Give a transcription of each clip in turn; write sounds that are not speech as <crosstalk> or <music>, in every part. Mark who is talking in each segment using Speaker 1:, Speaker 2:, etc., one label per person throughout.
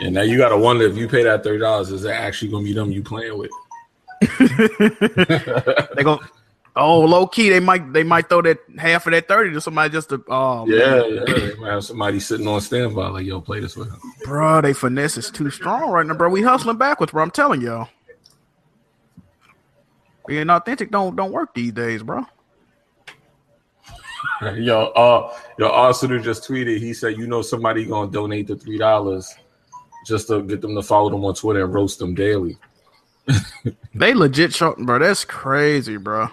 Speaker 1: And now you gotta wonder if you pay that thirty dollars, is that actually gonna be them you playing with?
Speaker 2: they go. Oh, low key, they might they might throw that half of that thirty to somebody just to. Oh,
Speaker 1: Yeah, yeah. They might have somebody sitting on standby, like, yo, play this with him.
Speaker 2: bro, they finesse is too strong right now, bro. We hustling backwards, bro. I'm telling y'all, being authentic don't don't work these days, bro.
Speaker 1: Yo, uh, yo, Arsenal just tweeted. He said, "You know, somebody gonna donate the three dollars just to get them to follow them on Twitter and roast them daily."
Speaker 2: They legit shot, bro. That's crazy, bro.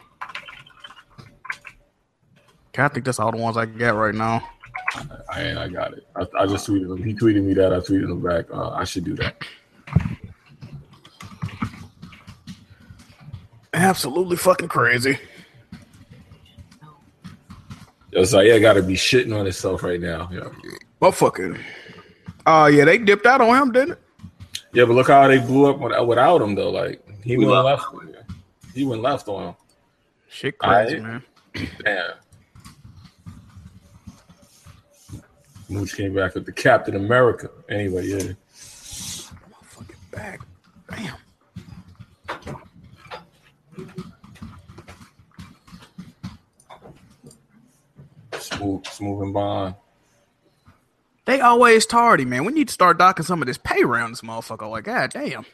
Speaker 2: I think that's all the ones I got right now.
Speaker 1: I ain't, I got it. I, I just tweeted him. He tweeted me that. I tweeted him back. Uh, I should do that.
Speaker 2: Absolutely fucking crazy.
Speaker 1: It's like, yeah, gotta be shitting on itself right now. Yeah,
Speaker 2: Motherfucker. Oh yeah, they dipped out on him, didn't it?
Speaker 1: yeah, but look how they blew up without, without him though. Like he
Speaker 3: We
Speaker 1: went left.
Speaker 3: left.
Speaker 1: He went left on him.
Speaker 2: Shit crazy,
Speaker 1: Aight.
Speaker 2: man.
Speaker 1: Damn. Mooch came back with the Captain America. Anyway, yeah.
Speaker 2: Fucking back. Damn.
Speaker 1: Smooth, smooth and bond.
Speaker 2: They always tardy, man. We need to start docking some of this pay round this motherfucker. Like, god damn.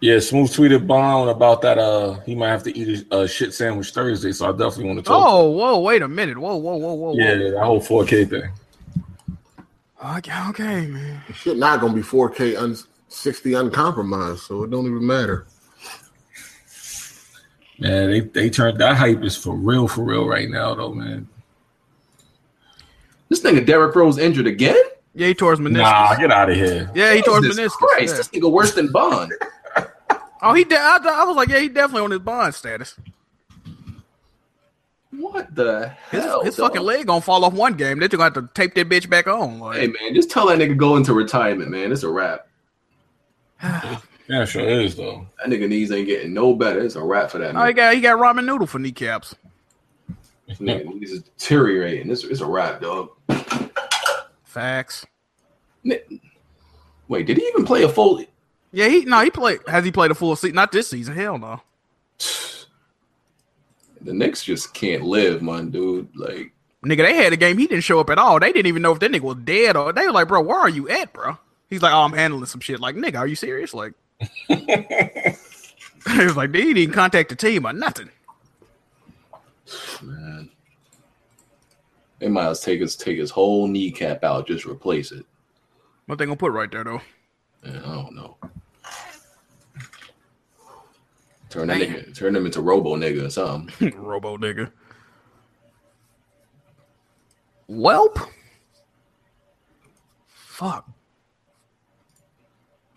Speaker 1: Yeah, Smooth tweeted Bond about that. Uh, he might have to eat a, a shit sandwich Thursday, so I definitely want to talk.
Speaker 2: Oh, whoa, wait a minute. Whoa, whoa, whoa, whoa, whoa.
Speaker 1: yeah, that whole 4K thing.
Speaker 2: Okay, Uh, okay, man.
Speaker 3: Shit, not gonna be 4K un- 60 uncompromised, so it don't even matter.
Speaker 1: Man, they they turned that hype is for real, for real right now though, man.
Speaker 4: This nigga Derrick Rose injured again?
Speaker 2: Yeah, he tore his meniscus.
Speaker 1: Nah, get out of here.
Speaker 2: yeah, he tore his
Speaker 4: Jesus
Speaker 2: meniscus.
Speaker 4: Christ,
Speaker 2: yeah.
Speaker 4: this nigga worse than Bond.
Speaker 2: Oh, he. De- I, I was like, yeah, he definitely on his bond status.
Speaker 4: What the
Speaker 2: His,
Speaker 4: hell?
Speaker 2: his
Speaker 4: Oh, dog?
Speaker 2: fucking leg gonna fall off one game. They're gonna have to tape that bitch back on. Like,
Speaker 4: Hey man, just tell that nigga go into retirement, man. It's a wrap.
Speaker 1: Yeah, sure is though.
Speaker 4: That nigga knees ain't getting no better. It's a wrap for that
Speaker 2: oh, he
Speaker 4: nigga.
Speaker 2: got he got ramen noodle for kneecaps.
Speaker 4: This nigga knees is deteriorating. It's, it's a wrap, dog.
Speaker 2: Facts.
Speaker 4: Wait, did he even play a full?
Speaker 2: Yeah, he no, he played. Has he played a full season? Not this season. Hell no.
Speaker 4: The Knicks just can't live, man, dude. Like,
Speaker 2: Nigga, they had a game. He didn't show up at all. They didn't even know if that nigga was dead or they were like, bro, where are you at, bro? He's like, oh, I'm handling some shit. Like, nigga, are you serious? Like, he was like, dude, he didn't contact the team or nothing.
Speaker 4: man, they might as take his take his whole kneecap out, just replace it.
Speaker 2: What they gonna put right there though? <laughs>
Speaker 4: Man, I don't know. Turn that nigga, turn him into Robo nigga or something. <laughs>
Speaker 2: Robo nigga. Welp. Fuck.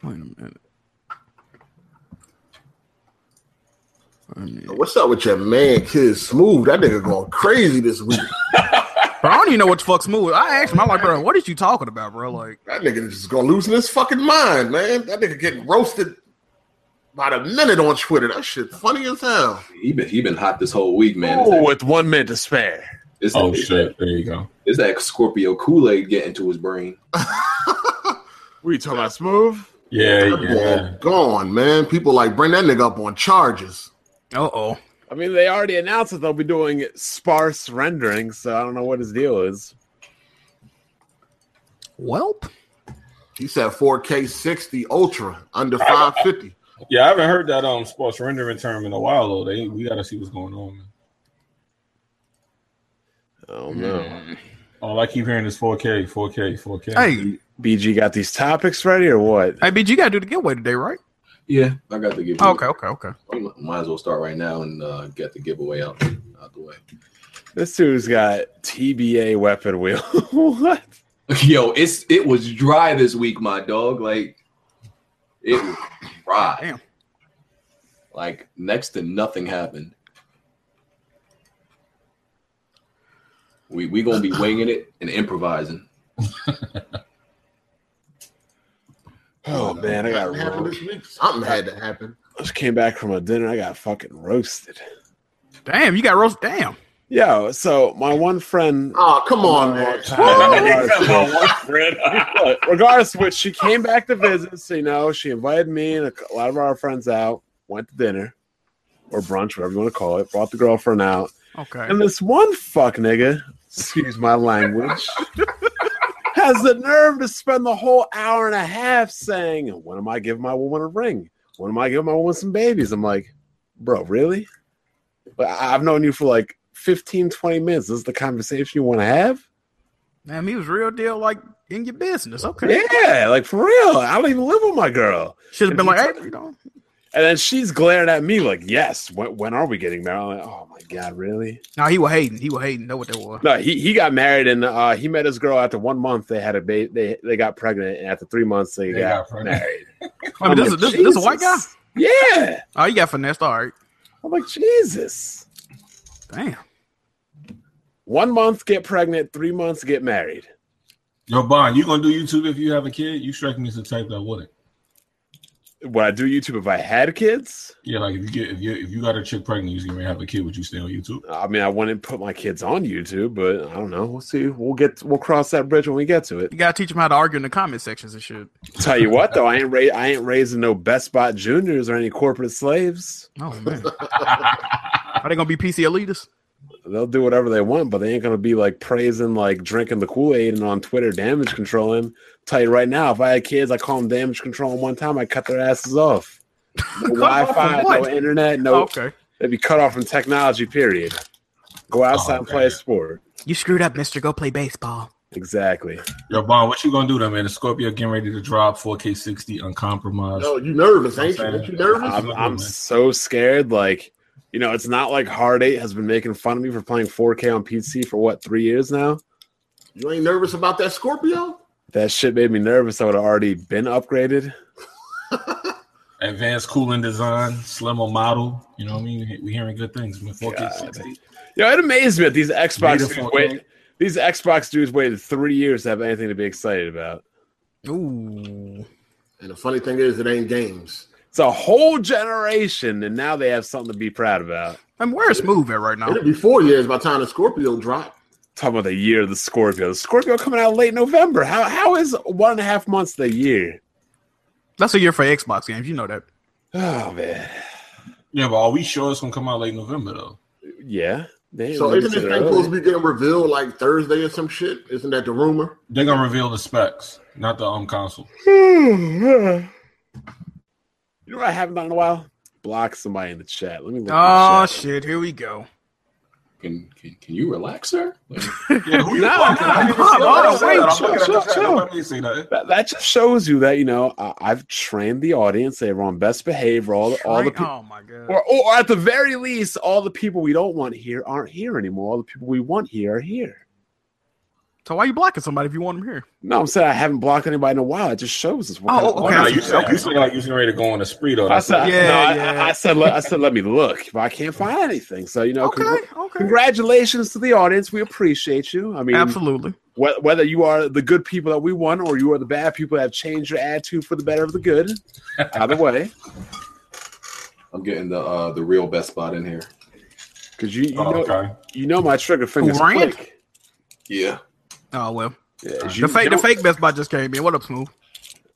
Speaker 2: Wait a minute.
Speaker 3: What's up with your man, Kid Smooth? That nigga going crazy this week.
Speaker 2: Bro, I don't even know what the fuck smooth. I asked him, I'm like, bro, what is you talking about, bro? Like,
Speaker 3: That nigga is just gonna losing his fucking mind, man. That nigga getting roasted by the minute on Twitter. That shit funny as hell.
Speaker 4: He been he been hot this whole week, man. It's
Speaker 5: Oh,
Speaker 4: that-
Speaker 5: with one minute to spare.
Speaker 4: it's
Speaker 1: Oh
Speaker 4: that-
Speaker 1: shit, there you go.
Speaker 4: Is that Scorpio Kool Aid getting to his brain?
Speaker 5: What are you talking about, Smooth?
Speaker 1: Yeah,
Speaker 3: That boy
Speaker 1: yeah.
Speaker 3: gone, man. People like bring that nigga up on charges.
Speaker 2: uh oh.
Speaker 5: I mean, they already announced that they'll be doing sparse rendering, so I don't know what his deal is.
Speaker 2: Welp.
Speaker 3: He said 4K 60 Ultra under 550.
Speaker 1: Yeah, I haven't heard that um sports rendering term in a while though. They we gotta see what's going on, man.
Speaker 5: Oh no!
Speaker 1: All Oh, I keep hearing is 4K, 4K, 4K.
Speaker 2: Hey,
Speaker 5: BG got these topics ready or what?
Speaker 2: hey, BG, you gotta do the giveaway today, right?
Speaker 4: Yeah, I got the giveaway.
Speaker 2: Oh, Okay, okay, okay.
Speaker 4: might as well start right now and uh, get the giveaway out, out the way.
Speaker 5: This dude's got TBA weapon wheel. <laughs> what?
Speaker 4: Yo, it's it was dry this week, my dog. Like it was dry.
Speaker 2: Damn.
Speaker 4: Like next to nothing happened. We we gonna be winging it and improvising.
Speaker 5: Oh man, I got
Speaker 3: Something happened
Speaker 5: roasted.
Speaker 3: this week. Something had to happen.
Speaker 5: Just came back from a dinner. I got fucking roasted.
Speaker 2: Damn, you got roast. Damn.
Speaker 5: Yo, so my one friend
Speaker 3: Oh, come on, man.
Speaker 1: Come on, one friend.
Speaker 5: Look, regardless of which, she came back to visit. So, you know, she invited me and a c- a lot of our friends out, went to dinner or brunch, whatever you want to call it, brought the girlfriend out.
Speaker 2: Okay.
Speaker 5: And this one fuck nigga, excuse my language, has the nerve to spend the whole hour and a half saying, When am I giving my woman a ring? When am I giving my woman some babies? I'm like, Bro, really? But I- I've known you for like 15, 20 minutes. This is the conversation you want to have?
Speaker 2: Damn, he was real deal, like in your business. Okay.
Speaker 5: Yeah, like for real. I don't even live with my girl.
Speaker 2: Should have been like, hey, you know,
Speaker 5: And then she's glaring at me like, "Yes, when, when are we getting married?" I'm like, "Oh my god, really?"
Speaker 2: no, he was hating. He was hating. Know what that was.
Speaker 5: No, he, he got married and uh, he met his girl after one month. They had a baby. They they got pregnant, and after three months they,
Speaker 1: They
Speaker 5: got,
Speaker 1: got pregnant.
Speaker 5: married.
Speaker 2: I mean, this, is this, this a white guy?
Speaker 5: Jesus. Yeah,
Speaker 2: Oh, you got finessed. All right.
Speaker 5: I'm like Jesus.
Speaker 2: Damn.
Speaker 5: One month get pregnant, three months get married.
Speaker 1: Yo, Bond, you gonna do YouTube if you have a kid? You strike me as the type that wouldn't.
Speaker 5: Would I do YouTube if I had kids?
Speaker 1: Yeah, like if you get if you if you got a chick pregnant, you're gonna have a kid. Would you stay on YouTube?
Speaker 5: I mean, I wouldn't put my kids on YouTube, but I don't know. We'll see. We'll get we'll cross that bridge when we get to it.
Speaker 2: You gotta teach him how to argue in the comment sections and shit.
Speaker 5: Tell you what, though, I ain't ra- I ain't raising no Best Bot juniors or any corporate slaves.
Speaker 2: Oh <laughs> man. Are they gonna be PC elitists?
Speaker 5: They'll do whatever they want, but they ain't gonna be like praising, like drinking the Kool Aid and on Twitter damage controlling. Tell you right now, if I had kids, I call them damage control one time. I cut their asses
Speaker 2: <laughs>
Speaker 5: off. No
Speaker 2: Cut off
Speaker 5: Wi Fi,
Speaker 2: from what?
Speaker 5: no internet, no.
Speaker 2: Oh, okay.
Speaker 5: They'd be cut off from technology. Period. Go outside and play a
Speaker 1: Oh, man.
Speaker 5: sport.
Speaker 2: You screwed up, Mister. Go play baseball.
Speaker 5: Exactly.
Speaker 1: Yo, Bond, what you gonna do though, man? The Scorpio getting ready to drop 4K 60 uncompromised.
Speaker 3: Yo, you nervous, ain't you? Ain't you nervous?
Speaker 5: I'm, I'm
Speaker 1: man.
Speaker 5: so scared. Like, you know, it's not like Hard Eight has been making fun of me for playing 4K on PC for what three years now.
Speaker 3: You ain't nervous about that Scorpio?
Speaker 5: That shit made me nervous. I would have already been upgraded.
Speaker 1: Advanced cooling design, slimmer model. You know what I mean? We hearing good things. Man, 4K
Speaker 5: God.
Speaker 1: 60.
Speaker 5: Yo, it amazed me that these Xbox
Speaker 1: Beautiful,
Speaker 5: dudes wait,
Speaker 1: man.
Speaker 5: these Xbox dudes waited three years to have anything to be excited about.
Speaker 2: Ooh.
Speaker 3: And the funny thing is, it ain't games.
Speaker 5: It's a whole generation, and now they have something to be proud about.
Speaker 2: I mean, where's Smooth at right now?
Speaker 3: It'll be four years by the time the Scorpio drop.
Speaker 5: Talking about the year of the Scorpio. The Scorpio coming out late November. How how is one and a half months the year?
Speaker 2: That's a year for Xbox games. You know that.
Speaker 5: Oh man.
Speaker 1: Yeah, but are we sure it's gonna come out late November though?
Speaker 5: Yeah. They
Speaker 3: So
Speaker 5: released
Speaker 3: isn't this
Speaker 5: it
Speaker 3: thing
Speaker 5: early.
Speaker 3: supposed to be getting revealed like Thursday or some shit? Isn't that the rumor?
Speaker 1: They're gonna reveal the specs, not the um console.
Speaker 5: You know what I haven't done in a while? Block somebody in the chat. Let me look. in the
Speaker 2: Oh
Speaker 5: chat.
Speaker 2: shit! Here we go.
Speaker 4: Can, can can you relax, sir? Like,
Speaker 1: Yeah, who you
Speaker 5: No,
Speaker 1: fucking?
Speaker 5: no,
Speaker 1: I didn't even
Speaker 2: no,
Speaker 1: see
Speaker 2: no,
Speaker 1: that.
Speaker 2: wait,
Speaker 1: I'm
Speaker 5: chill,
Speaker 1: looking at
Speaker 5: chill,
Speaker 1: the chat.
Speaker 5: chill.
Speaker 1: Nobody say nothing.
Speaker 5: That, that just shows you that you know I, I've trained the audience. They're on best behavior. All the, all the people,
Speaker 2: oh my god.
Speaker 5: or, or at the very least, all the people we don't want here aren't here anymore. All the people we want here are here.
Speaker 2: So why you blocking somebody if you want them here?
Speaker 5: No, I'm saying I haven't blocked anybody in a while. It just shows us. What
Speaker 2: Oh,
Speaker 5: kind
Speaker 2: okay.
Speaker 5: of
Speaker 1: Nah,
Speaker 5: audience
Speaker 1: you
Speaker 5: we
Speaker 1: sound,
Speaker 5: have.
Speaker 1: you sound like you sound ready to go on a spree though.
Speaker 5: I
Speaker 1: That's
Speaker 5: said,
Speaker 2: Yeah,
Speaker 5: no, I-
Speaker 2: yeah.
Speaker 5: I, I said, let, I said, let me look. If I can't find anything, so you know,
Speaker 2: Okay.
Speaker 5: congr-
Speaker 2: Okay.
Speaker 5: congratulations to the audience. We appreciate you. I mean,
Speaker 2: Absolutely.
Speaker 5: wh- whether you are the good people that we want or you are the bad people that have changed your attitude for the better of the good. Either way,
Speaker 4: I'm getting the uh, the real best spot in here.
Speaker 5: because you you
Speaker 1: Oh,
Speaker 5: know
Speaker 1: okay.
Speaker 5: you know my trigger finger's
Speaker 2: Grant?
Speaker 5: quick.
Speaker 4: Yeah.
Speaker 2: Oh well.
Speaker 5: Yeah, if
Speaker 2: The
Speaker 5: you
Speaker 2: fake, the
Speaker 5: don't-
Speaker 2: fake Best Buy just came in. What up, Smooth?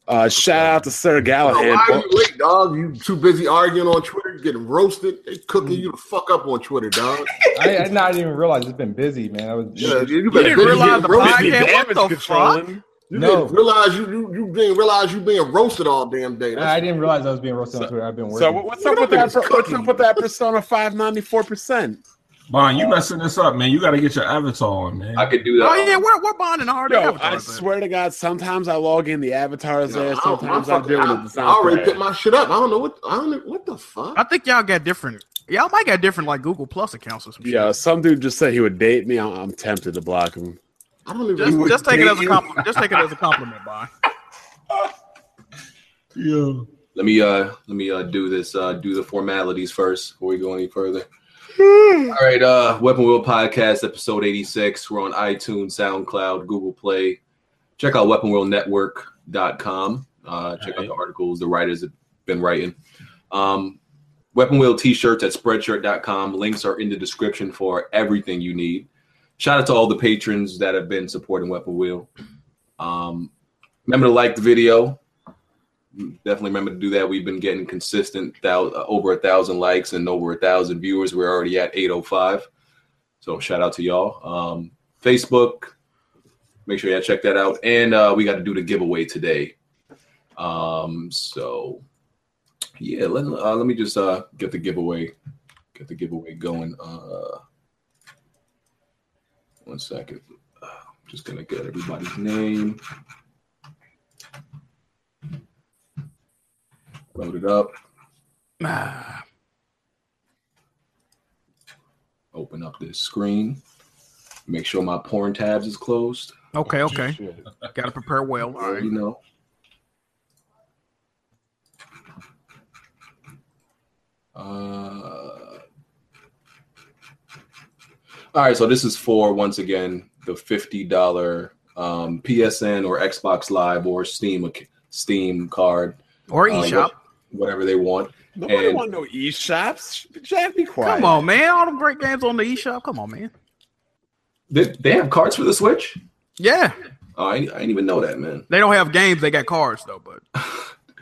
Speaker 5: Uh, shout out to Sir
Speaker 3: Yo,
Speaker 5: Gallahan.
Speaker 3: why are you late, dog? You too busy arguing on Twitter, getting roasted. They
Speaker 5: Mm.
Speaker 3: cooking you the fuck up on Twitter, dog.
Speaker 6: I, I did not even realize it's been busy, man. I was
Speaker 3: Yeah, you, you
Speaker 2: You
Speaker 3: better
Speaker 2: didn't
Speaker 3: busy
Speaker 2: realize
Speaker 3: getting
Speaker 2: the
Speaker 3: roasted.
Speaker 2: podcast. What
Speaker 5: Damage
Speaker 2: the fuck?
Speaker 5: controlling.
Speaker 3: You
Speaker 6: No.
Speaker 3: didn't realize you, you you didn't realize you being roasted all damn day. That's
Speaker 6: I didn't realize I was being roasted on Twitter. I've been working.
Speaker 5: So what- what's up with that? per- What's up with that persona five ninety four percent?
Speaker 1: Bond, you messing this up, man. You got to get your avatar on, man.
Speaker 4: I could do that.
Speaker 2: Oh yeah, we're we're bonding hard.
Speaker 5: Yo, I swear to God, sometimes I log in the avatars
Speaker 3: You know,
Speaker 5: there.
Speaker 3: I don't-
Speaker 5: Sometimes
Speaker 3: my
Speaker 5: I do.
Speaker 3: fucking-
Speaker 5: and
Speaker 3: I,
Speaker 5: it sounds
Speaker 3: I already
Speaker 5: bad.
Speaker 3: put my shit up. I don't know what I don't know, what the fuck.
Speaker 2: I think y'all got different. Y'all might got different like Google Plus accounts or some shit.
Speaker 5: Yeah, some dude just said he would date me. I'm, I'm tempted to block him.
Speaker 3: I don't even.
Speaker 2: Just,
Speaker 3: know.
Speaker 2: just take it as a compliment. Just take it as a compliment, Bond.
Speaker 1: Yeah.
Speaker 4: Let me uh let me uh do this uh do the formalities first before we go any further. All right, uh Weapon Wheel Podcast episode 86. We're on iTunes, SoundCloud, Google Play. Check out weaponwheelnetwork.com. Uh check out the articles the writers have been writing. Um Weapon Wheel t shirts at spreadshirt.com. Links are in the description for everything you need. Shout out to all the patrons that have been supporting Weapon Wheel. Um, remember to like the video. Definitely remember to do that. We've been getting consistent thou- uh, over a thousand likes and over a thousand viewers. We're already at 805. So shout out to y'all. Um, Facebook, make sure y'all check that out. And uh, we got to do the giveaway today. Um, so yeah, let, uh, let me just uh, get the giveaway, get the giveaway going. Uh, one second. Uh, just gonna get everybody's name. Load it up.
Speaker 2: Ah,
Speaker 4: Open up this screen. Make sure my porn tabs is closed.
Speaker 2: <sighs> okay, okay.
Speaker 5: Oh, Shit.
Speaker 2: Gotta prepare well.
Speaker 4: All right, you know. Uh, all right, so this is for once again the fifty dollar um, PSN or Xbox Live or Steam ac- Steam card,
Speaker 2: Or
Speaker 4: Uh,
Speaker 2: eShop.
Speaker 4: whatever they want.
Speaker 5: Nobody
Speaker 4: And-
Speaker 5: want no e-shops. Jack, be quiet.
Speaker 2: Come on, man. All them great games on the eShop. Come on, man.
Speaker 4: They, they have cards for the Switch.
Speaker 2: Yeah.
Speaker 4: Oh, I, I didn't even know that, man.
Speaker 2: They don't have games, they got cards though,
Speaker 4: <laughs>
Speaker 2: but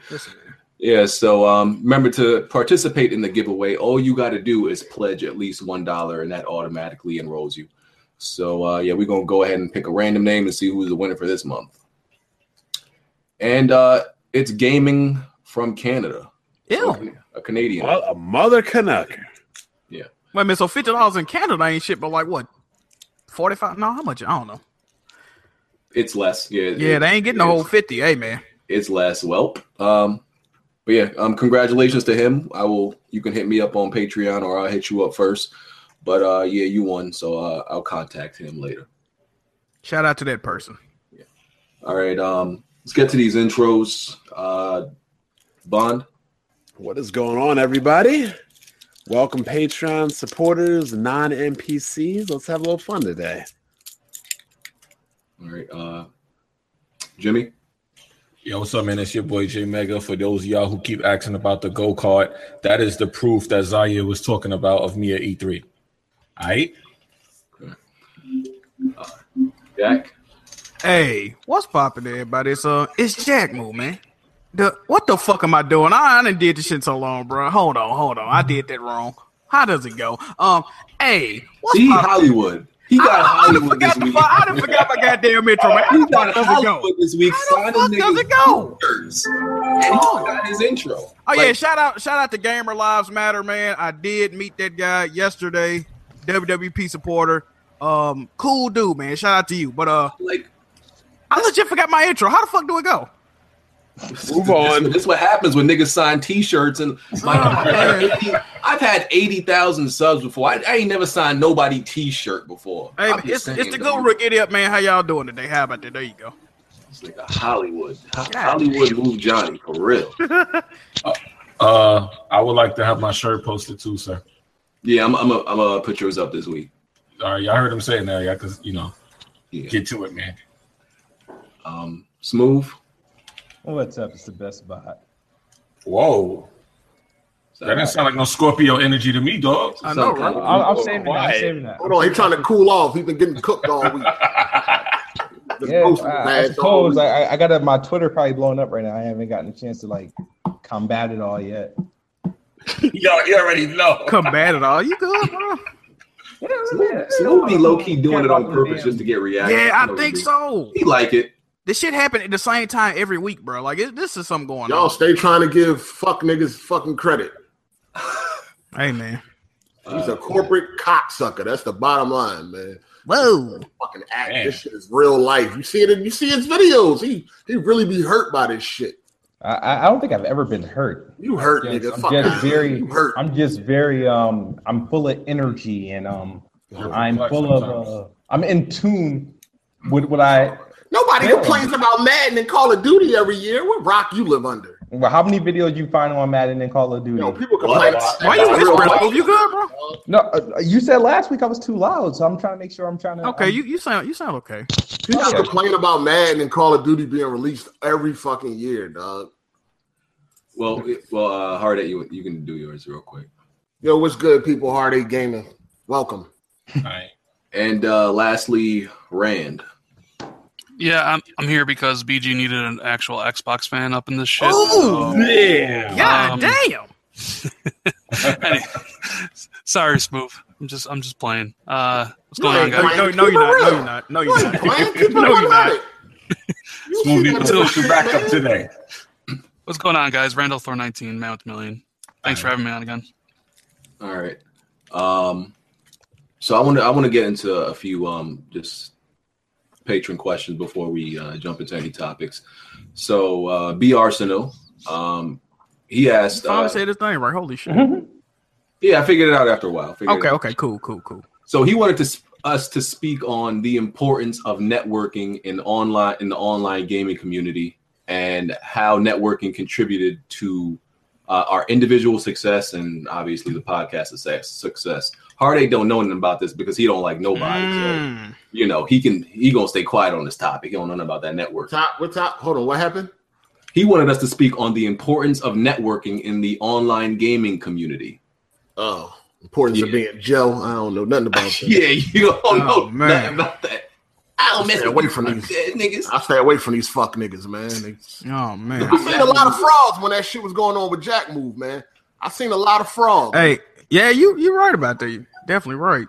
Speaker 2: listen, man.
Speaker 4: Yeah, so um, remember to participate in the giveaway. All you got to do is pledge at least one dollar, and that automatically enrolls you. So uh, yeah, we're gonna go ahead and pick a random name and see who's the winner for this month. And uh, it's gaming from Canada, So,
Speaker 2: Ew.
Speaker 4: a Canadian.
Speaker 5: Well, a mother Canuck.
Speaker 2: Wait a minute, so fifty dollars in Canada ain't shit, but like what? Forty five? No, how much? I don't know.
Speaker 4: It's less. Yeah,
Speaker 2: Yeah, they ain't getting the
Speaker 4: it
Speaker 2: whole
Speaker 4: is.
Speaker 2: fifty. Hey man.
Speaker 4: It's less. Welp. Um, but yeah, um, congratulations to him. I will. You can hit me up on Patreon, or I'll hit you up first. But uh, yeah, you won, so uh, I'll contact him later.
Speaker 2: Shout out to that person.
Speaker 4: All right, um, let's get to these intros. Uh, Bond,
Speaker 5: What is going on, everybody? Welcome, Patreon supporters, non NPCs. Let's have a little fun today.
Speaker 4: all right, uh, Jimmy.
Speaker 1: Yo, what's up, man? It's your boy J Mega. For those of y'all who keep asking about the go kart, that is the proof that Zaya was talking about of me at E E3. All right,
Speaker 4: Jack.
Speaker 2: Hey, what's popping everybody? It's uh it's Jack Moo, man. The what the fuck am I doing? I, I done did this shit so long, bro. Hold on, hold on. I did that wrong. How does it go? Um, hey, what's
Speaker 4: See
Speaker 2: poppin'?
Speaker 4: Hollywood. He
Speaker 2: I,
Speaker 4: got
Speaker 2: I, done
Speaker 4: Hollywood
Speaker 2: forgot
Speaker 4: this
Speaker 2: the,
Speaker 4: week.
Speaker 2: fu- I done forgot my goddamn intro, man. How
Speaker 4: He
Speaker 2: the fuck
Speaker 4: got
Speaker 2: does it go?
Speaker 4: Hollywood this week.
Speaker 2: How the
Speaker 4: signing
Speaker 2: fuck does
Speaker 4: niggas'
Speaker 2: it go?
Speaker 4: fingers. And he got his intro.
Speaker 2: Oh yeah,
Speaker 4: Like,
Speaker 2: shout out shout out to Gamer Lives Matter, man. I did meet that guy yesterday, WWP supporter. Um, cool dude, man. Shout out to you. But uh
Speaker 4: like
Speaker 2: I legit forgot my intro. How the fuck do it go?
Speaker 5: Move
Speaker 4: This,
Speaker 5: on.
Speaker 4: this is what happens when niggas sign T-shirts and
Speaker 2: Oh,
Speaker 4: my God, <laughs> I've had 80 I've had eighty thousand subs before. I, I ain't never signed nobody T-shirt before.
Speaker 2: Hey,
Speaker 4: I'm
Speaker 2: man, it's
Speaker 4: just
Speaker 2: it's the
Speaker 4: saying,
Speaker 2: guru. Get up, man. How y'all doing today? How about that? There you go.
Speaker 4: It's like a Hollywood, Ho- Hollywood move, Johnny, for real.
Speaker 1: uh, I would like to have my shirt posted too, sir.
Speaker 4: Yeah, I'm, I'm, a, I'm a put yours up this week.
Speaker 1: All right, y'all heard him saying that, yeah, because you know,
Speaker 4: Yeah.
Speaker 1: get to it, man.
Speaker 4: Um, smooth.
Speaker 6: What's up? It's the best spot.
Speaker 1: Whoa,
Speaker 4: Is
Speaker 1: that
Speaker 4: right?
Speaker 1: didn't sound like no Scorpio energy to me, dog. <laughs>
Speaker 2: I know,
Speaker 4: Some
Speaker 2: right?
Speaker 4: kind of-
Speaker 6: I'm, I'm saving that. I'm
Speaker 1: Why?
Speaker 6: saving that.
Speaker 3: Hold on, he's trying to cool off. He's been getting cooked all week. Just
Speaker 6: Yeah,
Speaker 3: roasting his
Speaker 6: I, I
Speaker 3: ass all
Speaker 6: suppose
Speaker 3: week.
Speaker 6: I, I- I got a, my Twitter probably blowing up right now. I haven't gotten a chance to like combat it all yet.
Speaker 1: Yo, you already know.
Speaker 2: Come bad at all. You good, bro?
Speaker 4: Smoove- Smoove be low key doing it on purpose just to get
Speaker 2: <laughs>
Speaker 4: reaction.
Speaker 2: Yeah,
Speaker 4: know
Speaker 2: I
Speaker 4: he
Speaker 2: think
Speaker 4: do.
Speaker 2: so.
Speaker 4: He like it.
Speaker 2: This shit happened at the same time every week, bro. Like it, this is something going
Speaker 3: Y'all
Speaker 2: on.
Speaker 3: stay trying to give fuck niggas fucking credit.
Speaker 2: Hey man.
Speaker 3: He's
Speaker 4: Uh,
Speaker 3: a corporate cocksucker. That's the bottom line, man.
Speaker 2: Whoa.
Speaker 3: Fucking act.
Speaker 1: Man.
Speaker 3: This shit is real life. You see it. In, you see his videos. He he really be hurt by this shit.
Speaker 6: I- I, I don't think I've ever been hurt.
Speaker 3: You hurt,
Speaker 6: Yes,
Speaker 3: nigga.
Speaker 6: I'm
Speaker 3: Fuck
Speaker 6: just
Speaker 3: you.
Speaker 6: very-
Speaker 3: You hurt.
Speaker 6: I'm just very um I'm full of energy and um
Speaker 1: You're
Speaker 6: I'm
Speaker 1: complex
Speaker 6: full
Speaker 1: sometimes.
Speaker 6: of uh, I'm in tune with what I
Speaker 3: Nobody
Speaker 6: Yeah.
Speaker 3: complains about Madden and Call of Duty every year. What rock you live under?
Speaker 6: well, how many videos you find on Madden and Call of Duty?
Speaker 3: You know, people complain.
Speaker 1: What?
Speaker 2: Why you whispering? Smoove? You good, bro?
Speaker 6: No, uh, you said last week I was too loud, so I'm trying to make sure I'm trying to.
Speaker 2: Okay,
Speaker 6: I'm- <laughs>
Speaker 2: you, you sound you sound okay.
Speaker 3: People
Speaker 6: Okay.
Speaker 3: complain about Madden and Call of Duty being released every fucking year, dog.
Speaker 4: Well, it- well, uh, hard at you. You can do yours real quick.
Speaker 3: Yo, what's good, people? Hard Eight Gaming. Welcome.
Speaker 1: All right.
Speaker 4: And uh, lastly, Rand.
Speaker 7: Yeah, I'm, I'm here because BG needed an actual Xbox fan up in this shit.
Speaker 2: Oh,
Speaker 1: <laughs>
Speaker 5: Yeah.
Speaker 2: God
Speaker 7: Um,
Speaker 2: damn.
Speaker 7: Any- <laughs> sorry, Smooth. I'm just I'm just playing. Uh, what's going
Speaker 3: You
Speaker 7: on,
Speaker 3: ain't
Speaker 7: guys?
Speaker 2: No,
Speaker 3: playing.
Speaker 2: no, you're
Speaker 3: Keep it
Speaker 2: not. No, you're
Speaker 3: Like,
Speaker 2: not. <laughs> No,
Speaker 4: <laughs>
Speaker 3: man,
Speaker 2: you're
Speaker 3: keep it
Speaker 2: not. No, you're not.
Speaker 3: 100. You
Speaker 1: Smoothie
Speaker 3: keep it
Speaker 1: put you
Speaker 3: 100,
Speaker 1: back up
Speaker 3: man.
Speaker 1: today. <laughs>
Speaker 7: What's going on, guys? Randall Thor 19, Man with a Million. Thanks for having me on again.
Speaker 4: All right. Um, so I want to I want to get into a few um just patron questions before we uh, jump into any topics. So uh, B Arsenal, um, he asked.
Speaker 2: I
Speaker 4: Uh,
Speaker 2: said his name right. Holy
Speaker 6: Mm-hmm. Mhm.
Speaker 2: shit.
Speaker 4: yeah, I figured it out after a while. I figured it
Speaker 2: Okay,
Speaker 4: out.
Speaker 2: okay, cool, cool, cool.
Speaker 4: So he wanted to sp- us to speak on the importance of networking in online in the online gaming community and how networking contributed to uh, our individual success and obviously the podcast success. Success. Heartache don't know nothing about this because he don't like nobody. So,
Speaker 2: Mm.
Speaker 4: you know he can he gonna stay quiet on this topic. He don't know nothing about that
Speaker 3: <laughs>
Speaker 4: network.
Speaker 3: Top, what's up? Hold on, what happened?
Speaker 4: He wanted us to speak on the importance of networking in the online gaming community.
Speaker 3: Oh, importance of
Speaker 4: Yeah.
Speaker 3: being Joe. I don't know nothing
Speaker 4: <laughs>
Speaker 3: about that.
Speaker 4: yeah, you don't know
Speaker 2: man.
Speaker 4: nothing about that. I don't
Speaker 3: Oh, Stay
Speaker 4: mess
Speaker 3: away
Speaker 4: away
Speaker 3: from
Speaker 4: from
Speaker 3: these.
Speaker 4: these niggas.
Speaker 3: I stay away from these fuck niggas, man.
Speaker 4: <laughs>
Speaker 3: They,
Speaker 2: Oh man.
Speaker 3: I seen a lot of frauds when that shit was going on with Jack Move, man. I seen a lot of frauds.
Speaker 2: Hey, yeah, you you're right about that. You're definitely right.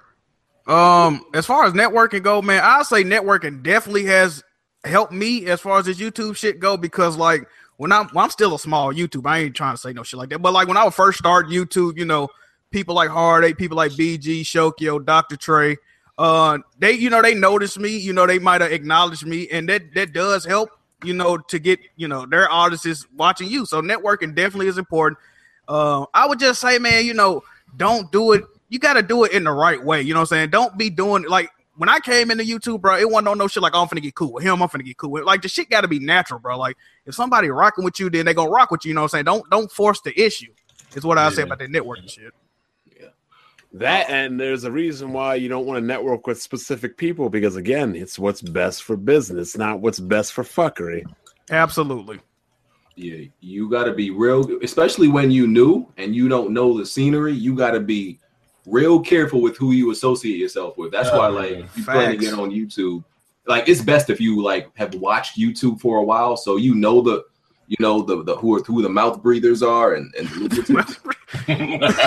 Speaker 2: Um, as far as networking go, man, I say networking definitely has helped me as far as this YouTube shit go because like when I'm well, I'm still a small YouTube. I ain't trying to say no shit like that, but like when I would first start YouTube, you know, people like Heartache, people like BG, Shokyo, Dr. Trey, uh, they you know they noticed me. You know they might have acknowledged me, and that that does help. You know to get you know their audiences watching you. So networking definitely is important. Uh, I would just say, man, you know, don't do it. You got to do it in the right way. You know what I'm saying? Don't be doing like when I came into YouTube, bro. It wasn't on no shit like oh, I'm finna get cool with him. I'm finna get cool with like the shit got to be natural, bro. Like if somebody rocking with you, then they gonna rock with you. You know what I'm saying? Don't don't force the issue. Is what I say
Speaker 1: Yeah.
Speaker 2: about that networking shit.
Speaker 5: That and there's a reason why you don't want to network with specific people because again, it's what's best for business, not what's best for fuckery.
Speaker 2: Absolutely.
Speaker 4: Yeah, you got to be real, especially when you new and you don't know the scenery. You got to be real careful with who you associate yourself with. That's why,
Speaker 1: Yeah,
Speaker 4: like,
Speaker 1: man.
Speaker 4: if you plan to
Speaker 2: Facts.
Speaker 4: get on YouTube, like it's best if you like have watched YouTube for a while, so you know the, you know the the who are who the mouth breathers are and and the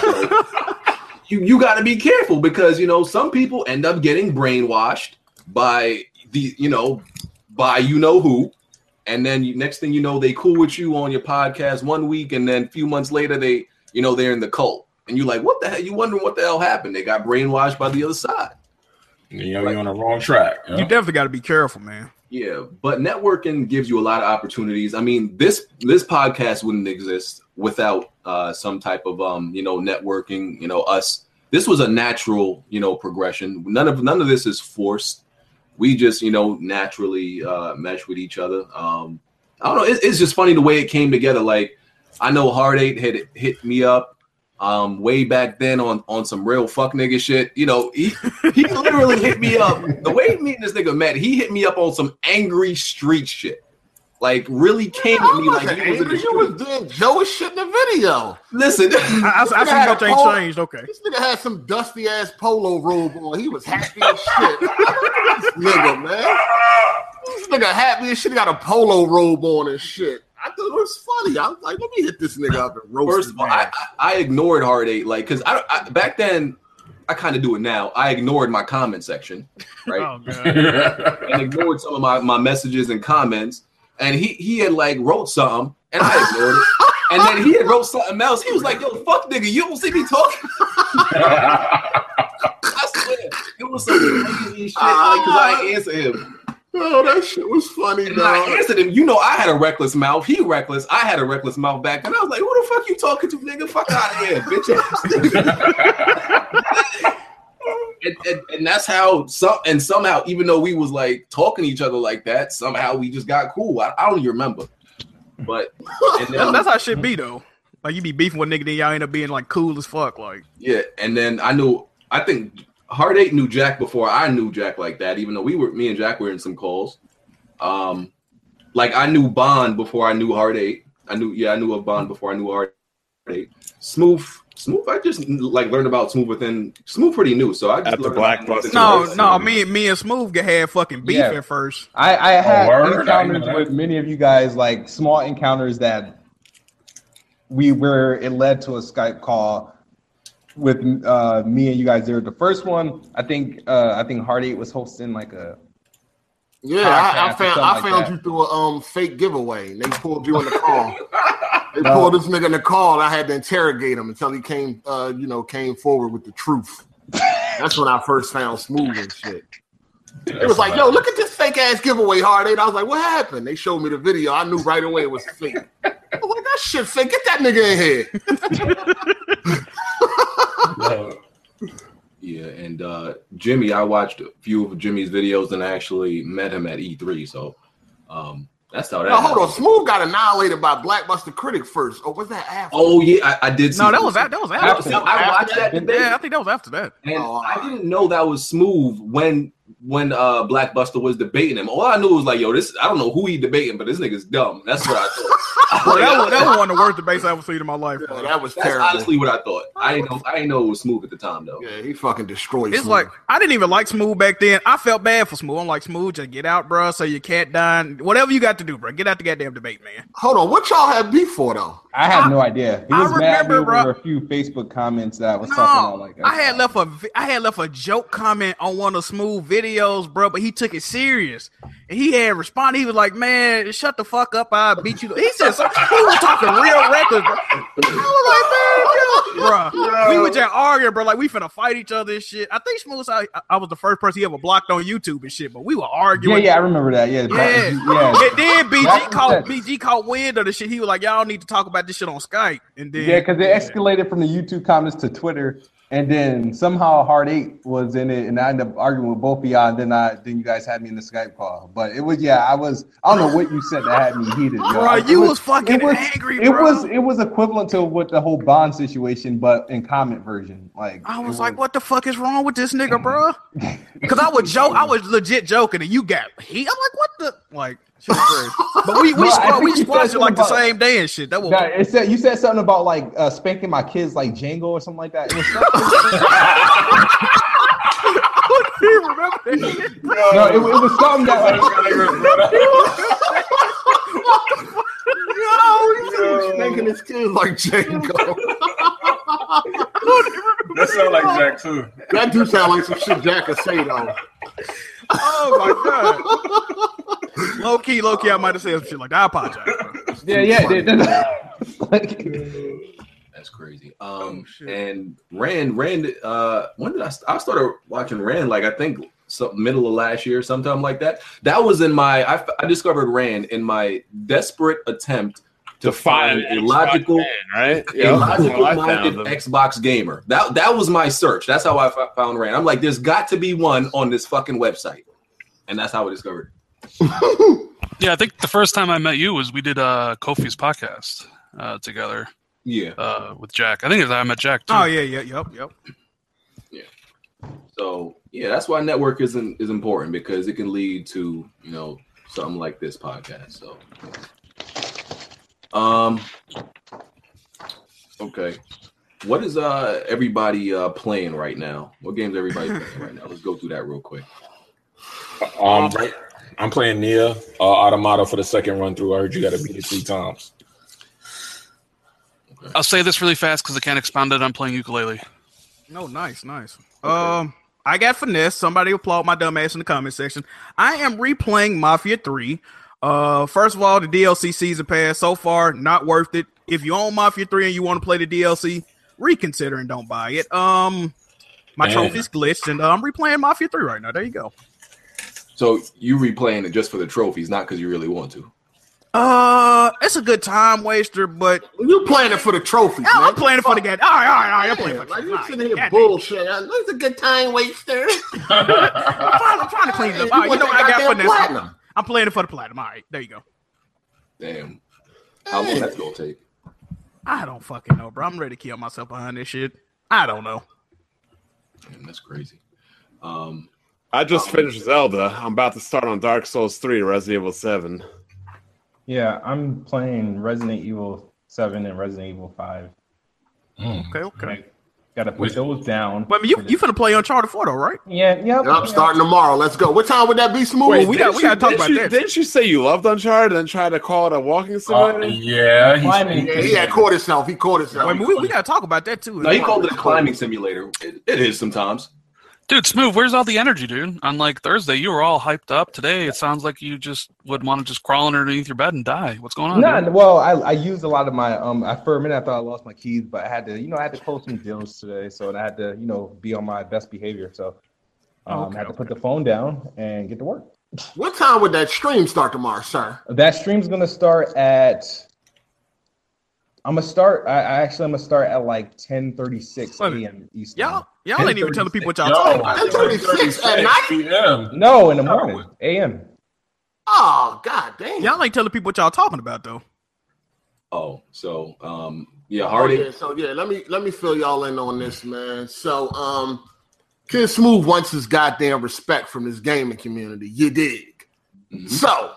Speaker 4: you you got to be careful because you know some people end up getting brainwashed by the you know by you know who and then you, next thing you know they cool with you on your podcast one week and then a few months later they you know they're in the cult and you're like what the hell you wondering what the hell happened they got brainwashed by the other side
Speaker 1: You know, you're on the wrong track.
Speaker 2: You
Speaker 1: Yeah.
Speaker 2: definitely got to be careful, man.
Speaker 4: yeah but networking gives you a lot of opportunities i mean this this podcast wouldn't exist without uh some type of um you know networking you know us this was a natural you know progression none of none of this is forced we just you know naturally uh mesh with each other um i don't know it, it's just funny the way it came together like i know heartache had hit me up um way back then on on some real fuck nigga shit you know he, he literally hit me up the way me and this nigga met he hit me up on some angry street shit like really came at
Speaker 3: I
Speaker 4: me like
Speaker 3: wasn't
Speaker 4: he was in the
Speaker 3: angry. you was
Speaker 4: street.
Speaker 3: doing Joey shit in the video.
Speaker 4: listen
Speaker 2: I, I, I see
Speaker 3: You had
Speaker 2: what
Speaker 3: a
Speaker 2: they
Speaker 3: poll-
Speaker 2: changed. Okay.
Speaker 3: This nigga had some dusty ass polo robe on. He was happy as shit. this nigga, man. This nigga happy as shit. He got a polo robe on and shit. I thought it was funny. I was like, let me hit this nigga up and roast
Speaker 4: First
Speaker 2: Roasted
Speaker 4: of all, I, I I ignored Heartache, like, because I, I back then, I kind of do it now. I ignored my comment section, right?
Speaker 2: Oh god.
Speaker 1: <laughs>
Speaker 4: and ignored some of my, my messages and comments. And he he had like wrote something, and I ignored it. And then he had wrote something else. He was like, "Yo, fuck, nigga, you don't see me talking." <laughs> I swear, it was some crazy shit. Like, cause <laughs> I ain't answer him.
Speaker 3: Oh, that shit was funny,
Speaker 4: And I
Speaker 3: dog.
Speaker 4: answered him. You know, I had a reckless mouth. He reckless. I had a reckless mouth back, and I was like, "Who the fuck you talking to, nigga? Fuck out of here, bitch." ass nigga." <laughs> and, and, and that's how some and somehow even though we was like talking to each other like that somehow we just got cool i, I don't even remember but
Speaker 3: <laughs>
Speaker 4: and
Speaker 2: That's, <laughs>
Speaker 4: then,
Speaker 2: that's how shit be though. Like you be beefing with nigga, then y'all end up being like cool as fuck. Like
Speaker 4: yeah and then i knew i think heartache knew jack before i knew jack like that even though we were me and jack were in some calls um like i knew bond before i knew heartache I knew yeah, I knew of Bond before I knew Art. Smooth, smooth. I just like learned about Smooth within Smooth pretty new, so I just
Speaker 5: At the
Speaker 4: learned about
Speaker 5: Blockbuster.
Speaker 4: Smooth
Speaker 2: No,
Speaker 4: within-
Speaker 2: no, me, me and Smooth g- had fucking beef
Speaker 6: Yeah.
Speaker 2: at first.
Speaker 6: I, I had
Speaker 1: word? I didn't
Speaker 6: encounters
Speaker 1: know that.
Speaker 6: with many of you guys, like small encounters that we were. It led to a Skype call with uh, me and you guys there. The first one, I think, uh, I think Hardy was hosting like a.
Speaker 3: Yeah, I, I
Speaker 6: Podcast
Speaker 3: found
Speaker 6: or something
Speaker 3: I
Speaker 6: like
Speaker 3: found
Speaker 6: that.
Speaker 3: you through a um fake giveaway. They pulled you in the
Speaker 4: <laughs>
Speaker 3: car. they pulled this nigga in the car, and I had to interrogate him until he came, uh, you know, came forward with the truth. That's when I first found Smooth and shit. It was like, yo, look at this fake ass giveaway, hard eight. I was like, what happened? They showed me the video. I knew right away it was fake. I was like, that shit fake. Get that nigga in here.
Speaker 1: Yo,
Speaker 4: Yeah, and uh, Jimmy, I watched a few of Jimmy's videos and I actually met him at E3, so um, that's how that.
Speaker 3: Now, hold on.
Speaker 4: happened.
Speaker 3: Smooth got annihilated by Blackbuster Critic first. Oh, was that after?
Speaker 4: Oh yeah, I, I did. See
Speaker 2: No, that was that. That was
Speaker 4: I,
Speaker 2: after.
Speaker 4: I watched that debate,
Speaker 2: Yeah, I think that was after that.
Speaker 4: and I didn't know that was smooth when when uh Blackbuster was debating him. All I knew was like, yo, this. I don't know who he debating, but this nigga's dumb. That's what I thought.
Speaker 2: <laughs>
Speaker 4: <laughs>
Speaker 2: Well, that was, that was one of the worst debates I ever seen in my life.
Speaker 3: Yeah,
Speaker 2: bro.
Speaker 3: that was
Speaker 4: That's
Speaker 3: terrible.
Speaker 4: honestly what I thought. I didn't know. I didn't know it was smooth at the time though.
Speaker 3: yeah, he fucking destroyed.
Speaker 2: It's
Speaker 3: Smooth.
Speaker 2: like I didn't even like Smooth back then. I felt bad for Smooth. I'm like Smooth, just get out, bro. So your cat dying, whatever you got to do, bro. Get out the goddamn debate, man.
Speaker 3: Hold on, what y'all had beef
Speaker 2: <laughs>
Speaker 3: for though?
Speaker 6: I had no idea. He
Speaker 2: I
Speaker 6: was mad at me
Speaker 2: remember,
Speaker 6: over
Speaker 2: bro.
Speaker 6: a few Facebook comments that I was
Speaker 2: No,
Speaker 6: talking about. Like,
Speaker 2: I had left a vi- I had left a joke comment on one of Smooth videos, bro. But he took it serious, and he had responded. He was like, "Man, shut the fuck up! I will beat you." He said some- he was talking real reckless, bro. I was
Speaker 3: <laughs>
Speaker 2: like, "Man, bro, we were just arguing, bro. Like we finna fight each other and shit." I think Smooth, I, I was the first person he ever blocked on YouTube and shit, but we were
Speaker 6: Yeah,
Speaker 2: arguing.
Speaker 6: yeah, I remember that.
Speaker 2: <laughs>
Speaker 6: Yeah,
Speaker 2: Yeah.
Speaker 6: that- yeah,
Speaker 2: And then BG
Speaker 6: That's
Speaker 2: caught
Speaker 6: what-
Speaker 2: BG caught wind of the shit. He was like, "Y'all need to talk about this shit on Skype." And then
Speaker 6: yeah, because it escalated from the YouTube comments to Twitter, and then somehow Hard Eight was in it, and I ended up arguing with both of y'all. And then I, then you guys had me in the Skype call, but it was yeah, I was I don't know what you said that had me heated, yo.
Speaker 2: Bro,
Speaker 6: It
Speaker 2: you was fucking angry,
Speaker 6: It
Speaker 2: bro.
Speaker 6: was it was equivalent to what the whole Bond situation, but in comment version. Like
Speaker 2: I
Speaker 6: it
Speaker 2: was like, "What the fuck is wrong with this nigga, bro?"
Speaker 6: <laughs>
Speaker 2: Because I was joke, I was legit joking, and you got heat. I'm like, "What the like?" shit
Speaker 6: <laughs>
Speaker 2: was crazy. But we we
Speaker 6: No, I
Speaker 2: squashed
Speaker 6: think
Speaker 2: we
Speaker 6: you said
Speaker 2: squashed it like the
Speaker 6: something about-
Speaker 2: same day and shit. That was
Speaker 6: Nah, it said you said something about like uh, spanking my kids like Django or something like that.
Speaker 2: <laughs>
Speaker 6: It was something-
Speaker 2: I don't even remember that shit.
Speaker 6: no, it, it was something that like,
Speaker 3: Yo. Making his kids like Django.
Speaker 1: <laughs> that sound like Jack too.
Speaker 3: that do sound like some shit Jack would say though.
Speaker 6: <laughs>
Speaker 2: Oh my god. low key, low key, I might have said some shit like that. I apologize, bro.
Speaker 6: yeah, yeah, it did. <laughs> like,
Speaker 4: That's crazy. Um,
Speaker 2: Oh, shit.
Speaker 4: and Rand, Rand, uh, when did I, st- I started watching Rand? Like I think some middle of last year, sometime like that. That was in my. I, f- I discovered Rand in my desperate attempt to, find a logical,
Speaker 5: right?
Speaker 4: a logical
Speaker 5: I
Speaker 4: minded
Speaker 5: found him.
Speaker 4: Xbox gamer. That that was my search. That's how I f- found Rand. I'm like, there's got to be one on this fucking website, and that's how I discovered.
Speaker 7: Yeah, I think the first time I met you was we did uh, Kofi's podcast uh, together
Speaker 4: It. Yeah.
Speaker 7: uh, with Jack. I think it's how I met Jack too.
Speaker 2: Oh yeah, yeah, yep, yep.
Speaker 4: So yeah, that's why network is in, is important because it can lead to you know something like this podcast. So, um, okay, what is uh everybody uh playing right now? What games
Speaker 5: <laughs>
Speaker 4: everybody playing right now? Let's go through that real quick.
Speaker 1: Um, right- I'm playing Nia uh, Automata for the second run through. I heard you got to beat it three times.
Speaker 7: I'll say this really fast because I can't expound it. I'm playing ukulele.
Speaker 2: No, nice, nice. Um, I got finesse. Somebody applaud my dumb ass in the comment section. I am replaying Mafia Three. Uh, first of all, the DLC season pass so far not worth it. If you own Mafia Three and you want to play the DLC, reconsider and don't buy it. Um, my
Speaker 1: Damn.
Speaker 2: trophies glitched, and uh, I'm replaying Mafia Three right now. There you go.
Speaker 4: So you replaying it just for the trophies, not because you really want to.
Speaker 2: Uh, it's a good time waster, but
Speaker 3: You playing it for the trophies, man.
Speaker 2: I'm playing it for the game. All right, all right, all right. I'm playing
Speaker 3: Yeah,
Speaker 2: for the
Speaker 3: like
Speaker 2: game.
Speaker 3: you
Speaker 2: All right.
Speaker 3: sitting here
Speaker 2: Goddamn.
Speaker 3: bullshit. That's a good
Speaker 2: <laughs>
Speaker 3: time waster.
Speaker 2: I'm trying- I'm trying to clean it up. All right, you know what? I got finesse. I'm playing it for the platinum. All right, there you go.
Speaker 3: Eh.
Speaker 4: Damn, how long that's gonna take?
Speaker 2: I don't fucking know, bro. I'm ready to kill myself behind this shit. I don't know.
Speaker 4: Damn, that's crazy. Um,
Speaker 5: I just finished Zelda. I'm about to start on Dark Souls 3, Resident Evil 7.
Speaker 6: Yeah, I'm playing Resident Evil Seven and Resident Evil Five.
Speaker 1: Mm.
Speaker 2: Okay, okay.
Speaker 6: Like, gotta put
Speaker 1: Wait.
Speaker 6: those down.
Speaker 2: But I mean, you you finna play Uncharted Four though, right?
Speaker 6: yeah, yeah.
Speaker 3: Yup, starting tomorrow. Let's go. What time would that be, Smooth?
Speaker 2: Wait, we got-
Speaker 5: didn't
Speaker 2: we gotta
Speaker 5: you-
Speaker 2: talk
Speaker 5: didn't
Speaker 2: about
Speaker 5: you,
Speaker 2: that.
Speaker 5: Didn't you say you loved Uncharted and tried to call it a walking
Speaker 1: Uh,
Speaker 5: simulator?
Speaker 1: yeah, he's-
Speaker 6: Climbing.
Speaker 3: yeah, he had caught himself. He caught himself.
Speaker 2: Wait, I mean, we, we gotta talk about that too.
Speaker 4: No, he called it a climbing simulator. It, it is sometimes.
Speaker 7: Dude, Smooth, where's all the energy, dude? On like Thursday, you were all hyped up. Today, it sounds like you just would want to just crawl underneath your bed and die. What's going on?
Speaker 6: No,
Speaker 7: dude?
Speaker 6: well, I, I used a lot of my um. I, for a minute, I thought I lost my keys, but I had to, you know, I had to close some deals today, so and I had to, you know, be on my best behavior. So, um,
Speaker 2: Oh,
Speaker 6: I
Speaker 2: okay,
Speaker 6: had to put the phone down and get to work.
Speaker 3: What time would that stream start tomorrow, sir?
Speaker 6: That stream's gonna start at. I'm gonna start. I, I actually, I'm gonna start at like 10:36
Speaker 2: Wait a minute.
Speaker 6: a.m. Eastern.
Speaker 2: Y'all y'all ain't even telling people what y'all talking about.
Speaker 3: That's 36 at night?
Speaker 1: PM.
Speaker 6: No, in the morning, a.m.
Speaker 3: Oh, god damn.
Speaker 2: Y'all ain't telling people what y'all talking about though.
Speaker 4: Oh, so um, yeah,
Speaker 3: Oh,
Speaker 4: Hardy.
Speaker 3: yeah, so yeah, let me let me fill y'all in on this, man. So um Kid Smooth wants his goddamn respect from this gaming community. You dig?
Speaker 4: Mhm.
Speaker 3: So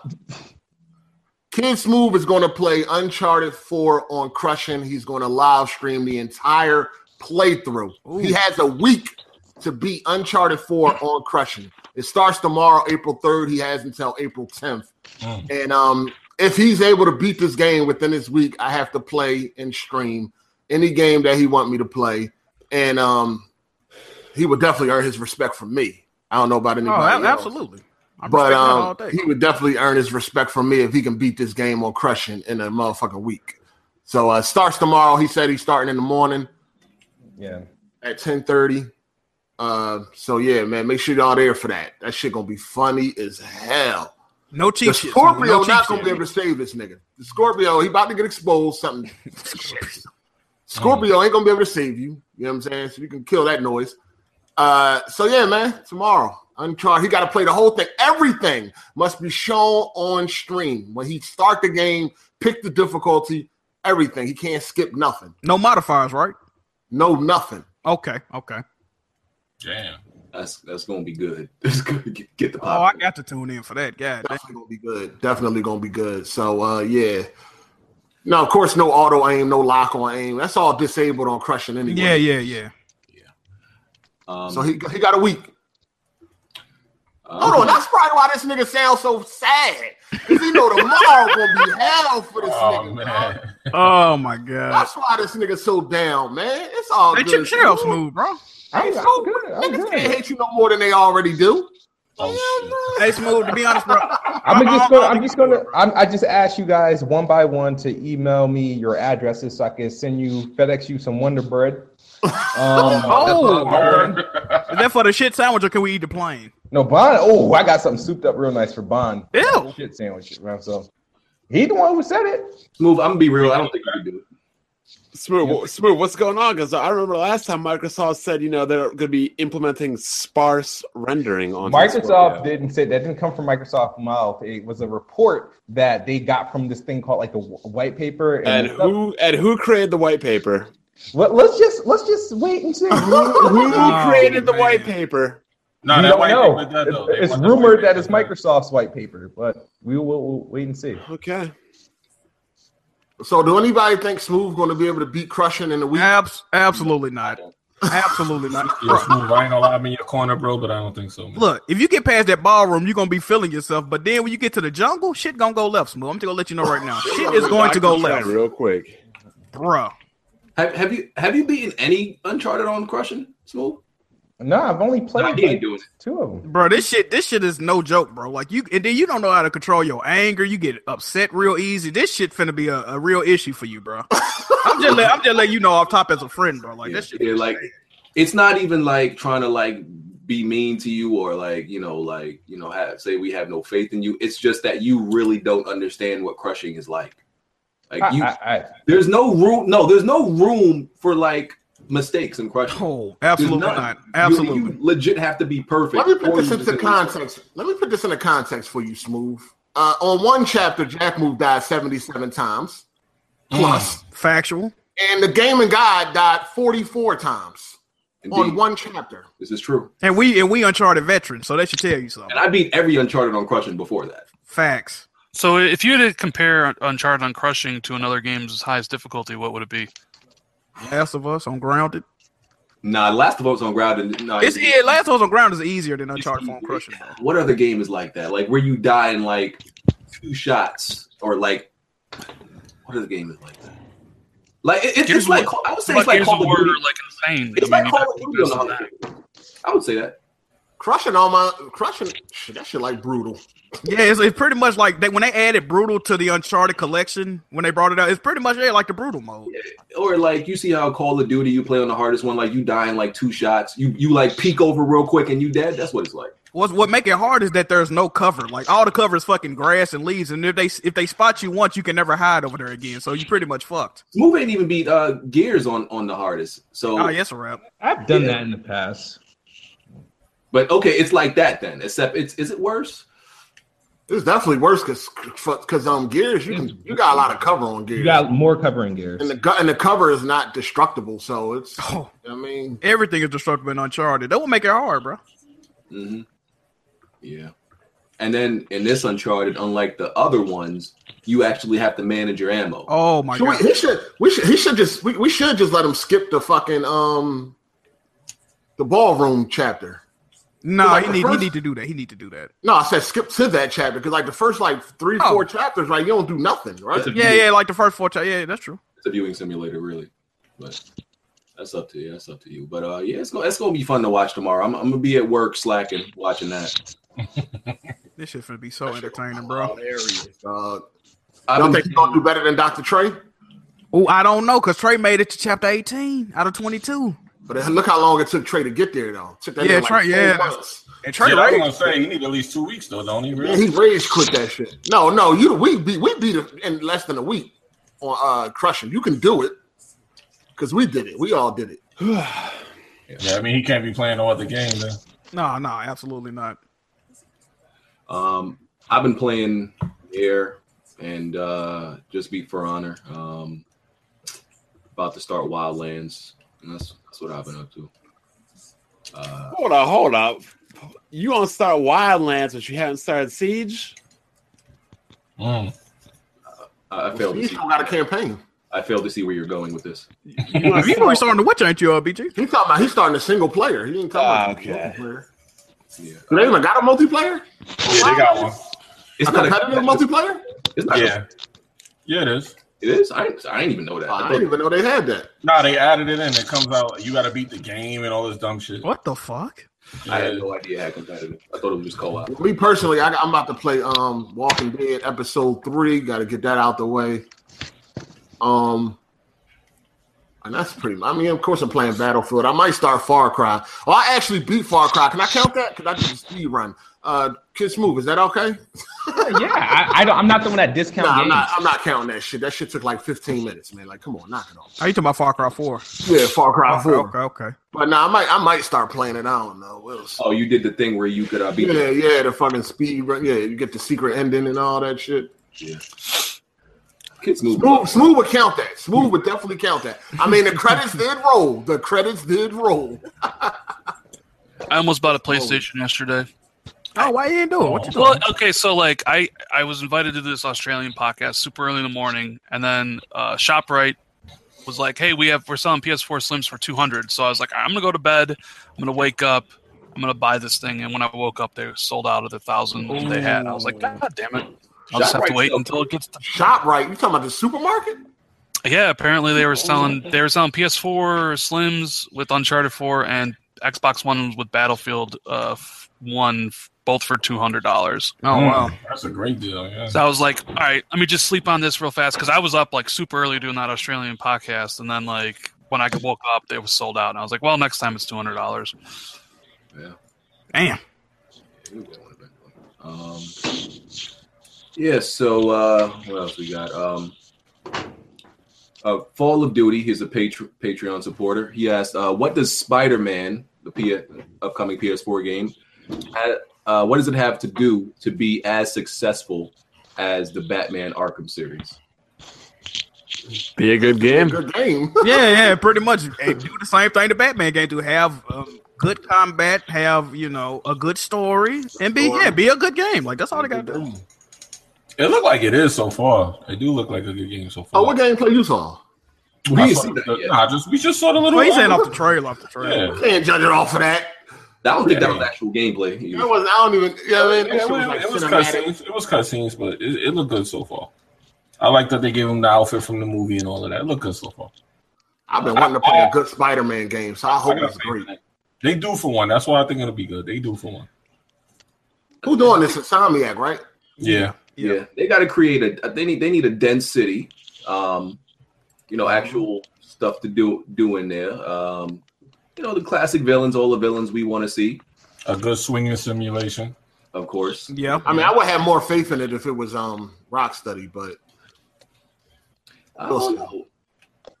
Speaker 3: Kid Smooth is gonna play Uncharted 4 on Crushing. He's gonna live stream the entire playthrough. He has a week to beat Uncharted 4 on Crushing. It starts tomorrow, April 3rd. He has until April 10th.
Speaker 1: Mm.
Speaker 3: And um, if he's able to beat this game within this week, I have to play and stream any game that he want me to play. And um, he would definitely earn his respect from me. I don't know about
Speaker 2: Oh,
Speaker 3: anybody.
Speaker 2: a-
Speaker 3: else.
Speaker 2: absolutely. I'm
Speaker 3: But
Speaker 2: respecting that
Speaker 3: um,
Speaker 2: all day.
Speaker 3: he would definitely earn his respect from me if he can beat this game on crushing in a motherfucking week. So uh starts tomorrow. He said he's starting in the morning
Speaker 6: Yeah.
Speaker 3: at 10:30. Uh, so yeah, man, make sure y'all there for that. That shit gonna be funny as hell.
Speaker 2: No
Speaker 3: The
Speaker 2: cheat sheets.
Speaker 3: Scorpio
Speaker 2: no cheat
Speaker 3: not gonna be
Speaker 2: sheets.
Speaker 3: able to save this nigga. The Scorpio, he about to get exposed. Something. Scorpio ain't gonna be able to save you. You know what I'm saying? So you can kill that noise. Uh, so yeah, man. Tomorrow, Uncharted. He got to play the whole thing. Everything must be shown on stream when he start the game. Pick the difficulty. Everything. He can't skip nothing.
Speaker 2: No modifiers, right?
Speaker 3: No nothing.
Speaker 2: Okay, okay.
Speaker 1: Damn.
Speaker 4: That's that's gonna be good. <laughs> It's gonna get, get the
Speaker 2: Oh, I
Speaker 4: pop.
Speaker 2: got to tune in for that. God, damn.
Speaker 3: Definitely gonna be good. Definitely gonna be good. So uh, yeah. Now, of course, no auto aim, no lock on aim. That's all disabled on crushing anyway.
Speaker 2: yeah, yeah, yeah.
Speaker 4: Um,
Speaker 3: Oh, So he he got a week.
Speaker 4: uh,
Speaker 3: Hold on, that's probably why this nigga sounds so sad. Cause he know tomorrow gonna be hell for this
Speaker 1: Oh
Speaker 3: nigga. dog.
Speaker 1: man.
Speaker 2: Oh my god.
Speaker 3: That's why this nigga so down, man. It's all
Speaker 2: Hey, chill,
Speaker 3: good.
Speaker 2: chill
Speaker 3: Smooth.
Speaker 2: smooth, bro.
Speaker 6: I'm, I'm good. I'm
Speaker 3: Niggas can't
Speaker 6: good.
Speaker 3: hate you no more than they already do.
Speaker 1: Oh,
Speaker 2: Hey, smooth. To be honest, bro.
Speaker 6: I'm
Speaker 2: I-
Speaker 6: just
Speaker 2: I-
Speaker 6: gonna.
Speaker 2: I-
Speaker 6: I'm just gonna. I'm, I just asked you guys one by one to email me your addresses so I can send you FedEx you some
Speaker 2: <laughs>
Speaker 6: Wonder Bread. Um,
Speaker 2: Oh,
Speaker 1: shit.
Speaker 2: is that for the shit sandwich, or can we eat the plane?
Speaker 6: no Bond. Oh, I got something souped up real nice for Bond.
Speaker 2: Ew.
Speaker 6: Shit sandwich. Man, so he the one who said it.
Speaker 4: Smooth. I'm gonna be real. I don't think you can do it.
Speaker 5: Smooth, wha- Smooth, what's going on? Because I remember last time Microsoft said, you know, they're going to be implementing sparse rendering on
Speaker 6: Microsoft didn't say that. Didn't come from Microsoft mouth. It was a report that they got from this thing called like the wh- white paper.
Speaker 5: And
Speaker 6: it's up-
Speaker 5: who and who created the white paper?
Speaker 6: Let, let's just let's just
Speaker 2: <laughs>
Speaker 6: wait and see.
Speaker 5: Who
Speaker 2: Oh,
Speaker 5: created the
Speaker 1: man.
Speaker 5: white paper?
Speaker 1: No,
Speaker 6: we
Speaker 1: that
Speaker 6: don't
Speaker 1: white
Speaker 6: know.
Speaker 1: paper done, though. They
Speaker 6: It's, it's
Speaker 1: want that white
Speaker 6: rumored that
Speaker 1: paper
Speaker 6: it's
Speaker 1: done.
Speaker 6: Microsoft's white paper, but we will we'll wait and see.
Speaker 5: Okay.
Speaker 3: So do anybody think Smooth gonna be able to beat Crushing in the week?
Speaker 2: Abs- absolutely not. Absolutely
Speaker 4: <laughs>
Speaker 2: not.
Speaker 1: Yeah, smooth. I ain't gonna lie, I'm in your corner, bro, but I don't think so. Man.
Speaker 2: Look, if you get past that ballroom, you're gonna be feeling yourself. But then when you get to the jungle, shit gonna go left, smooth. I'm just gonna let you know right now. Shit is going to go left,
Speaker 5: real quick.
Speaker 2: bro.
Speaker 4: Have, have you have you beaten any Uncharted on crushing Smooth?
Speaker 6: No, I've only played
Speaker 4: Nah, he ain't
Speaker 6: like,
Speaker 4: doing it.
Speaker 6: two of them.
Speaker 2: Bro, this shit, this shit is no joke, bro. Like you, and then you don't know how to control your anger. You get upset real easy. This shit finna be a, a real issue for you,
Speaker 4: <laughs>
Speaker 2: bro. I'm just, let, I'm just letting you know off top as a friend, bro. Like
Speaker 4: yeah,
Speaker 2: that shit,
Speaker 4: yeah, like it's not even like trying to like be mean to you or like you know like you know have, say we have no faith in you it's just that you really don't understand what crushing is like like you
Speaker 6: I, I, I,
Speaker 4: there's no room no there's no room for like mistakes in crushing
Speaker 2: oh, absolutely
Speaker 4: There's
Speaker 2: not,
Speaker 4: none.
Speaker 2: absolutely.
Speaker 4: you, you legit have to be perfect
Speaker 3: Let me put
Speaker 4: or
Speaker 3: this
Speaker 4: you
Speaker 3: into
Speaker 4: just-
Speaker 3: context. Let me put this into context for you, Smooth. Uh, on one chapter, Jack Move died 77 times,
Speaker 6: Mm.
Speaker 3: plus,
Speaker 2: Factual.
Speaker 3: and the Gaming God died 44 times on
Speaker 4: Indeed.
Speaker 3: one chapter.
Speaker 4: this is true
Speaker 2: And we and we uncharted veterans, so that should tell you something.
Speaker 4: and i beat every uncharted on crushing before that
Speaker 2: Facts.
Speaker 7: So if you had to compare Uncharted on crushing to another game's highest difficulty, what would it be?
Speaker 2: Last of Us on Grounded.
Speaker 4: Nah, Last of Us on Grounded. Nah,
Speaker 2: It's, yeah, Last of Us on Grounded is easier than Uncharted
Speaker 4: easier.
Speaker 2: Phone Crushing.
Speaker 4: what other game is like that? Like where you die in like two shots, or like what other game is like that? Like it, it's-
Speaker 7: Gears
Speaker 4: it's
Speaker 7: of
Speaker 4: like
Speaker 7: War-
Speaker 4: I would say
Speaker 7: Like
Speaker 4: it's like
Speaker 7: Gears of
Speaker 4: Call of
Speaker 7: War,
Speaker 4: Duty.
Speaker 7: like insane.
Speaker 4: It's
Speaker 7: I
Speaker 4: like
Speaker 7: mean,
Speaker 4: Call of
Speaker 7: that's
Speaker 4: Duty on the
Speaker 7: the best of
Speaker 4: Hunger
Speaker 7: that.
Speaker 4: Games. I would say that.
Speaker 3: Crushing all my crushing shit, that shit like brutal.
Speaker 2: Yeah, it's, it's pretty much like they, when they added Brutal to the Uncharted collection when they brought it out. It's pretty much yeah, like the Brutal mode.
Speaker 4: Or like you see how Call of Duty you play on the hardest one, like you die in like two shots. You you like peek over real quick and you dead. That's what it's like.
Speaker 2: What's what make it hard is that there's no cover. Like all the cover is fucking grass and leaves, and if they if they spot you once, you can never hide over there again. So you pretty much fucked.
Speaker 4: Move ain't even beat uh Gears on on the hardest. So
Speaker 2: Oh, yes, a wrap.
Speaker 6: I've done
Speaker 4: Yeah.
Speaker 6: that in the past.
Speaker 4: but okay, it's like that then. Except it's is it worse?
Speaker 3: It's definitely worse because because um gears you can you got a lot of cover on gears
Speaker 6: You got more covering gears.
Speaker 3: and the gu- and the cover is not destructible, so it's
Speaker 2: Oh,
Speaker 3: I mean
Speaker 2: everything is destructible in Uncharted. That will make it hard, bro.
Speaker 4: hmm Yeah. And then in this Uncharted, unlike the other ones, you actually have to manage your ammo.
Speaker 2: Oh my
Speaker 3: should we,
Speaker 2: god.
Speaker 3: he should we should he should just we, we should just let him skip the fucking um the ballroom chapter.
Speaker 2: No,
Speaker 3: like
Speaker 2: he
Speaker 3: the
Speaker 2: need,
Speaker 3: first-
Speaker 2: he need to do that. He need to do that.
Speaker 3: No, I said skip to that chapter because like the first like three
Speaker 2: Oh.
Speaker 3: four chapters right you don't do nothing right.
Speaker 4: That's a
Speaker 2: Yeah,
Speaker 4: viewing-
Speaker 2: yeah, like the first four. Cha- yeah, that's true.
Speaker 4: It's a viewing simulator, really. But that's up to you. That's up to you. But uh, yeah, it's gonna it's gonna be fun to watch tomorrow. I'm, I'm gonna be at work slacking watching that.
Speaker 2: This shit finna be so entertaining, bro.
Speaker 3: Uh,
Speaker 4: I've
Speaker 3: don't
Speaker 4: been-
Speaker 3: think he's gonna do better than Dr. Trey?
Speaker 2: Oh, I don't know, cause Trey made it to chapter eighteen out of twenty two,
Speaker 3: But look how long it took Trey to get there though. It took that
Speaker 2: Yeah,
Speaker 3: nigga,
Speaker 2: Trey-
Speaker 3: four
Speaker 2: yeah.
Speaker 3: months.
Speaker 2: and Trey
Speaker 1: Yeah, that's
Speaker 2: Ray-
Speaker 1: what I'm saying. You need at least two weeks though, don't you?
Speaker 3: Yeah, he
Speaker 1: Really?
Speaker 3: rage quit that shit. No, no, you we beat we beat it in less than a week on uh crushing. You can do it because we did it. We all did it.
Speaker 1: Yeah, I mean he can't be playing no other game then.
Speaker 2: No, no, absolutely not.
Speaker 4: Um, I've been playing Air and uh, just beat For Honor. Um, about to start Wildlands, and that's that's what I've been up to. Uh,
Speaker 5: <sighs> Hold up, hold up. You gonna start Wildlands, but you haven't started Siege?
Speaker 1: Mm.
Speaker 4: I, I failed to
Speaker 3: He
Speaker 4: see.
Speaker 3: still got a campaign.
Speaker 4: I failed to see where you're going with this.
Speaker 5: You wanna
Speaker 2: You
Speaker 5: start-
Speaker 2: already starting the Witcher, ain't you, uh, RBG?
Speaker 3: He talking about he's starting a single player. He ain't talking
Speaker 5: Ah,
Speaker 3: about
Speaker 5: okay.
Speaker 3: multiplayer.
Speaker 4: Yeah,
Speaker 3: Do they even got a multiplayer?
Speaker 1: Yeah, they got one.
Speaker 4: it's
Speaker 3: A
Speaker 4: not a
Speaker 3: competitive multiplayer?
Speaker 4: It's not.
Speaker 1: Yeah. Yeah, it is.
Speaker 4: It is. I didn't, I didn't even know that.
Speaker 3: Oh,
Speaker 4: I
Speaker 3: I
Speaker 4: thought-
Speaker 3: didn't even know they had that.
Speaker 1: Nah, they added it in. It comes out. You got to beat the game and all this dumb shit.
Speaker 2: What the fuck?
Speaker 4: I
Speaker 1: Yeah.
Speaker 4: had no idea how competitive. I thought it was just co-op.
Speaker 3: Me personally, I, I'm about to play um Walking Dead episode three. Got to get that out the way. Um, and that's pretty. I mean, of course, I'm playing Battlefield. I might start Far Cry. Oh, I actually beat Far Cry. Can I count that? Because I did a speed run. Uh, Kiss Move. Is that okay?
Speaker 6: yeah, I, I don't. I'm not the one that discount
Speaker 3: Nah, I'm
Speaker 6: games.
Speaker 3: not. I'm not counting that shit. That shit took like 15 minutes, man. Like, come on, knock it off.
Speaker 2: Are you talking about Far Cry Four?
Speaker 3: Yeah, Far Cry
Speaker 2: Okay,
Speaker 3: Four.
Speaker 2: okay, okay.
Speaker 3: But now nah, I might. I might start playing it. I don't know. We'll see.
Speaker 4: Oh, you did the thing where you could uh, beat.
Speaker 3: Yeah,
Speaker 4: the
Speaker 3: yeah, the fucking speed run. Yeah, you get the secret ending and all that shit.
Speaker 4: Kids move.
Speaker 3: Smooth, Smooth would count that. Smooth would definitely count that. I mean, the
Speaker 1: <laughs>
Speaker 3: credits did roll. The credits did roll.
Speaker 7: I almost bought a PlayStation yesterday.
Speaker 2: Oh, why you didn't do it? What you doing?
Speaker 7: Well, okay, so like I I was invited to this Australian podcast super early in the morning, and then uh, Shoprite was like, "Hey, we have we're selling PS4 Slims for 200." So I was like, "I'm gonna go to bed. I'm gonna wake up. I'm gonna buy this thing." And when I woke up, they were sold out of the thousand they had. I was like, "God damn it! I'll just have to
Speaker 4: Shoprite
Speaker 7: wait
Speaker 4: sells-
Speaker 7: until it gets." To-
Speaker 3: Shop right. You talking about the supermarket?
Speaker 7: yeah, apparently they were selling they were selling PS4 Slims with Uncharted 4 and Xbox One with Battlefield uh, f- One, f- both for two hundred dollars.
Speaker 2: Oh
Speaker 1: Mm.
Speaker 2: wow.
Speaker 1: That's a great deal. Yeah.
Speaker 7: So I was like, all right, let me just sleep on this real fast because I was up like super early doing that Australian podcast, and then like when I woke up, it was sold out, and I was like, well, next time it's two hundred dollars.
Speaker 2: Damn.
Speaker 4: Um, yeah. So uh, what else we got? Um, uh, Fall of Duty. He's a patr Patreon supporter. He asked, uh, "What does Spider-Man, the P- upcoming PS4 game, ha- uh, what does it have to do to be as successful as the Batman Arkham series?"
Speaker 5: Be a good game.
Speaker 3: Good game.
Speaker 2: Yeah, yeah, pretty much. Hey, do the same thing the Batman game. Do have um, good combat, have you know a good story, and be yeah, be a good game. Like that's all they got to do.
Speaker 1: It looked like it is so far. It do look like a good game so far.
Speaker 3: Oh, what gameplay you saw?
Speaker 1: we
Speaker 4: I
Speaker 1: didn't
Speaker 4: saw
Speaker 1: see
Speaker 4: that
Speaker 1: the-
Speaker 4: yet.
Speaker 1: Nah, just we just saw the little.
Speaker 2: Well, he's saying
Speaker 1: one.
Speaker 2: off the trail, off the trail.
Speaker 1: Yeah.
Speaker 3: Can't judge it off of that.
Speaker 4: I don't think that
Speaker 1: Yeah.
Speaker 4: was actual gameplay.
Speaker 3: That was I don't even. Yeah, man.
Speaker 1: Yeah, it, was, it was cutscenes. It was cutscenes, but it, it looked good so far. I like that they gave him the outfit from the movie and all of that. It looked good so far.
Speaker 3: I've been wanting to play a good Spider-Man game, so I hope
Speaker 1: I got
Speaker 3: it's
Speaker 1: faith
Speaker 3: great.
Speaker 1: in it. They do for one. That's why I think it'll be good. They do for one.
Speaker 3: Who doing this? Insomniac, right?
Speaker 1: Yeah.
Speaker 4: Yeah, they got to create a. They need they need a dense city. Um, you know, actual stuff to do do in there. Um, you know, the classic villains, all the villains we want to see,
Speaker 1: A good swinging simulation.
Speaker 4: of course.
Speaker 2: Yeah.
Speaker 3: I mean, I would have more faith in it if it was um Rock Study, but
Speaker 4: I don't know.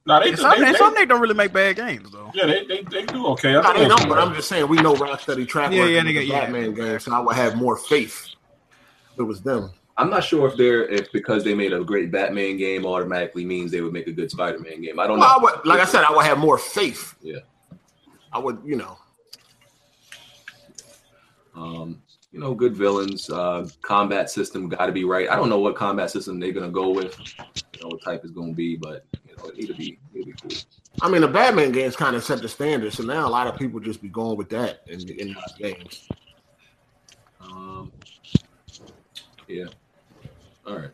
Speaker 1: Nah, they,
Speaker 2: And
Speaker 1: they,
Speaker 2: Some,
Speaker 1: they,
Speaker 2: and some they don't really make bad games though.
Speaker 1: yeah, they, they, they do okay. I
Speaker 3: I
Speaker 1: think
Speaker 3: mean,
Speaker 1: it's
Speaker 3: no, but I'm <laughs> just saying we know Rocksteady track
Speaker 2: Yeah,
Speaker 3: yeah,
Speaker 2: yeah,
Speaker 3: yeah,
Speaker 2: nigga,
Speaker 3: the
Speaker 2: yeah.
Speaker 3: Batman game, so I would have more faith. If it was them.
Speaker 4: I'm not sure if they're if because they made a great Batman game automatically means they would make a good Spider-Man game. I don't
Speaker 3: Well, I
Speaker 4: know.
Speaker 3: would, like I said, I would have more faith.
Speaker 4: Yeah.
Speaker 3: I would, you know,
Speaker 4: Um, you know, good villains, uh, combat system got to be right. I don't know what combat system they're gonna go with. You know, what type is gonna be, but you know, it need to be it need to be cool.
Speaker 3: I mean, the Batman games kind of set the standard, so now a lot of people just be going with that in, in these games.
Speaker 4: Um, yeah. All right.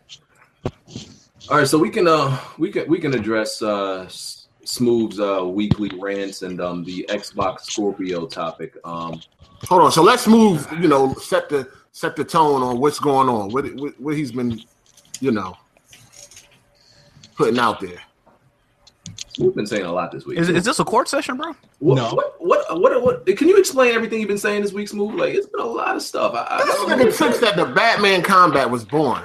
Speaker 4: All right. So we can uh we can we can address uh S- Smooth's uh weekly rants and um the Xbox Scorpio topic. Um,
Speaker 3: Hold on, so let's move. You know, set the set the tone on what's going on, what what, what he's been, you know, putting out there.
Speaker 4: Smooth's been saying a lot this week.
Speaker 2: Is, is this a court session, bro?
Speaker 4: what,
Speaker 6: No.
Speaker 4: what, what what what- Can you explain everything you've been saying this week, Smooth? Like it's been a lot of stuff. I, I
Speaker 3: This
Speaker 4: don't know
Speaker 3: nigga
Speaker 4: what-
Speaker 3: thinks that the Batman combat was born.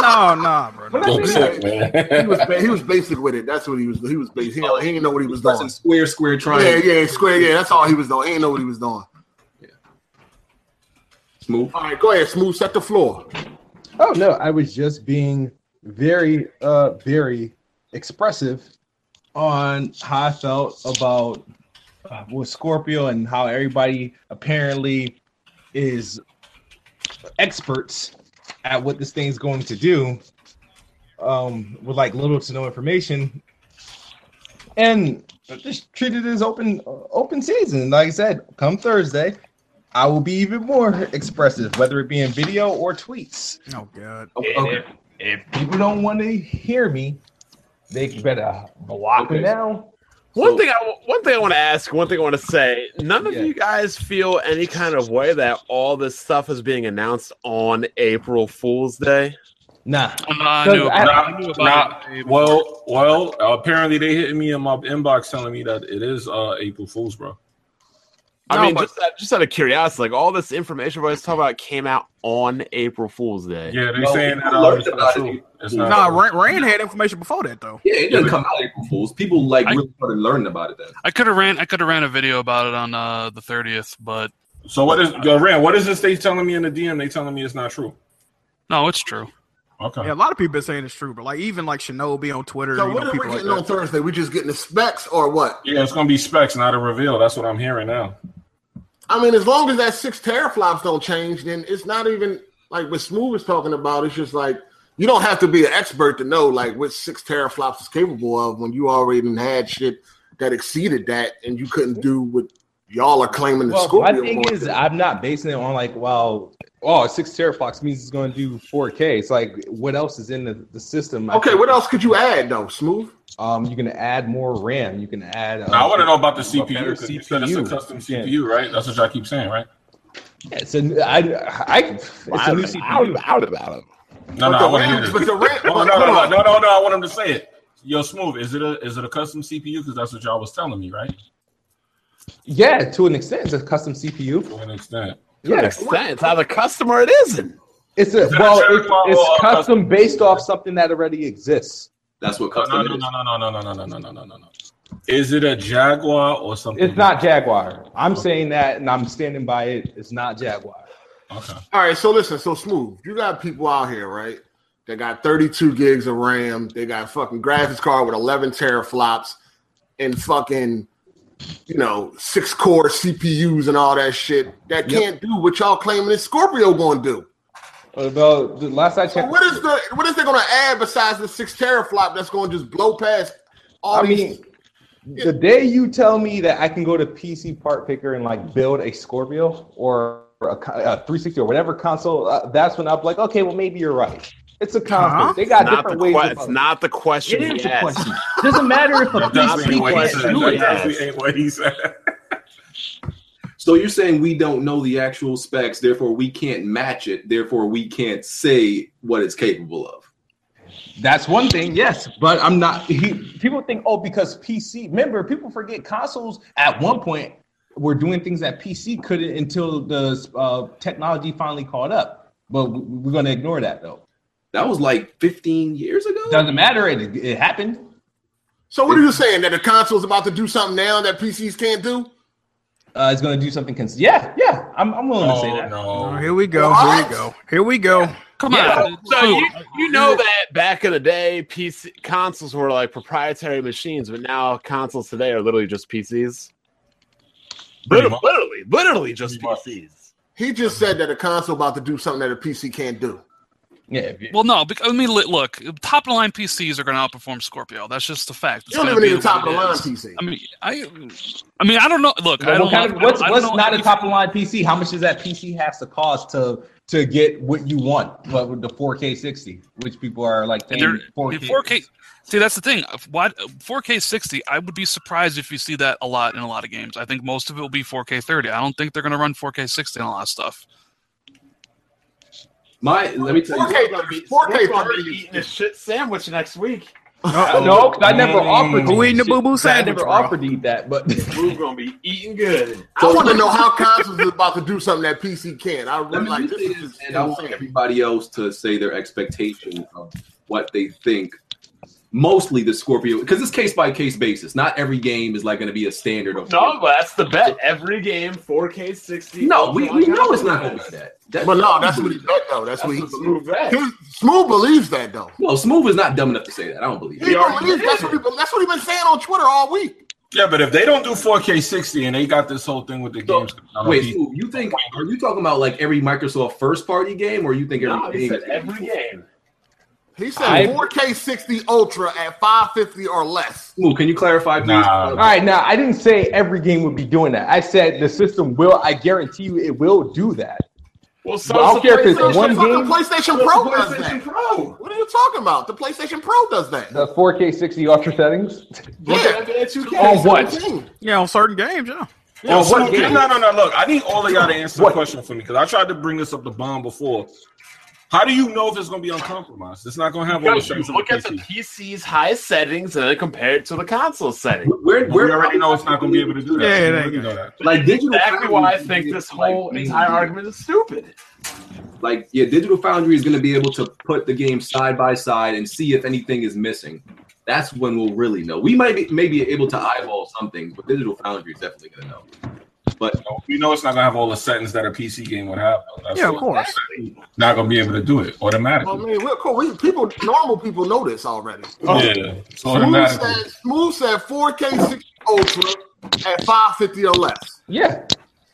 Speaker 2: No, nah, bro. no.
Speaker 1: Don't check,
Speaker 3: He was
Speaker 1: man.
Speaker 3: ba- he was basic with it. That's what he was. He was basic. He, he didn't know what he was doing.
Speaker 4: Pressing square square
Speaker 3: Yeah,
Speaker 4: triangle.
Speaker 3: yeah, square. Yeah, that's all he was doing. He didn't know what he was doing.
Speaker 4: Smooth.
Speaker 3: All right, go ahead, smooth. Set the floor.
Speaker 6: Oh no, I was just being very, uh, very expressive on how I felt about uh, with Scorpio and how everybody apparently is experts at what this thing's going to do, um, with like little to no information, and just treated it as open, open season. Like I said, come Thursday. I will be even more <laughs> expressive, whether it be in video or tweets.
Speaker 2: Oh god.
Speaker 6: And
Speaker 4: Okay.
Speaker 6: If, if people don't want to hear me, they better block
Speaker 4: Okay.
Speaker 6: me now.
Speaker 5: One
Speaker 4: So-
Speaker 5: thing I w- one thing I want to ask, one thing I want to say. None of
Speaker 6: Yeah.
Speaker 5: you guys feel any kind of way that all this stuff is being announced on April Fool's Day.
Speaker 6: Nah.
Speaker 7: Nah, I knew about it. I knew
Speaker 1: Nah, nah,
Speaker 7: about it.
Speaker 1: well, well. Apparently, they hit me in my inbox telling me that it is uh, April Fools, bro.
Speaker 5: I
Speaker 2: No,
Speaker 5: mean,
Speaker 2: but-
Speaker 5: just out, just out of curiosity, like all this information we're talking about came out on April Fool's Day.
Speaker 1: Yeah, they're
Speaker 4: Well,
Speaker 1: saying
Speaker 4: we
Speaker 1: that uh,
Speaker 4: learned
Speaker 1: it's not
Speaker 4: about it.
Speaker 1: true. It's
Speaker 2: No,
Speaker 1: not.
Speaker 2: nah, Rain, Rain had information before that though.
Speaker 4: Yeah, it doesn't come out April Fools. People like
Speaker 7: I-
Speaker 4: really started learning about it then.
Speaker 7: I could have ran. I could have ran a video about it on uh, the thirtieth, but
Speaker 1: So what is yo, Ran? What is this they telling me in the DM? They telling me it's not true.
Speaker 7: no, it's true.
Speaker 1: Okay.
Speaker 2: Yeah, a lot of people been saying it's true, but like even like Shinobi on Twitter,
Speaker 3: So
Speaker 2: you
Speaker 3: what
Speaker 2: know,
Speaker 3: are we
Speaker 2: people like
Speaker 3: getting on
Speaker 2: that.
Speaker 3: Thursday? We just getting the specs or what?
Speaker 1: Yeah, it's gonna be specs, not a reveal. That's what I'm hearing now.
Speaker 3: I mean, as long as that six teraflops don't change, then it's not even like what Smooth was talking about. It's just like you don't have to be an expert to know like what six teraflops is capable of when you already done had shit that exceeded that, and you couldn't do what y'all are claiming the
Speaker 6: Well, my
Speaker 3: Scorpio.
Speaker 6: thing
Speaker 3: was.
Speaker 6: is, I'm not basing it on like, well, oh, six teraflops means it's going to do 4K. It's like, what else is in the, the system? I
Speaker 3: okay,
Speaker 6: think,
Speaker 3: what else could you add though, Smooth?
Speaker 6: Um, you can add more RAM. You can add. Uh,
Speaker 1: Now, I want to know about the
Speaker 6: a
Speaker 1: CPU
Speaker 6: better
Speaker 1: because you said it's a
Speaker 6: CPU.
Speaker 1: custom
Speaker 6: Yeah.
Speaker 1: CPU, right? That's what y'all keep saying, right?
Speaker 6: Yeah, it's a, I, I, it's a new CPU.
Speaker 5: out about it.
Speaker 1: No, no,
Speaker 3: But
Speaker 1: I
Speaker 3: the
Speaker 1: want to
Speaker 3: RAM-
Speaker 1: hear this.
Speaker 3: but the RAM-
Speaker 1: No, no, no, no, no, no, no, I want him to say it. Yo, smooth. Is it a is it a custom CPU? Because that's what y'all was telling me, right?
Speaker 6: Yeah, to an extent, it's a custom CPU.
Speaker 1: To an extent.
Speaker 5: Yeah,
Speaker 6: Yeah,
Speaker 5: makes sense. How the customer it isn't.
Speaker 6: it's a
Speaker 1: Is it a
Speaker 6: well,
Speaker 1: generic
Speaker 6: it's,
Speaker 1: model or a
Speaker 6: it's custom based off something that already exists.
Speaker 4: That's what
Speaker 1: No,
Speaker 4: custom
Speaker 1: no,
Speaker 4: is.
Speaker 1: no, no, no, no, no, no, no, no, no, no, no. Is it a Jaguar or something?
Speaker 6: It's not Jaguar. I'm saying that, and I'm standing by it. It's not Jaguar.
Speaker 1: Okay.
Speaker 3: All right, so listen, so smooth. You got people out here, right? They got 32 gigs of RAM. They got fucking graphics card with 11 teraflops and fucking, you know, six core CPUs and all that shit that can't do what y'all claiming this Scorpio gonna do.
Speaker 6: Although the last I
Speaker 3: So
Speaker 6: checked,
Speaker 3: what is the what is they gonna add besides the six teraflop that's gonna just blow past all
Speaker 6: I
Speaker 3: these?
Speaker 6: mean, the day you tell me that I can go to PC Part Picker and like build a Scorpio or a, co- a 360 or whatever console, uh, that's when I'm like, okay, well maybe you're right. It's a console.
Speaker 2: Huh?
Speaker 6: They got
Speaker 5: Not the
Speaker 6: different ways.
Speaker 5: que-
Speaker 6: to
Speaker 5: it's
Speaker 6: fuck-
Speaker 5: not the question.
Speaker 8: It is
Speaker 5: he
Speaker 8: a
Speaker 5: asked.
Speaker 8: question. Doesn't matter if a
Speaker 5: That's not
Speaker 8: PC
Speaker 5: what he
Speaker 8: can't
Speaker 5: said.
Speaker 8: do
Speaker 5: That's
Speaker 8: it.
Speaker 5: not-
Speaker 1: That ain't what he said.
Speaker 4: So you're saying we don't know the actual specs, therefore we can't match it, therefore we can't say what it's capable of.
Speaker 6: That's one thing, yes, but I'm not. He, people think, oh, because PC. Remember, people forget consoles at one point were doing things that PC couldn't until the uh, technology finally caught up. But we- we're going to ignore that though.
Speaker 4: That was like 15 years ago.
Speaker 6: Doesn't matter. It, it happened.
Speaker 3: so what are you saying that the console's about to do something now that PCs can't do?
Speaker 6: Uh, it's going to do something. Cons- yeah, yeah. I'm, I'm willing to say
Speaker 1: Oh
Speaker 6: that.
Speaker 2: Oh,
Speaker 1: no.
Speaker 2: here we go. Here
Speaker 3: What?
Speaker 2: we go. Here we go.
Speaker 7: Come
Speaker 5: Yeah.
Speaker 7: on.
Speaker 5: So you,
Speaker 7: Dude,
Speaker 5: you know that back in the day, PC consoles were like proprietary machines, but now consoles today are literally just PCs.
Speaker 1: Pretty
Speaker 5: Literally,
Speaker 1: much.
Speaker 5: literally, literally just
Speaker 1: Pretty much.
Speaker 5: PCs.
Speaker 3: He just said that a console about to do something that a PC can't do.
Speaker 6: Yeah. if you-
Speaker 7: Well, no, because I mean, li- look, top of the line PCs are going to outperform Scorpio. That's just a fact. It's
Speaker 3: You don't
Speaker 7: gonna
Speaker 3: even
Speaker 7: be
Speaker 3: need a
Speaker 7: the way
Speaker 3: top of the
Speaker 7: it
Speaker 3: line
Speaker 7: is.
Speaker 3: PC.
Speaker 7: I mean, I, I mean, I don't know. Look,
Speaker 6: But
Speaker 7: I don't
Speaker 6: what kind
Speaker 7: know-
Speaker 6: of, what's
Speaker 7: I don't
Speaker 6: what's
Speaker 7: know
Speaker 6: not a
Speaker 7: anything-
Speaker 6: top of line PC? How much does that PC has to cost to to get what you want? What with the 4K 60, which people are like saying
Speaker 7: They're-
Speaker 6: 4K.
Speaker 7: 4K. See, that's the thing. If What 4K 60? I would be surprised if you see that a lot in a lot of games. I think most of it will be 4K 30. I don't think they're going to run 4K 60 in a lot of stuff.
Speaker 4: My let me tell you.
Speaker 3: 4K, 4K,
Speaker 5: We're gonna be
Speaker 3: 30
Speaker 5: eating a shit sandwich next week.
Speaker 6: Uh, no, 'cause I never offered.
Speaker 2: Who eating the boo boo
Speaker 6: I
Speaker 2: sandwich?
Speaker 6: never
Speaker 2: bro?
Speaker 6: offered you that, but <laughs>
Speaker 5: We're gonna be eating good.
Speaker 3: I want to know how consoles is about to do something that PC can't. I
Speaker 4: Let
Speaker 3: really
Speaker 4: me
Speaker 3: like
Speaker 4: just
Speaker 3: this.
Speaker 4: say
Speaker 3: Is
Speaker 4: this,
Speaker 3: just
Speaker 4: and I want
Speaker 3: insane.
Speaker 4: everybody else to say their expectation of what they think. Mostly the Scorpio, because it's case by case basis. Not every game is like going to be a standard of.
Speaker 8: No, but that's the bet.
Speaker 5: Every game, 4K 60.
Speaker 4: No, we,
Speaker 8: Oh
Speaker 4: we know it's not going to be that. That-
Speaker 3: But no, that's what he bet though. That's, what he
Speaker 5: Move back.
Speaker 3: He- Smooth believes that though.
Speaker 4: No, Smooth is not dumb enough to say that. I don't believe
Speaker 3: He
Speaker 4: it.
Speaker 3: believes that's what he, that's what he been saying on Twitter all week.
Speaker 1: Yeah, but if they don't do 4K 60 and they got this whole thing with the
Speaker 4: So,
Speaker 1: games, coming out on
Speaker 4: Wait,
Speaker 1: PC,
Speaker 4: Smooth, you think are you talking about like every Microsoft first party game, or you think every
Speaker 5: No, he
Speaker 4: game?
Speaker 5: said
Speaker 4: is-
Speaker 5: every game.
Speaker 3: He said
Speaker 6: I-
Speaker 3: 4K 60 Ultra at 550 or less.
Speaker 4: Smooth, can you clarify, please? Uh,
Speaker 1: Nah.
Speaker 6: all right. Now I didn't say every game would be doing that. I said the system will. I guarantee you, it will do that.
Speaker 5: Well, so
Speaker 6: But I don't care if it's
Speaker 3: Fucking
Speaker 6: one game.
Speaker 3: PlayStation Pro does that. What are you talking about? The PlayStation Pro does that.
Speaker 6: The 4K 60 Ultra settings. <laughs>
Speaker 3: yeah.
Speaker 6: On what?
Speaker 5: <laughs>
Speaker 2: Yeah, on certain games, yeah.
Speaker 1: Yo,
Speaker 6: what
Speaker 1: Smooth,
Speaker 6: game?
Speaker 1: no, no, no. Look, I need all of y'all to answer
Speaker 6: What?
Speaker 1: the question for me because I tried to bring this up the bomb before. How do you know if it's going to be uncompromised? It's not going to have all the
Speaker 8: Because you
Speaker 1: strengths of
Speaker 8: look
Speaker 1: the
Speaker 8: at the
Speaker 1: PC.
Speaker 8: PC's high settings and then compare it to the console setting.
Speaker 4: We're,
Speaker 1: we already know it's not going to be able to do that.
Speaker 2: Yeah,
Speaker 1: We
Speaker 2: it
Speaker 1: already
Speaker 2: ain't
Speaker 1: know that.
Speaker 4: like digital.
Speaker 8: Exactly
Speaker 4: Foundry
Speaker 8: why I
Speaker 4: is
Speaker 8: think
Speaker 4: gonna
Speaker 8: this
Speaker 4: be, like,
Speaker 8: whole
Speaker 4: main-
Speaker 8: entire argument is stupid.
Speaker 4: Like yeah, Digital Foundry is going to be able to put the game side by side and see if anything is missing. That's when we'll really know. We might be maybe able to eyeball some things, but Digital Foundry is definitely going to know.
Speaker 1: We know it's not going to have all the settings that a PC game would have. though. That's
Speaker 2: Yeah, of
Speaker 1: what-
Speaker 2: course.
Speaker 1: Not going to be able to do it
Speaker 3: Well,
Speaker 1: automatically.
Speaker 3: man, we're cool. We, people, normal people know this already.
Speaker 8: Oh.
Speaker 1: Yeah, it's
Speaker 3: Smooth
Speaker 1: automatically.
Speaker 3: said, Smooth said 4K 60 Ultra at 550 or less.
Speaker 6: Yeah,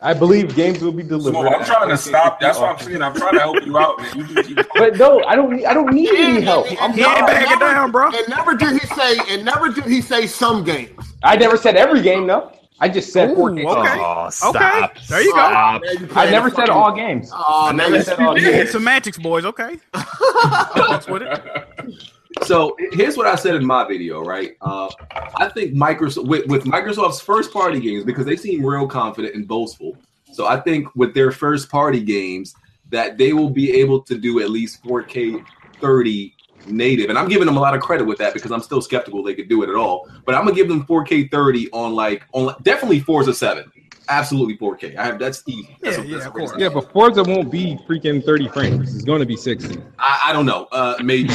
Speaker 6: I believe games will be delivered.
Speaker 1: Smooth, I'm
Speaker 6: at
Speaker 1: trying to
Speaker 6: 4K
Speaker 1: stop. That's
Speaker 6: 60
Speaker 1: what I'm saying. I'm trying to help you out. Man. You just keep
Speaker 6: But no, I don't. Need, I don't need any help. I'm
Speaker 2: He ain't backing down, bro.
Speaker 3: And never did he say, and never did he say some games.
Speaker 6: I never said every game though. I just said
Speaker 2: Ooh,
Speaker 6: 4K.
Speaker 2: okay.
Speaker 8: Oh,
Speaker 2: Okay, there you go.
Speaker 8: Stop.
Speaker 3: Uh, Man, you playing
Speaker 6: I never
Speaker 3: the
Speaker 6: said
Speaker 3: fucking-
Speaker 6: all games.
Speaker 3: Oh,
Speaker 6: I
Speaker 3: man,
Speaker 6: never said all
Speaker 2: Yeah,
Speaker 6: games.
Speaker 2: semantics, boys. Okay, that's with it.
Speaker 4: So here's what I said in my video, right? Uh, I think Microsoft with, with Microsoft's first party games because they seem real confident and boastful. So I think with their first party games that they will be able to do at least 4K 30 native, and I'm giving them a lot of credit with that because I'm still skeptical they could do it at all. But I'm gonna give them 4K 30 on like on definitely Forza 7, absolutely 4K. I have that's easy. That's
Speaker 2: Yeah, yeah,
Speaker 4: that's
Speaker 2: of course.
Speaker 6: Yeah, but Forza won't be freaking 30 frames. It's going to be 60.
Speaker 4: I, I don't know. Uh, maybe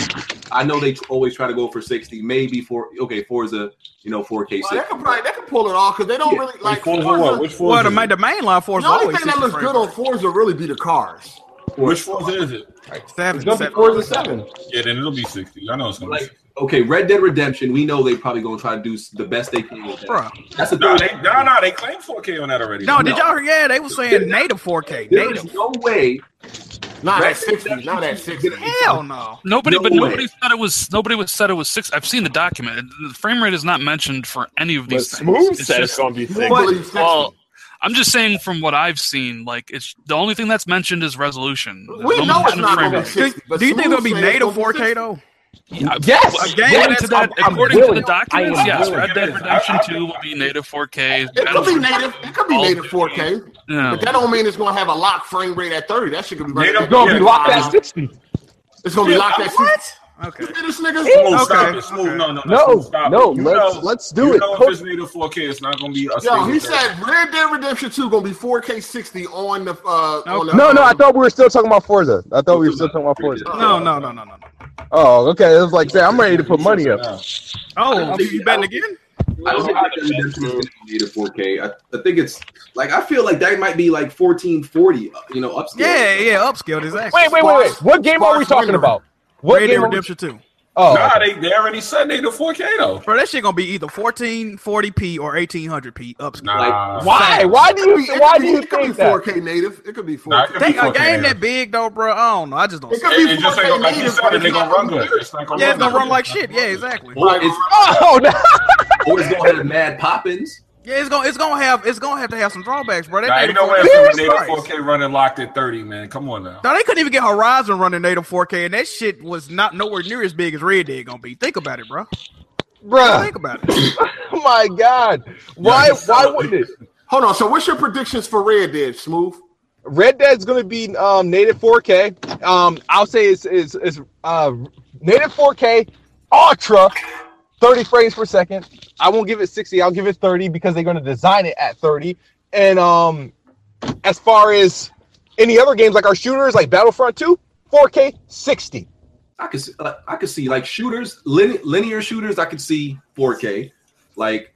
Speaker 4: I know they always try to go for sixty. Maybe for okay, Forza, you know, four K
Speaker 3: Well,
Speaker 4: six.
Speaker 3: they can probably they can pull it off because they don't really like.
Speaker 1: Forza
Speaker 3: Forza-
Speaker 1: what? Which Forza?
Speaker 2: Well, the,
Speaker 1: is
Speaker 2: ma-
Speaker 1: it?
Speaker 2: the main line for us
Speaker 3: the only
Speaker 2: always
Speaker 3: thing that
Speaker 2: 60
Speaker 3: looks
Speaker 2: frames.
Speaker 3: good on Forza really be the cars.
Speaker 1: Which Forza is it?
Speaker 2: seven,
Speaker 6: It's going to be
Speaker 2: seven.
Speaker 6: Forza 7.
Speaker 1: Yeah, then it'll be 60. I know it's going to be
Speaker 4: Like
Speaker 1: 60.
Speaker 4: okay, Red Dead Redemption. We know they probably gonna try to do s- the best they can. With that.
Speaker 2: Bruh.
Speaker 4: That's the
Speaker 1: No,
Speaker 4: third.
Speaker 1: they, no, no, they claim 4K on that already.
Speaker 2: No,
Speaker 1: though.
Speaker 2: did y'all? hear- Yeah, they were saying native 4K.
Speaker 4: There is
Speaker 2: Native.
Speaker 4: no way
Speaker 3: Not at sixty. Not at sixty.
Speaker 2: Hell no.
Speaker 7: Nobody,
Speaker 4: No
Speaker 7: but
Speaker 4: way.
Speaker 7: nobody said it was. Nobody was said it was six. I've seen the document. The frame rate is not mentioned for any of
Speaker 5: But
Speaker 7: these things.
Speaker 5: Smooth
Speaker 7: It's
Speaker 5: said it's
Speaker 7: just-
Speaker 5: going to be
Speaker 3: Who
Speaker 5: six.
Speaker 3: believes sixty?
Speaker 7: well, I'm just saying from what I've seen. Like it's the only thing that's mentioned is resolution. There's
Speaker 3: we
Speaker 7: no
Speaker 3: know it's
Speaker 7: mention of
Speaker 3: not
Speaker 7: frame
Speaker 3: going to be
Speaker 7: rate.
Speaker 2: Do,
Speaker 3: sixty. but
Speaker 2: do you think it'll
Speaker 3: Smooth
Speaker 2: be
Speaker 3: said it's
Speaker 2: native
Speaker 3: gonna
Speaker 2: 4K
Speaker 3: 60.
Speaker 2: though?
Speaker 6: Yes,
Speaker 2: A game
Speaker 6: yes,
Speaker 2: that's-
Speaker 7: That,
Speaker 6: I'm
Speaker 7: according to the
Speaker 6: willing.
Speaker 7: documents,
Speaker 6: I am
Speaker 7: yes,
Speaker 6: willing.
Speaker 7: Red Dead Redemption 2 will be native 4K.
Speaker 3: It could be
Speaker 7: Battlefield-
Speaker 3: native. It could be
Speaker 7: All
Speaker 3: native
Speaker 7: good.
Speaker 3: 4K,
Speaker 7: Yeah.
Speaker 3: but that don't mean it's going to have a locked frame rate at 30. That shit could be better.
Speaker 6: It's gonna be locked at sixty.
Speaker 3: It's going to be locked at 60.
Speaker 2: What? Okay.
Speaker 3: You hear this nigga?
Speaker 1: Smooth, stop
Speaker 2: Okay.
Speaker 1: it. Smooth. No, no, no.
Speaker 6: No,
Speaker 1: Smooth, stop
Speaker 6: no,
Speaker 1: it. You
Speaker 6: let's
Speaker 1: know-
Speaker 6: let's do
Speaker 1: you
Speaker 6: it.
Speaker 1: know if
Speaker 6: Coach,
Speaker 1: it's native 4K, it's not going to be a
Speaker 3: Yo, he
Speaker 1: single third.
Speaker 3: said Red Dead Redemption 2 going to be 4K 60 on the. Uh, on the
Speaker 6: No, no, I thought we were still talking about Forza. I thought we were still talking about Forza.
Speaker 2: No, no, no, no, no. no.
Speaker 6: Oh, okay. It was like, say, I'm ready to put money up.
Speaker 2: Oh, you betting again?
Speaker 4: I don't think that Redemption is going to be to 4K. I, I think it's like I feel like that might be like 1440. uh, You know, upscale.
Speaker 2: Yeah, yeah. Upscaled is actually.
Speaker 6: Wait, wait, wait, wait. What game are we talking about? What
Speaker 2: Red Dead
Speaker 6: game? are we-
Speaker 2: Redemption 2.
Speaker 6: Oh,
Speaker 1: Nah,
Speaker 6: okay.
Speaker 1: they, they already said native 4K though.
Speaker 2: Bro, that shit gonna be either 1440p or 1800p upscaled.
Speaker 1: Nah,
Speaker 6: why? Why do
Speaker 3: It could be-
Speaker 6: you? Why do you
Speaker 3: it could be
Speaker 6: think that?
Speaker 3: 4K native. It could be 4K.
Speaker 1: Nah, it could
Speaker 2: They,
Speaker 1: be
Speaker 2: a
Speaker 1: 4K
Speaker 2: game
Speaker 1: native.
Speaker 2: that big though, bro. I don't know. I just don't.
Speaker 3: It
Speaker 2: See. it.
Speaker 3: could
Speaker 1: It,
Speaker 3: be
Speaker 1: it just ain't
Speaker 3: 4K
Speaker 1: gonna, like you
Speaker 3: native.
Speaker 1: said,
Speaker 3: but
Speaker 1: they're
Speaker 3: it's
Speaker 1: gonna
Speaker 3: not
Speaker 1: run
Speaker 3: gonna be
Speaker 1: good. It's not gonna
Speaker 2: Yeah,
Speaker 1: run
Speaker 2: it's gonna
Speaker 1: good.
Speaker 2: run like shit. Yeah, exactly.
Speaker 4: Or it's,
Speaker 6: Oh <laughs> no!
Speaker 4: or it's gonna have Mad Poppins.
Speaker 2: Yeah, it's gonna it's gonna have it's gonna have to have some drawbacks, bro. That
Speaker 1: Nah,
Speaker 2: native
Speaker 1: you know what?
Speaker 2: 4K
Speaker 1: If
Speaker 2: is
Speaker 1: native
Speaker 2: nice.
Speaker 1: 4K running locked at 30, man. Come on now.
Speaker 2: Now they couldn't even get Horizon running native 4K, and that shit was not nowhere near as big as Red Dead gonna be. Think about it, bro.
Speaker 6: Bruh,
Speaker 2: Think about it.
Speaker 6: oh my God! Why?
Speaker 1: you
Speaker 6: Why
Speaker 1: sound-
Speaker 6: wouldn't it?
Speaker 3: Hold on. So, what's your predictions for Red Dead, Smooth?
Speaker 6: Red Dead's gonna be um, native 4K. Um, I'll say it's it's, it's uh, native 4K, ultra, 30 frames per second. I won't give it 60. I'll give it 30 because they're gonna design it at 30. And um, as far as any other games like our shooters, like Battlefront 2, 4K 60.
Speaker 4: I could see, like, I could see like shooters, lin- linear shooters. I could see 4K. Like,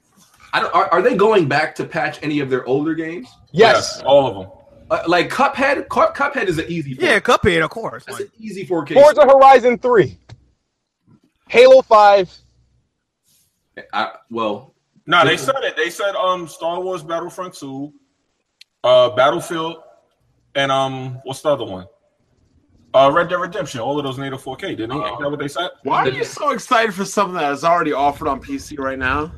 Speaker 4: I don't. Are, are they going back to patch any of their older games?
Speaker 6: Yes,
Speaker 1: all of them.
Speaker 4: Uh, like Cuphead. Cup, Cuphead is an easy. 4K.
Speaker 2: yeah, Cuphead, of course.
Speaker 4: that's
Speaker 2: Like,
Speaker 4: an easy 4K.
Speaker 6: Forza Horizon 3, Halo 5.
Speaker 4: I, well,
Speaker 1: No, they said it. They said um Star Wars Battlefront 2, uh Battlefield, and um what's the other one? Uh Red Dead Redemption. All of those native 4K, didn't they? Ain't that what they said?
Speaker 8: Why are you so excited for something that is already offered on PC right now?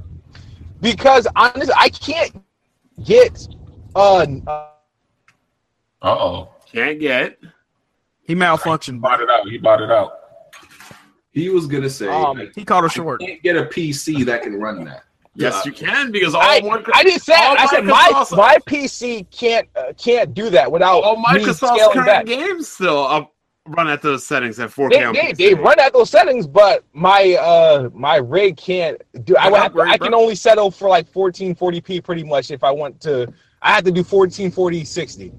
Speaker 6: Because honestly, I can't get uh, uh
Speaker 1: Uh oh.
Speaker 8: Can't get.
Speaker 2: he malfunctioned, bro.
Speaker 1: Bought it out. He bought it out.
Speaker 4: he was gonna say
Speaker 6: Um,
Speaker 4: I
Speaker 2: He caught her short.
Speaker 4: can't get a PC that can run that.
Speaker 8: Yes,
Speaker 4: Yeah.
Speaker 8: you can because all
Speaker 6: I,
Speaker 8: one.
Speaker 6: I didn't say
Speaker 8: all
Speaker 6: I said my
Speaker 8: Microsoft's-
Speaker 6: my PC can't uh, can't do that without
Speaker 8: all
Speaker 6: me
Speaker 8: Microsoft's
Speaker 6: scaling
Speaker 8: current
Speaker 6: back.
Speaker 8: games still up, run at those settings at 4K.
Speaker 6: They,
Speaker 8: on
Speaker 6: they,
Speaker 8: PC.
Speaker 6: they run at those settings, but my uh my rig can't do. I
Speaker 8: They're
Speaker 6: would
Speaker 8: not
Speaker 6: have to,
Speaker 8: great,
Speaker 6: I can
Speaker 8: bro.
Speaker 6: only settle for like 1440p pretty much if I want to. I have to do 1440 60.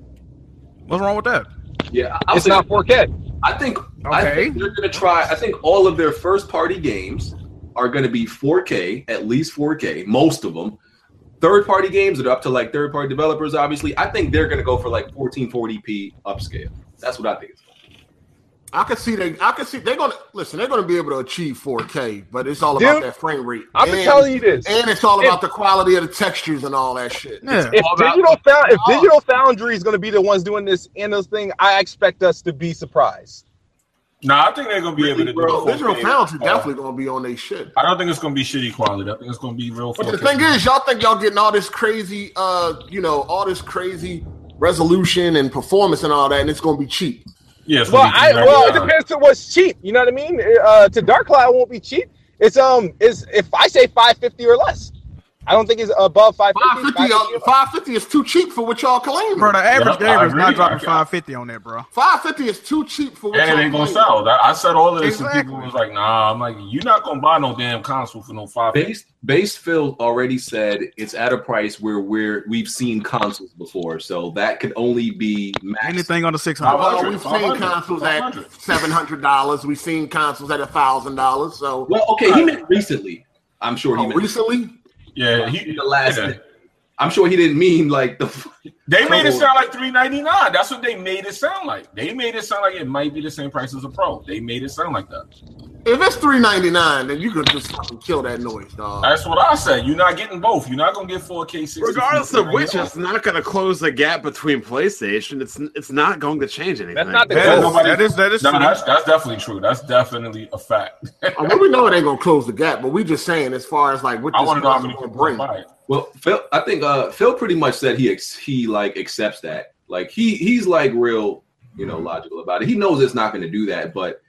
Speaker 2: What's wrong with that?
Speaker 4: Yeah, I, I was
Speaker 6: It's not 4K.
Speaker 4: I think I
Speaker 2: Okay.
Speaker 4: think they're gonna try. I think all of their first party games are gonna be 4K, at least 4K, most of them. Third party games that are up to like third party developers, obviously. I think they're gonna go for like 1440p upscale. That's what I think. It's gonna
Speaker 3: I could see they. I could see they're gonna listen. They're gonna be able to achieve 4K, but it's all
Speaker 6: Dude,
Speaker 3: about that frame rate.
Speaker 6: I'm
Speaker 3: And-
Speaker 6: telling you this.
Speaker 3: and it's all about the quality of the textures and all that shit.
Speaker 2: Yeah.
Speaker 6: If
Speaker 8: all about-
Speaker 6: digital, found, if digital foundry is going to be the ones doing this in this thing, I expect us to be surprised.
Speaker 1: Nah, I think they're gonna be able to
Speaker 3: Bro,
Speaker 1: do the
Speaker 3: Digital
Speaker 1: 4K.
Speaker 3: Foundry
Speaker 1: Uh,
Speaker 3: definitely gonna be on their shit.
Speaker 1: I don't think it's gonna be shitty quality. I think it's gonna be real.
Speaker 3: But the
Speaker 1: 4K.
Speaker 3: thing is, y'all think y'all getting all this crazy, uh, you know, all this crazy resolution and performance and all that, and it's gonna be cheap.
Speaker 1: yeah, it's
Speaker 6: Well,
Speaker 1: gonna be
Speaker 6: I well, it
Speaker 1: regular.
Speaker 6: depends to what's cheap. You know what I mean? Uh, to Dark Cloud it won't be cheap. It's um, is if I say five fifty or less, I don't think it's above five fifty.
Speaker 3: 550, uh, 550 is too cheap for what y'all claim.
Speaker 2: Bro, the average
Speaker 1: Yeah, I
Speaker 2: gamer is not
Speaker 1: agree.
Speaker 2: dropping
Speaker 1: I-
Speaker 2: 550 on that, bro.
Speaker 3: 550 is too cheap for what
Speaker 1: And
Speaker 3: y'all
Speaker 1: it ain't gonna
Speaker 3: claim.
Speaker 1: sell. That- I said all of this, and
Speaker 2: Exactly.
Speaker 1: people was like, "Nah." I'm like, "You're not gonna buy no damn console for no five
Speaker 4: Base Base Phil already said it's at a price where we're we've seen consoles before, so that could only be max.
Speaker 2: Anything under
Speaker 1: How
Speaker 2: 600.
Speaker 1: about-
Speaker 3: Well,
Speaker 1: 500,
Speaker 3: we've seen
Speaker 1: 500,
Speaker 3: consoles at
Speaker 1: 500.
Speaker 3: $700. We've seen consoles at $1,000. So,
Speaker 4: Well, okay, he meant recently. I'm sure he
Speaker 3: oh,
Speaker 4: meant
Speaker 3: recently,
Speaker 1: Yeah, he,
Speaker 4: the last.
Speaker 1: yeah.
Speaker 4: I'm sure he didn't mean like the.
Speaker 1: They made it
Speaker 4: Double.
Speaker 1: sound like three ninety nine. That's what they made it sound like. They made it sound like it might be the same price as a pro. They made it sound like that.
Speaker 3: If it's three ninety nine, then you could just fucking kill that noise, dog.
Speaker 1: That's what I say. You're not getting both. You're not gonna get 4K 60.
Speaker 5: Regardless of which, it's not going to close the gap between PlayStation. It's it's not going to change anything.
Speaker 9: That's not the
Speaker 1: Yeah,
Speaker 9: goal.
Speaker 1: nobody-
Speaker 2: that is that is
Speaker 1: No,
Speaker 2: true.
Speaker 1: that's, that's definitely true. That's definitely a fact.
Speaker 3: I mean, we know it ain't gonna close the gap, but we just saying as far as like what
Speaker 1: I
Speaker 3: this
Speaker 1: want to know how
Speaker 3: console
Speaker 1: many
Speaker 3: gonna
Speaker 1: people
Speaker 3: bring.
Speaker 1: buy it.
Speaker 4: Well, Phil, I think uh, Phil pretty much said he ex- he like accepts that. Like he he's like real, you
Speaker 1: Mm-hmm.
Speaker 4: know, logical about it. He knows it's not going to do that, but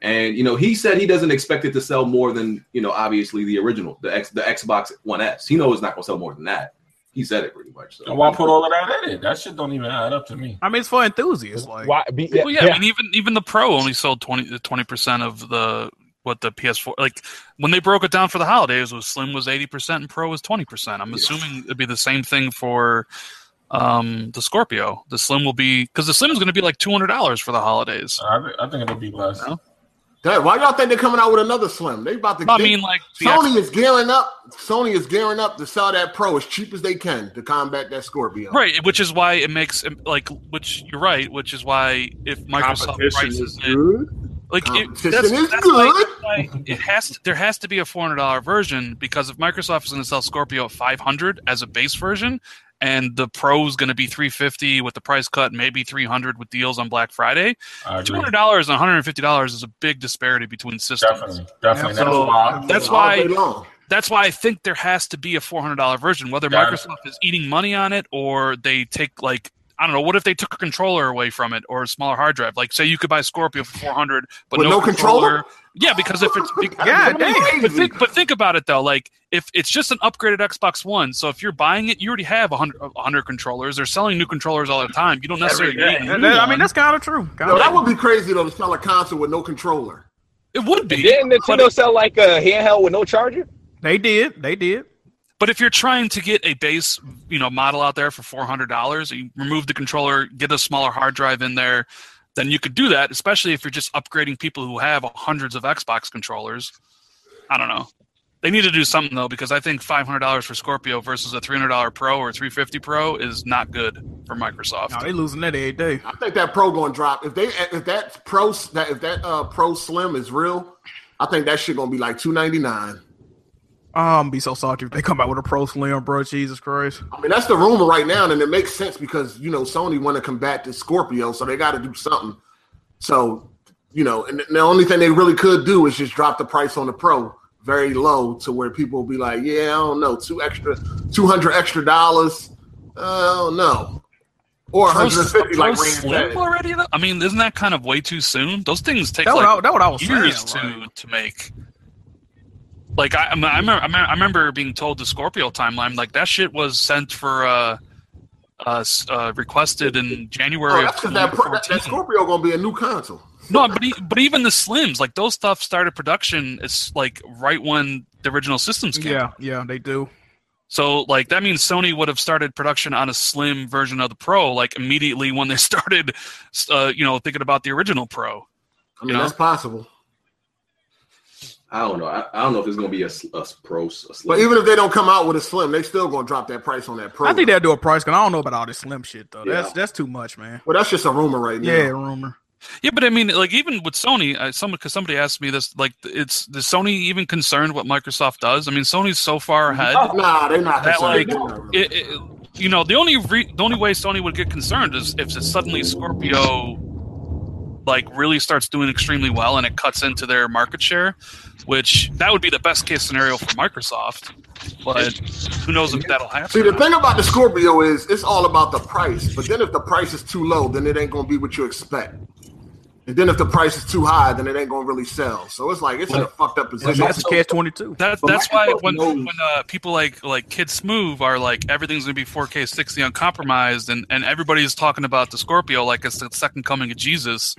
Speaker 4: and you know he said he doesn't expect it to sell more than you know obviously the original the X the Xbox One S. He knows it's not going to sell more than that. He said it pretty much. So
Speaker 1: And why put all of that in it? That shit don't even add up to me.
Speaker 2: I mean, it's for enthusiasts. Like,
Speaker 9: Why, be, yeah,
Speaker 7: Well, yeah,
Speaker 9: yeah.
Speaker 7: I mean, even even the Pro only sold 20 percent of the what the PS4 like when they broke it down for the holidays was Slim was eighty percent and Pro was twenty percent. I'm assuming it'd be the same thing for um the Scorpio. The Slim will be because the Slim is going to be like two hundred dollars for the holidays.
Speaker 1: I, thi- I think it'll be less.
Speaker 7: No.
Speaker 3: Damn, why y'all think they're coming out with another slim? They about to.
Speaker 7: I
Speaker 3: they-
Speaker 7: mean, like the
Speaker 3: Sony is gearing up. Sony is gearing up to sell that pro as cheap as they can to combat that Scorpio.
Speaker 7: Right, which is why it makes like which you're right, which is why if Microsoft
Speaker 5: Competition is
Speaker 7: prices it,
Speaker 5: good.
Speaker 7: like it,
Speaker 3: Competition
Speaker 7: that's,
Speaker 3: is
Speaker 7: that's why-
Speaker 3: good.
Speaker 7: that's why it has to, there has to be a four hundred dollar version because if Microsoft is going to sell Scorpio at five hundred as a base version, and the Pro is going to be three fifty with the price cut, maybe three hundred with deals on Black Friday,
Speaker 1: I
Speaker 7: two
Speaker 1: agree.
Speaker 7: hundred dollars and one hundred and fifty dollars is a big disparity between systems.
Speaker 1: Definitely, definitely. That's
Speaker 2: Absolutely.
Speaker 1: why.
Speaker 7: That's
Speaker 3: All
Speaker 7: why-
Speaker 3: day long.
Speaker 7: that's why I think there has to be a four hundred dollar version, whether
Speaker 1: Got it.
Speaker 7: Microsoft is eating money on it or they take like I don't know. What if they took a controller away from it or a smaller hard drive? Like, say you could buy Scorpio for four hundred, but
Speaker 3: With
Speaker 7: no,
Speaker 3: no controller?
Speaker 7: Yeah, because if it's be-
Speaker 2: God
Speaker 7: <laughs> but think-
Speaker 3: damn.
Speaker 7: But think, but think about it though. Like, if it's just an upgraded Xbox One, so if you're buying it, you already have 100, 100 controllers. They're selling new controllers all the time. You don't necessarily
Speaker 8: Every
Speaker 7: need.
Speaker 8: day.
Speaker 7: a
Speaker 2: that-
Speaker 7: new
Speaker 2: that- I
Speaker 7: one.
Speaker 2: mean, that's kind of true.
Speaker 3: No,
Speaker 2: Kinda
Speaker 3: that would be crazy though to sell a console with no controller.
Speaker 7: it would be.
Speaker 9: Didn't
Speaker 7: but-
Speaker 9: Nintendo sell like a handheld with no charger?
Speaker 2: They did. They did.
Speaker 7: But if you're trying to get a base, you know, model out there for four hundred dollars, you remove the controller, get a smaller hard drive in there, then you could do that. Especially if you're just upgrading people who have hundreds of Xbox controllers. I don't know. They need to do something though, because I think five hundred dollars for Scorpio versus a three hundred dollar Pro or three fifty Pro is not good for Microsoft.
Speaker 2: No, they losing that every day.
Speaker 3: I think that pro gonna drop if they if that pro that if that uh pro slim is real. I think that shit gonna be like two ninety nine.
Speaker 2: Um, be so salty if they come out with a pro slim, bro. Jesus Christ.
Speaker 3: I mean that's the rumor right now, and it makes sense because you know Sony want to combat this Scorpio, so they got to do something. So you know, and the only thing they really could do is just drop the price on the pro very low to where people will be like, yeah, I don't know, two extra, two hundred extra dollars. Uh, I don't know, or one
Speaker 7: Pro,
Speaker 3: hundred and fifty
Speaker 7: Pro
Speaker 3: like Rand
Speaker 7: Slim
Speaker 3: said.
Speaker 7: already? Though? I mean, isn't that kind of way too soon? Those things take
Speaker 2: That what
Speaker 7: like
Speaker 2: I, that what I was
Speaker 7: years
Speaker 2: saying. like-
Speaker 7: to to make. Like I, I, mean, I, remember, I remember- I remember being told the Scorpio timeline. Like that shit was sent for uh, uh, s- uh requested in
Speaker 3: Oh,
Speaker 7: January of
Speaker 3: that's 'cause that, pro- that, that
Speaker 7: 2014.
Speaker 3: Scorpio gonna be a new console.
Speaker 7: No, but e- but even the Slims, like those stuff started production. It's like right when the original systems came.
Speaker 2: Yeah, yeah, they do.
Speaker 7: So like that means Sony would have started production on a slim version of the Pro like immediately when they <laughs> started, uh, you know, thinking about the original Pro.
Speaker 3: I mean,
Speaker 7: Yeah.
Speaker 3: that's possible.
Speaker 4: I don't know. I, I don't know if it's going to be a, s- a s- pro. s- A
Speaker 3: But
Speaker 4: slim.
Speaker 3: even if they don't come out with a slim, they still gonna drop that price on that pro.
Speaker 2: I think they'll do a price cut. I don't know about all this slim shit though.
Speaker 4: Yeah.
Speaker 2: That's that's too much, man.
Speaker 3: well, that's just a rumor right now.
Speaker 2: Yeah, rumor.
Speaker 7: Yeah, but I mean, like even with Sony, uh, someone because somebody asked me this, like it's the Sony even concerned what Microsoft does? I mean, Sony's so far ahead
Speaker 3: Nah, they're not.
Speaker 7: that like
Speaker 3: concerned. They're not really
Speaker 7: it, it, you know the only re- the only way Sony would get concerned is if suddenly Scorpio like really starts doing extremely well and it cuts into their market share, which that would be the best case scenario for Microsoft. But who knows if that'll happen?
Speaker 3: See, the thing about the Scorpio is it's all about the price. But then if the price is too low, then it ain't gonna be what you expect. And then if the price is too high, then it ain't gonna really sell. So it's like it's in a fucked up
Speaker 2: That's
Speaker 3: position.
Speaker 2: a catch twenty two.
Speaker 7: That,
Speaker 4: But
Speaker 7: that's why
Speaker 4: Microsoft
Speaker 7: when
Speaker 4: knows-
Speaker 7: when uh, people like like Kid Smooth are like everything's gonna be 4K 60 uncompromised and and everybody's talking about the Scorpio like it's the second coming of Jesus.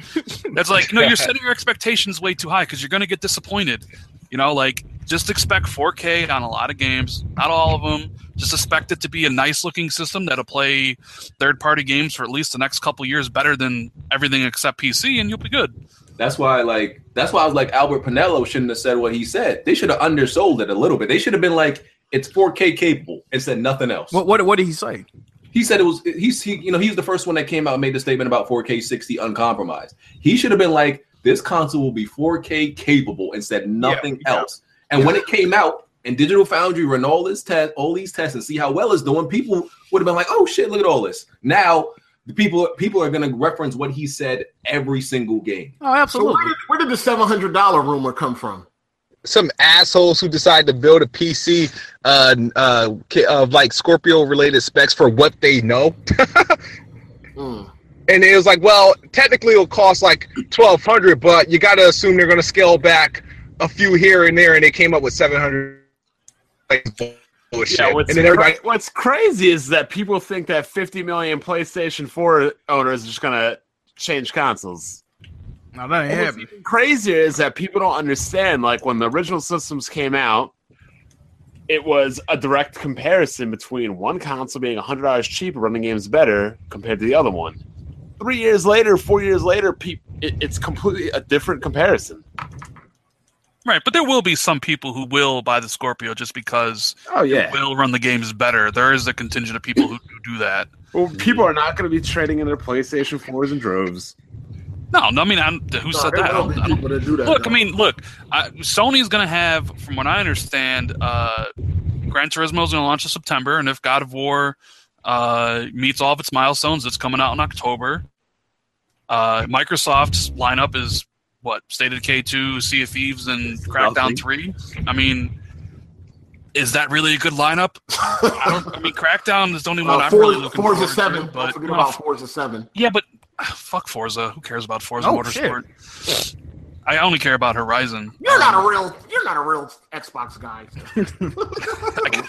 Speaker 7: That's like no, you're setting your expectations way too high because you're gonna get disappointed. You know, like just expect 4K on a lot of games, not all of them. Just expect it to be a nice looking system that'll play third party games for at least the next couple years better than everything except PC, and you'll be good.
Speaker 4: That's why, like, that's why I was like, Albert Pinello shouldn't have said what he said. They should have undersold it a little bit. They should have been like, it's 4K capable and said nothing else.
Speaker 2: What what what did he say? Oh,
Speaker 4: he said it was. He's he, you know, he was the first one that came out and made the statement about 4K 60 uncompromised. He should have been like, this console will be 4K capable and said nothing else. And when it came out and Digital Foundry ran all this test, all these tests and see how well it's doing, people would have been like, "Oh shit, look at all this." Now the people people are going to reference what he said every single game.
Speaker 2: Oh,
Speaker 3: So where
Speaker 2: absolutely.
Speaker 3: did, where did the seven hundred dollar rumor come from?
Speaker 6: Some assholes who decide to build a PC uh, uh, ki- of like Scorpio related specs for what they know.
Speaker 3: Mm.
Speaker 6: and it was like, well, technically it'll cost like twelve hundred, but you got to assume they're going to scale back a few here and there, and they came up with seven hundred. Like bullshit,
Speaker 5: Yeah,
Speaker 6: and
Speaker 5: what's,
Speaker 6: then everybody
Speaker 5: cra- what's crazy is that people think that 50 million PlayStation 4 owners are just going to change consoles.
Speaker 2: No, that ain't
Speaker 5: And what's
Speaker 2: happening.
Speaker 5: even crazier is that people don't understand. Like when the original systems came out, it was a direct comparison between one console being hundred dollars cheaper, running games better compared to the other one. Three years later, four years later, peop it, it's completely a different comparison.
Speaker 7: Right, but there will be some people who will buy the Scorpio just because
Speaker 5: Oh yeah,
Speaker 7: will run the games better. There is a contingent of people who do do that.
Speaker 5: well, people are not going to be trading in their PlayStation fours in droves.
Speaker 7: No, no, I mean, I'm,
Speaker 3: No,
Speaker 7: who said
Speaker 3: there
Speaker 7: that? I
Speaker 3: will
Speaker 7: don't,
Speaker 3: be
Speaker 7: I don't-
Speaker 3: people that do that.
Speaker 7: look,
Speaker 3: though.
Speaker 7: I mean, look, I, Sony's going to have, from what I understand, uh, Gran Turismo is going to launch in September, and if God of War uh, meets all of its milestones, it's coming out in October. Uh, Microsoft's lineup is what State of K two, Sea of Thieves, and Crackdown three. I mean, is that really a good lineup? <laughs> I don't. I mean, Crackdown is the only one
Speaker 3: Uh,
Speaker 7: I'm
Speaker 3: four,
Speaker 7: really looking
Speaker 3: Forza
Speaker 7: forward
Speaker 3: seven.
Speaker 7: to,
Speaker 3: Don't
Speaker 7: but
Speaker 3: forget about Forza seven.
Speaker 7: yeah, but <sighs> ah, fuck Forza. Who cares about Forza
Speaker 2: Oh,
Speaker 7: Motorsport? I only care about Horizon.
Speaker 3: <laughs> You're not a real. You're not a real Xbox guy.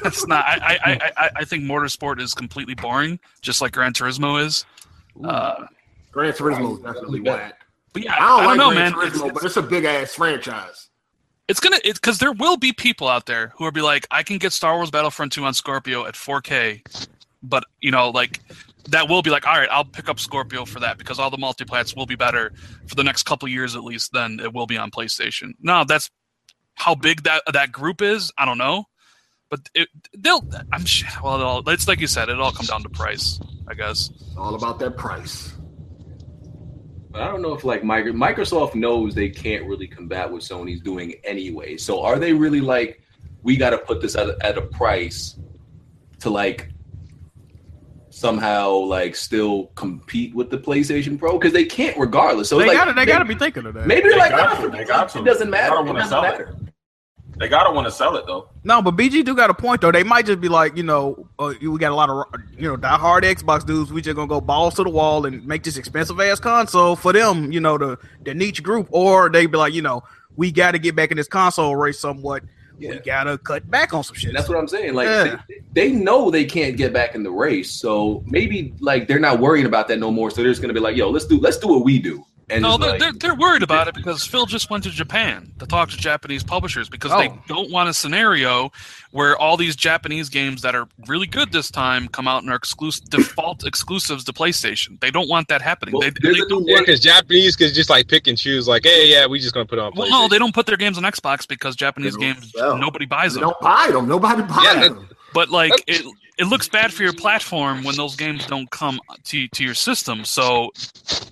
Speaker 7: It's not. I, I, I- I, I think Motorsport is completely boring, just like Gran Turismo is. Uh,
Speaker 3: Gran Turismo is definitely whack.
Speaker 7: but yeah,
Speaker 3: I don't, like
Speaker 7: know,
Speaker 3: Gran
Speaker 7: man. It's,
Speaker 3: Turismo,
Speaker 7: it's-
Speaker 3: but it's a big ass franchise.
Speaker 7: it's gonna it's because there will be people out there who are be like, I can get Star Wars Battlefront 2 on Scorpio at 4K, but you know, like that will be like, all right, I'll pick up Scorpio for that because all the multiplats will be better for the next couple years at least than it will be on PlayStation. Now that's how big that that group is. I don't know, but it, they'll. I'm sh- well, it'll, it's like you said, it all come down to price, I guess.
Speaker 3: It's all about that price.
Speaker 4: But I don't know if like Micro- Microsoft knows they can't really combat what Sony's doing anyway. So are they really like we got to put this at a, at a price to like somehow like still compete with the PlayStation Pro because they can't regardless. So
Speaker 2: They
Speaker 4: it's like,
Speaker 2: gotta, they gotta be thinking of that.
Speaker 4: Maybe they're
Speaker 1: They
Speaker 4: like,
Speaker 1: got
Speaker 4: "Ah,
Speaker 1: to. They got to.
Speaker 4: it doesn't
Speaker 1: I
Speaker 4: matter.
Speaker 1: don't
Speaker 4: It
Speaker 1: wanna
Speaker 4: doesn't
Speaker 1: sell it.
Speaker 4: matter.
Speaker 1: They gotta want to sell it though.
Speaker 2: No, but BG do got a point though. They might just be like, you know, uh, we got a lot of you know diehard Xbox dudes. We just gonna go balls to the wall and make this expensive ass console for them. You know, the the niche group, or they be like, you know, we got to get back in this console race somewhat. We
Speaker 4: Yeah.
Speaker 2: gotta cut back on some shit.
Speaker 4: And that's what I'm saying. Like
Speaker 2: Yeah.
Speaker 4: they, they know they can't get back in the race, so maybe like they're not worrying about that no more. So they're just gonna be like, "Yo, let's do let's do what we do." And
Speaker 7: No,
Speaker 4: it's
Speaker 7: they're,
Speaker 4: like-
Speaker 7: they're, they're worried about it because Phil just went to Japan to talk to Japanese publishers because they
Speaker 2: Oh.
Speaker 7: don't want a scenario where all these Japanese games that are really good this time come out and are exclusive default exclusives to PlayStation. They don't want that happening.
Speaker 4: Well,
Speaker 7: they,
Speaker 4: there's
Speaker 7: they
Speaker 4: a new
Speaker 7: don't
Speaker 4: word
Speaker 7: want,
Speaker 6: because Japanese could just like pick and choose. Like, hey, yeah, we just gonna put it on.
Speaker 7: well, no,
Speaker 6: PlayStation.
Speaker 7: they don't put their games on Xbox because Japanese
Speaker 3: They don't
Speaker 7: games
Speaker 3: sell.
Speaker 7: nobody buys
Speaker 3: They
Speaker 7: them.
Speaker 3: don't buy them. Nobody buys
Speaker 6: Yeah, that-
Speaker 3: them.
Speaker 7: But like
Speaker 4: Oh.
Speaker 6: That's-
Speaker 7: it, it looks bad for your platform when those games don't come to to your system. So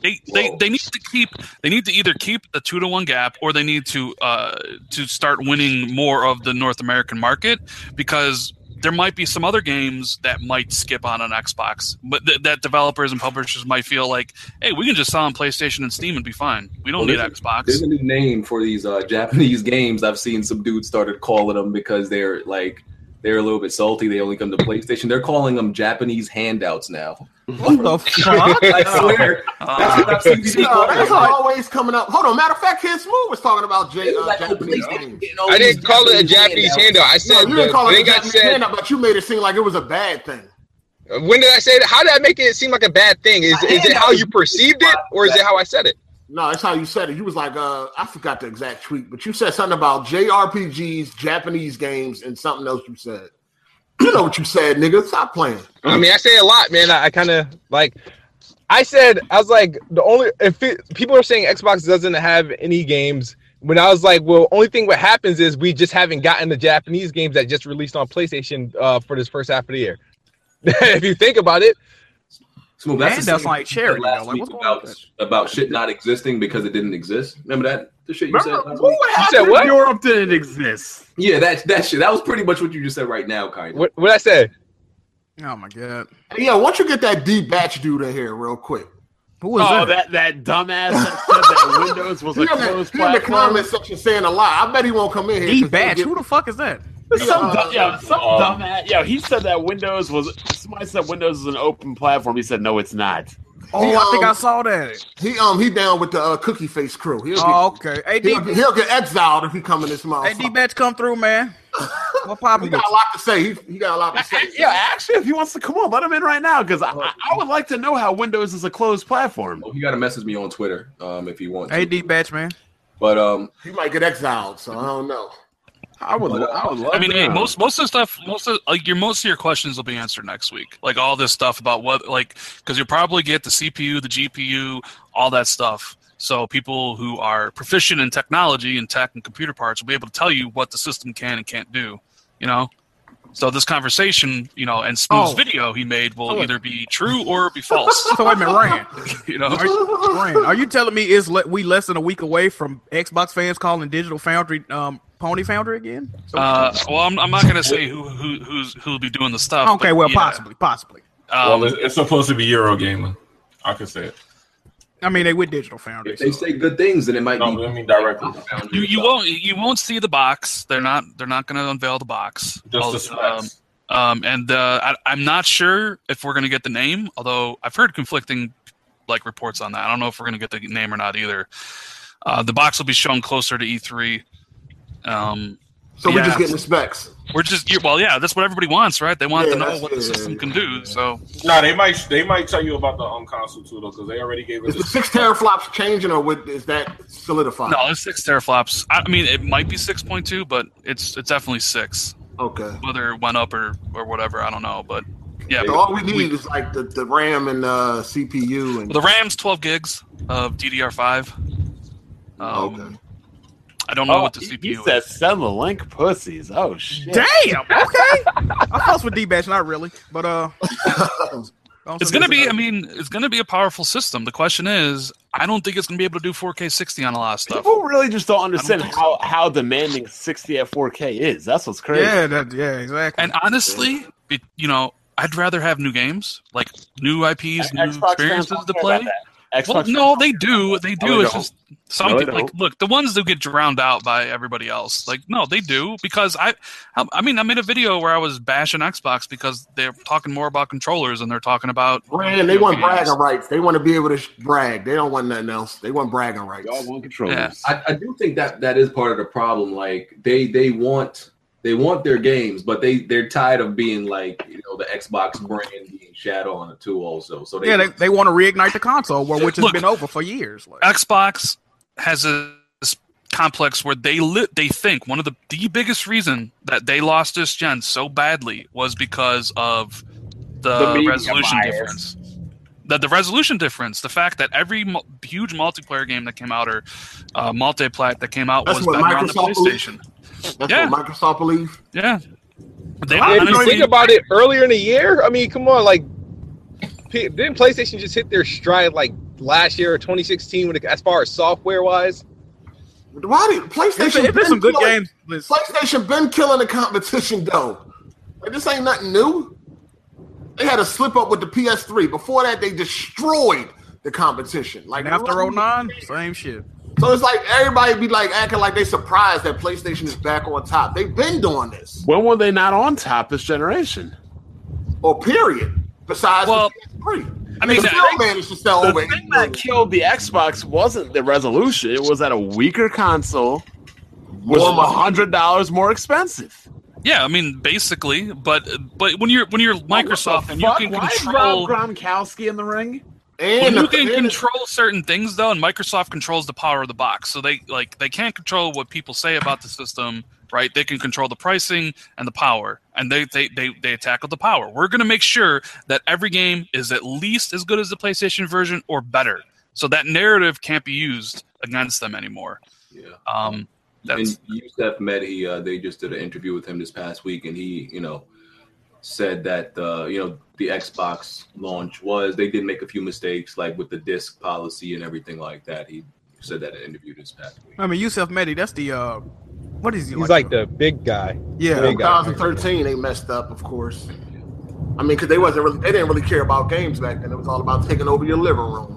Speaker 7: they, they
Speaker 4: Whoa.
Speaker 7: they need to keep they need to either keep the two to one gap or they need to uh to start winning more of the North American market because there might be some other games that might skip on an Xbox, but th- that developers and publishers might feel like, hey, we can just sell on PlayStation and Steam and be fine. We don't
Speaker 4: Well,
Speaker 7: need
Speaker 4: There's
Speaker 7: Xbox.
Speaker 4: a new name for these uh, <laughs> Japanese games. I've seen some dudes started calling them because they're like they're a little bit salty. They only come to PlayStation. They're calling them Japanese handouts now.
Speaker 2: What the <laughs> fuck?
Speaker 4: I swear,
Speaker 7: Um,
Speaker 4: that's what I've seen people
Speaker 3: No,
Speaker 4: call them.
Speaker 3: that's always coming up. Hold on. Matter of fact, Kid Smooth was talking about J,
Speaker 4: They
Speaker 3: uh,
Speaker 4: was like, oh,
Speaker 3: Japanese
Speaker 4: PlayStation
Speaker 3: games.
Speaker 4: getting all
Speaker 6: I
Speaker 4: these
Speaker 6: didn't call it a Japanese handout. I
Speaker 3: No,
Speaker 6: said
Speaker 3: you didn't
Speaker 6: the
Speaker 3: call it a
Speaker 6: thing I
Speaker 3: Japanese
Speaker 6: said.
Speaker 3: handout, but you made it seem like it was a bad thing.
Speaker 6: When did I say that? How did I make it seem like a bad thing? Is is it how you perceived it, or is it how I said it?
Speaker 3: No, that's how you said it. You was like, uh, I forgot the exact tweet, but you said something about JRPGs, Japanese games, and something else you said. You know what you said, nigga. Stop playing.
Speaker 6: I mean, I say a lot, man. I, I kind of like. I said I was like the only if it, people are saying Xbox doesn't have any games. When I was like, well, only thing what happens is we just haven't gotten the Japanese games that <laughs> just released on PlayStation uh, for this first half of the year. if you think about it,
Speaker 4: Smooth.
Speaker 2: Man,
Speaker 4: the
Speaker 2: that's
Speaker 4: same
Speaker 2: like
Speaker 4: thing you
Speaker 2: charity,
Speaker 4: said
Speaker 2: though.
Speaker 4: Last
Speaker 2: Like,
Speaker 4: week
Speaker 2: what's going on
Speaker 4: about,
Speaker 2: with
Speaker 4: about shit not existing because it didn't exist. Remember that? The shit you
Speaker 5: Remember,
Speaker 4: said. last
Speaker 5: what
Speaker 4: week?
Speaker 5: happened
Speaker 9: said
Speaker 5: if
Speaker 9: what?
Speaker 5: Europe didn't exist?
Speaker 4: Yeah, that that shit. That was pretty much what you just said right now, kind of.
Speaker 9: What what I say?
Speaker 2: Oh my god.
Speaker 3: Yeah, once you get that D batch dude in here real quick.
Speaker 2: Who was
Speaker 8: Oh,
Speaker 2: that?
Speaker 8: that that dumbass that said that Windows was a
Speaker 3: He in the,
Speaker 8: closed
Speaker 3: he in the
Speaker 8: platform.
Speaker 3: comment section saying a lot. I bet he won't come in
Speaker 2: D
Speaker 3: here. 'cause he'll
Speaker 2: Batch.
Speaker 3: get-
Speaker 2: Who the fuck is that?
Speaker 8: Some, dumb, yo, some
Speaker 1: Um,
Speaker 8: dumbass. Yo, Uh, he said that Windows was. Somebody said Windows is an open platform. He said no, it's not.
Speaker 2: Oh, I think I
Speaker 3: um,
Speaker 2: saw that.
Speaker 3: He um he down with the uh, cookie face crew. He'll get,
Speaker 2: Oh, okay. Hey, D,
Speaker 3: he'll, get- he'll get exiled if he come in this
Speaker 2: hey,
Speaker 3: motherfucker.
Speaker 2: D Batch, come through, <laughs> man. What
Speaker 3: he
Speaker 2: poppin' with
Speaker 3: got a
Speaker 2: you?
Speaker 3: lot to say. He, he got a lot to
Speaker 5: <laughs>
Speaker 3: say.
Speaker 8: Yeah, actually, if he wants to come on, let him in right now because I, I I would like to know how Windows is a closed platform.
Speaker 4: Well, Oh, you got to message me on Twitter um, if you want. To.
Speaker 2: Hey, D Batch, man.
Speaker 4: But um,
Speaker 3: he might get exiled. So I don't know. uh,
Speaker 5: I would. lo- I would love.
Speaker 7: I mean,
Speaker 5: to
Speaker 7: hey,
Speaker 5: know.
Speaker 7: most most of the stuff, most of like your most of your questions will be answered next week. Like all this stuff about what, like, because you'll probably get the CPU, the GPU, all that stuff. So people who are proficient in technology and tech and computer parts will be able to tell you what the system can and can't do. You know, so this conversation, you know, and Smooth's
Speaker 2: Oh.
Speaker 7: video he made will either be true or be false. <laughs>
Speaker 2: So wait a minute, Rand.
Speaker 7: you know,
Speaker 2: Are you, Rand, are you telling me is le- we less than a week away from Xbox fans calling Digital Foundry um, Pony Foundry again?
Speaker 7: uh, well, I'm, I'm not gonna say who who who's who'll be doing the stuff.
Speaker 2: Okay,
Speaker 7: but
Speaker 2: well,
Speaker 7: yeah.
Speaker 2: possibly, possibly.
Speaker 7: Um,
Speaker 1: well, it's, it's supposed to be Eurogamer. I can say it.
Speaker 2: I mean, they with Digital Foundry.
Speaker 4: if they
Speaker 2: so-
Speaker 4: say good things, then it might
Speaker 1: No,
Speaker 4: be.
Speaker 1: I mean directly.
Speaker 7: You you won't you won't see the box. They're not they're not going to unveil the box.
Speaker 1: Just the
Speaker 7: um,
Speaker 1: specs.
Speaker 7: um, and uh, I, I'm not sure if we're going to get the name. Although I've heard conflicting like reports on that. I don't know if we're going to get the name or not either. Uh, the box will be shown closer to E3. Um,
Speaker 3: So we
Speaker 7: Yeah.
Speaker 3: just getting the specs.
Speaker 7: we're just you- well, yeah, that's what everybody wants, right? They want
Speaker 3: Yeah,
Speaker 7: to know
Speaker 3: that's-
Speaker 7: what the
Speaker 3: yeah,
Speaker 7: system
Speaker 3: yeah,
Speaker 7: can
Speaker 3: yeah,
Speaker 7: do. So
Speaker 1: Nah, they might they might tell you about the um console too though, because they already gave
Speaker 3: Is
Speaker 1: us
Speaker 3: the six teraflops changing or would, is that solidified?
Speaker 7: no, it's six teraflops. I, I mean, it might be six point two, but it's it's definitely six.
Speaker 3: Okay.
Speaker 7: Whether it went up or or whatever, I don't know. But yeah,
Speaker 3: So all we need is like the, the RAM and uh, CPU and
Speaker 7: Well, the RAM's 12 gigs of DDR5. Um,
Speaker 3: okay.
Speaker 7: I don't know
Speaker 8: Oh,
Speaker 7: what the
Speaker 8: he,
Speaker 7: CPU
Speaker 8: he
Speaker 7: is.
Speaker 8: said send the link, pussies. Oh shit.
Speaker 2: Damn. Okay. I fuss with D Batch, not really, but uh,
Speaker 7: it's going to be, I mean, it's going to be a powerful system. The question is, I don't think it's going to be able to do 4K 60 on a lot of stuff.
Speaker 8: People really just don't understand
Speaker 7: think
Speaker 8: how, how demanding 60 at 4K is. That's what's crazy.
Speaker 2: yeah, that, yeah, exactly.
Speaker 7: And honestly, it, you know, I'd rather have new games, like new IPs,
Speaker 8: Xbox
Speaker 7: new
Speaker 8: fans
Speaker 7: experiences
Speaker 8: don't
Speaker 7: to
Speaker 8: care
Speaker 7: play.
Speaker 8: about that. Xbox
Speaker 7: Well,
Speaker 8: fans
Speaker 7: no,
Speaker 8: don't
Speaker 7: they
Speaker 8: care
Speaker 7: do.
Speaker 8: about
Speaker 7: They
Speaker 8: that.
Speaker 7: do.
Speaker 8: No, they
Speaker 7: it's
Speaker 8: don't.
Speaker 7: just some
Speaker 8: No, they
Speaker 7: people like
Speaker 8: don't.
Speaker 7: look. The ones that get drowned out by everybody else. Like no, they do because I, I, I mean, I made a video where I was bashing Xbox because they're talking more about controllers and they're talking about.
Speaker 3: RAM. They want
Speaker 7: video games.
Speaker 3: bragging rights. They want to be able to sh- brag. They don't want nothing else. They want bragging rights.
Speaker 5: Y'all want controllers?
Speaker 7: Yeah.
Speaker 4: I, I do think that that is part of the problem. Like they they want they want their games, but they they're tired of being like you know the Xbox brand being shadow on it too. Also, so they,
Speaker 2: yeah, they, they want to reignite the console, where which has
Speaker 7: Look.
Speaker 2: been over for years. Like,
Speaker 7: Xbox has a, this complex where they li- they think one of the the biggest reason that they lost this gen so badly was because of
Speaker 8: The
Speaker 7: the,
Speaker 8: media
Speaker 7: resolution
Speaker 8: bias.
Speaker 7: difference. The, the resolution difference, the fact that every mu- huge multiplayer game that came out or uh, multiplat that came out
Speaker 3: That's
Speaker 7: was
Speaker 3: what
Speaker 7: better on the
Speaker 3: Microsoft
Speaker 7: PlayStation.
Speaker 3: That's
Speaker 7: Yeah.
Speaker 3: what Microsoft believe.
Speaker 7: Yeah, they
Speaker 9: Yeah, if you
Speaker 7: honestly-
Speaker 9: think about it earlier in the year, I mean, come on, like, P- didn't PlayStation just hit their stride like last year or 2016 when it, as far as software wise?
Speaker 3: Why did
Speaker 2: it's,
Speaker 3: PlayStation?
Speaker 2: it's been some good
Speaker 3: killing-
Speaker 2: games. Listen,
Speaker 3: PlayStation been killing the competition though. Like, this ain't nothing new. They had a slip up with the PS3. Before that, they destroyed the competition. Like
Speaker 2: and after 09, same shit.
Speaker 3: so it's like everybody be like acting like they surprised that PlayStation is back on top. They've been doing this,
Speaker 8: When were they not on top this generation?
Speaker 3: or period. Besides,
Speaker 7: Well,
Speaker 3: the PS3.
Speaker 7: I mean,
Speaker 3: they
Speaker 7: that-
Speaker 3: still managed to sell
Speaker 8: The
Speaker 3: over.
Speaker 8: thing
Speaker 3: 80
Speaker 8: that
Speaker 3: million.
Speaker 8: killed the Xbox wasn't the resolution. It was that a weaker console was
Speaker 3: More money.
Speaker 8: hundred dollars more expensive.
Speaker 7: yeah, I mean, basically, but but when you're when you're Microsoft and you
Speaker 8: Fuck,
Speaker 7: can
Speaker 8: why is
Speaker 7: control
Speaker 8: Rob Gronkowski in the ring?
Speaker 3: and
Speaker 7: Well,
Speaker 3: the-
Speaker 7: you can
Speaker 3: and the-
Speaker 7: control certain things though, and Microsoft controls the power of the box. So they like they can't control what people say about the system, right? They can control the pricing and the power, and they they they, they tackle the power. We're going to make sure that every game is at least as good as the PlayStation version or better. So that narrative can't be used against them anymore.
Speaker 4: yeah.
Speaker 7: Um, that's
Speaker 4: and Youssef Med, he uh, they just did an interview with him this past week, and he, you know, said that uh, you know the Xbox launch was they did make a few mistakes, like with the disc policy and everything like that. He said that in an interview this past week.
Speaker 2: I mean, Yusef Medi, that's the uh, what is he?
Speaker 6: He's like the big guy.
Speaker 2: yeah,
Speaker 6: big guy.
Speaker 3: 2013, they messed up, of course. I mean, because they wasn't really, they didn't really care about games back then. It was all about taking over your living room.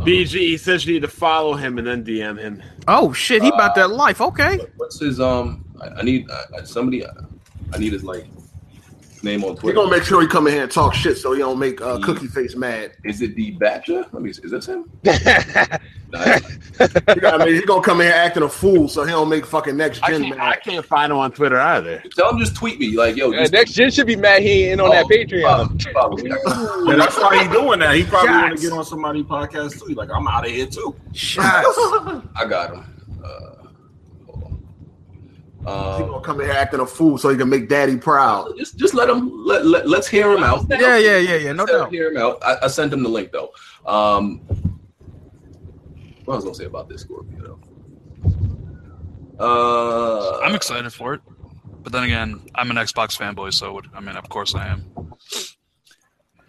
Speaker 5: BG, he says you need to follow him and then DM him.
Speaker 2: Oh shit, he about
Speaker 6: uh,
Speaker 2: that life. Okay.
Speaker 4: What's his um? I, I need I, I- somebody. I, I need his like name on
Speaker 3: We're
Speaker 4: Twitter.
Speaker 3: gonna make sure he come in here and talk shit so he don't make uh, Cookie Face mad.
Speaker 4: Is it the Badger? Let me. see. Is
Speaker 2: <laughs>
Speaker 4: this him? Nah,
Speaker 3: You know what I mean, he's gonna come in here acting a fool so he don't make fucking next
Speaker 5: I
Speaker 3: gen
Speaker 5: can't, I
Speaker 3: mad.
Speaker 5: can't find him on Twitter either.
Speaker 4: Tell him just tweet me like yo.
Speaker 6: Uh,
Speaker 4: Just,
Speaker 6: next gen should be mad he ain't in on that
Speaker 4: Oh,
Speaker 6: Patreon.
Speaker 4: follow- follow me.
Speaker 2: <laughs>
Speaker 1: Yeah, that's why he doing that. He probably want to get on somebody podcast too. He Like I'm out of here too.
Speaker 3: <laughs>
Speaker 2: Shots.
Speaker 4: I got him. Uh, hold
Speaker 3: He's
Speaker 4: on. Um,
Speaker 3: gonna come in here acting a fool so he can make daddy proud.
Speaker 4: just just let him let, let let's hear him out.
Speaker 2: yeah, yeah, yeah, yeah. No
Speaker 4: Let's
Speaker 2: doubt.
Speaker 4: hear him out. I, I sent him the link though. Um, what I was gonna say about this Scorpio though. Uh,
Speaker 7: I'm excited for it. But then again, I'm an Xbox fanboy, so it- I mean, of course I am.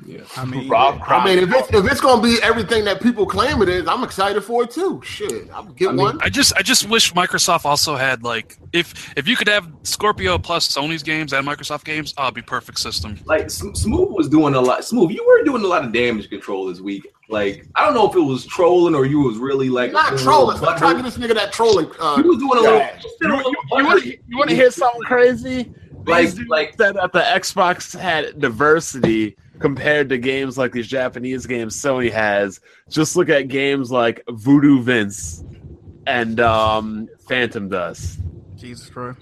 Speaker 4: yeah.
Speaker 2: I mean,
Speaker 5: Rob
Speaker 3: I
Speaker 5: Cross.
Speaker 3: mean, if it's, if it's gonna be everything that people claim it is, I'm excited for it too. Shit, I'll get
Speaker 4: I mean,
Speaker 3: one.
Speaker 7: I just I just wish Microsoft also had like if if you could have Scorpio plus Sony's games and Microsoft games, I'll be perfect system.
Speaker 4: like Sm- Smooth was doing a lot. Smooth, you were doing a lot of damage control this week. Like I don't know if it was trolling or you was really like uh,
Speaker 3: not trolling. Stop trying to get this nigga that trolling. Uh,
Speaker 4: You was doing a little.
Speaker 3: guy.
Speaker 4: You,
Speaker 5: You want to hear something crazy?
Speaker 4: Like-
Speaker 5: These dudes
Speaker 4: like-
Speaker 5: said that the Xbox had diversity compared to games like these Japanese games Sony has. Just look at games like Voodoo Vince and um, Phantom Dust.
Speaker 2: Jesus Christ.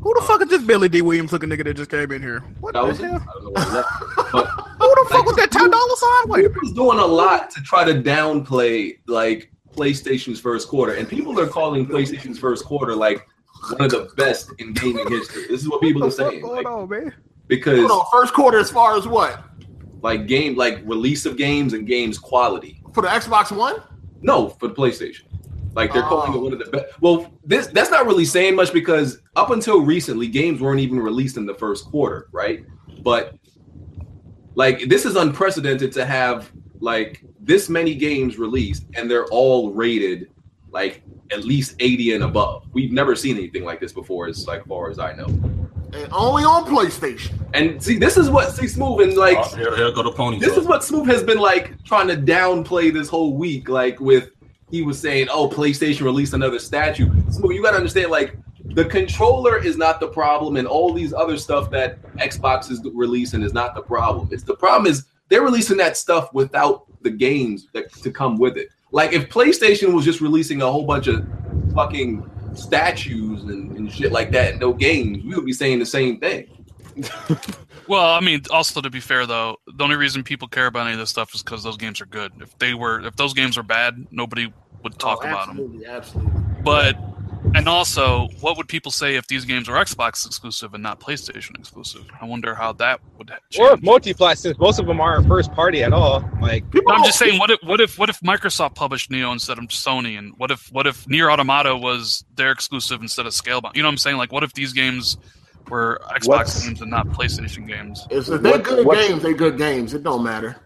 Speaker 2: Who the fuck is this Billy D. Williams looking nigga that just came in here? What
Speaker 4: That
Speaker 2: the
Speaker 4: was it. I
Speaker 2: hell?
Speaker 4: don't know what left. But
Speaker 2: Who the fuck was that ten dollar sign? <laughs> Wait a
Speaker 4: he was doing a lot to try to downplay like PlayStation's first quarter, and people are calling PlayStation's first quarter like one of the best in gaming history. This is what people are
Speaker 2: minute.
Speaker 4: saying
Speaker 2: Hold
Speaker 4: like,
Speaker 2: on, man.
Speaker 4: because
Speaker 3: Hold on, first quarter as far as what
Speaker 4: like game like release of games and games quality.
Speaker 3: for the Xbox One?
Speaker 4: No, for the PlayStation. Like they're calling it
Speaker 3: Oh.
Speaker 4: one of the best. Well, this that's not really saying much because up until recently, games weren't even released in the first quarter, right? But like this is unprecedented to have like this many games released and they're all rated like at least 80 and above. We've never seen anything like this before, as like far as I know.
Speaker 3: and only on PlayStation.
Speaker 4: And see, this is what see smooth and like
Speaker 1: Oh, here, here go the pony.
Speaker 4: this is what Smoove has been like trying to downplay this whole week, like with he was saying, "Oh, PlayStation released another statue." Smoove, you got to understand, like the controller is not the problem, and all these other stuff that Xbox is releasing is not the problem. It's the problem is they're releasing that stuff without the games that to come with it. Like if PlayStation was just releasing a whole bunch of fucking statues and, and shit like that and no games, we would be saying the same thing.
Speaker 7: Well, I mean, also to be fair though, the only reason people care about any of this stuff is because those games are good. If they were, if those games are bad, nobody would talk
Speaker 3: Oh,
Speaker 7: about them.
Speaker 3: absolutely, Absolutely.
Speaker 7: But and also, what would people say if these games were Xbox exclusive and not PlayStation exclusive? I wonder how that would
Speaker 6: Or
Speaker 7: change.
Speaker 6: if multiply, since most of them aren't first party at all.
Speaker 2: <laughs>
Speaker 6: Like,
Speaker 7: No, I'm just saying, what if what if what if Microsoft published Neo instead of Sony, and what if what if Near Automata was their exclusive instead of Scalebound? You know what I'm saying? Like, what if these games were Xbox
Speaker 5: What's-
Speaker 7: games and not PlayStation games?
Speaker 3: If, if they're
Speaker 10: What-
Speaker 3: good
Speaker 10: what-
Speaker 3: games, they're good games. It don't matter.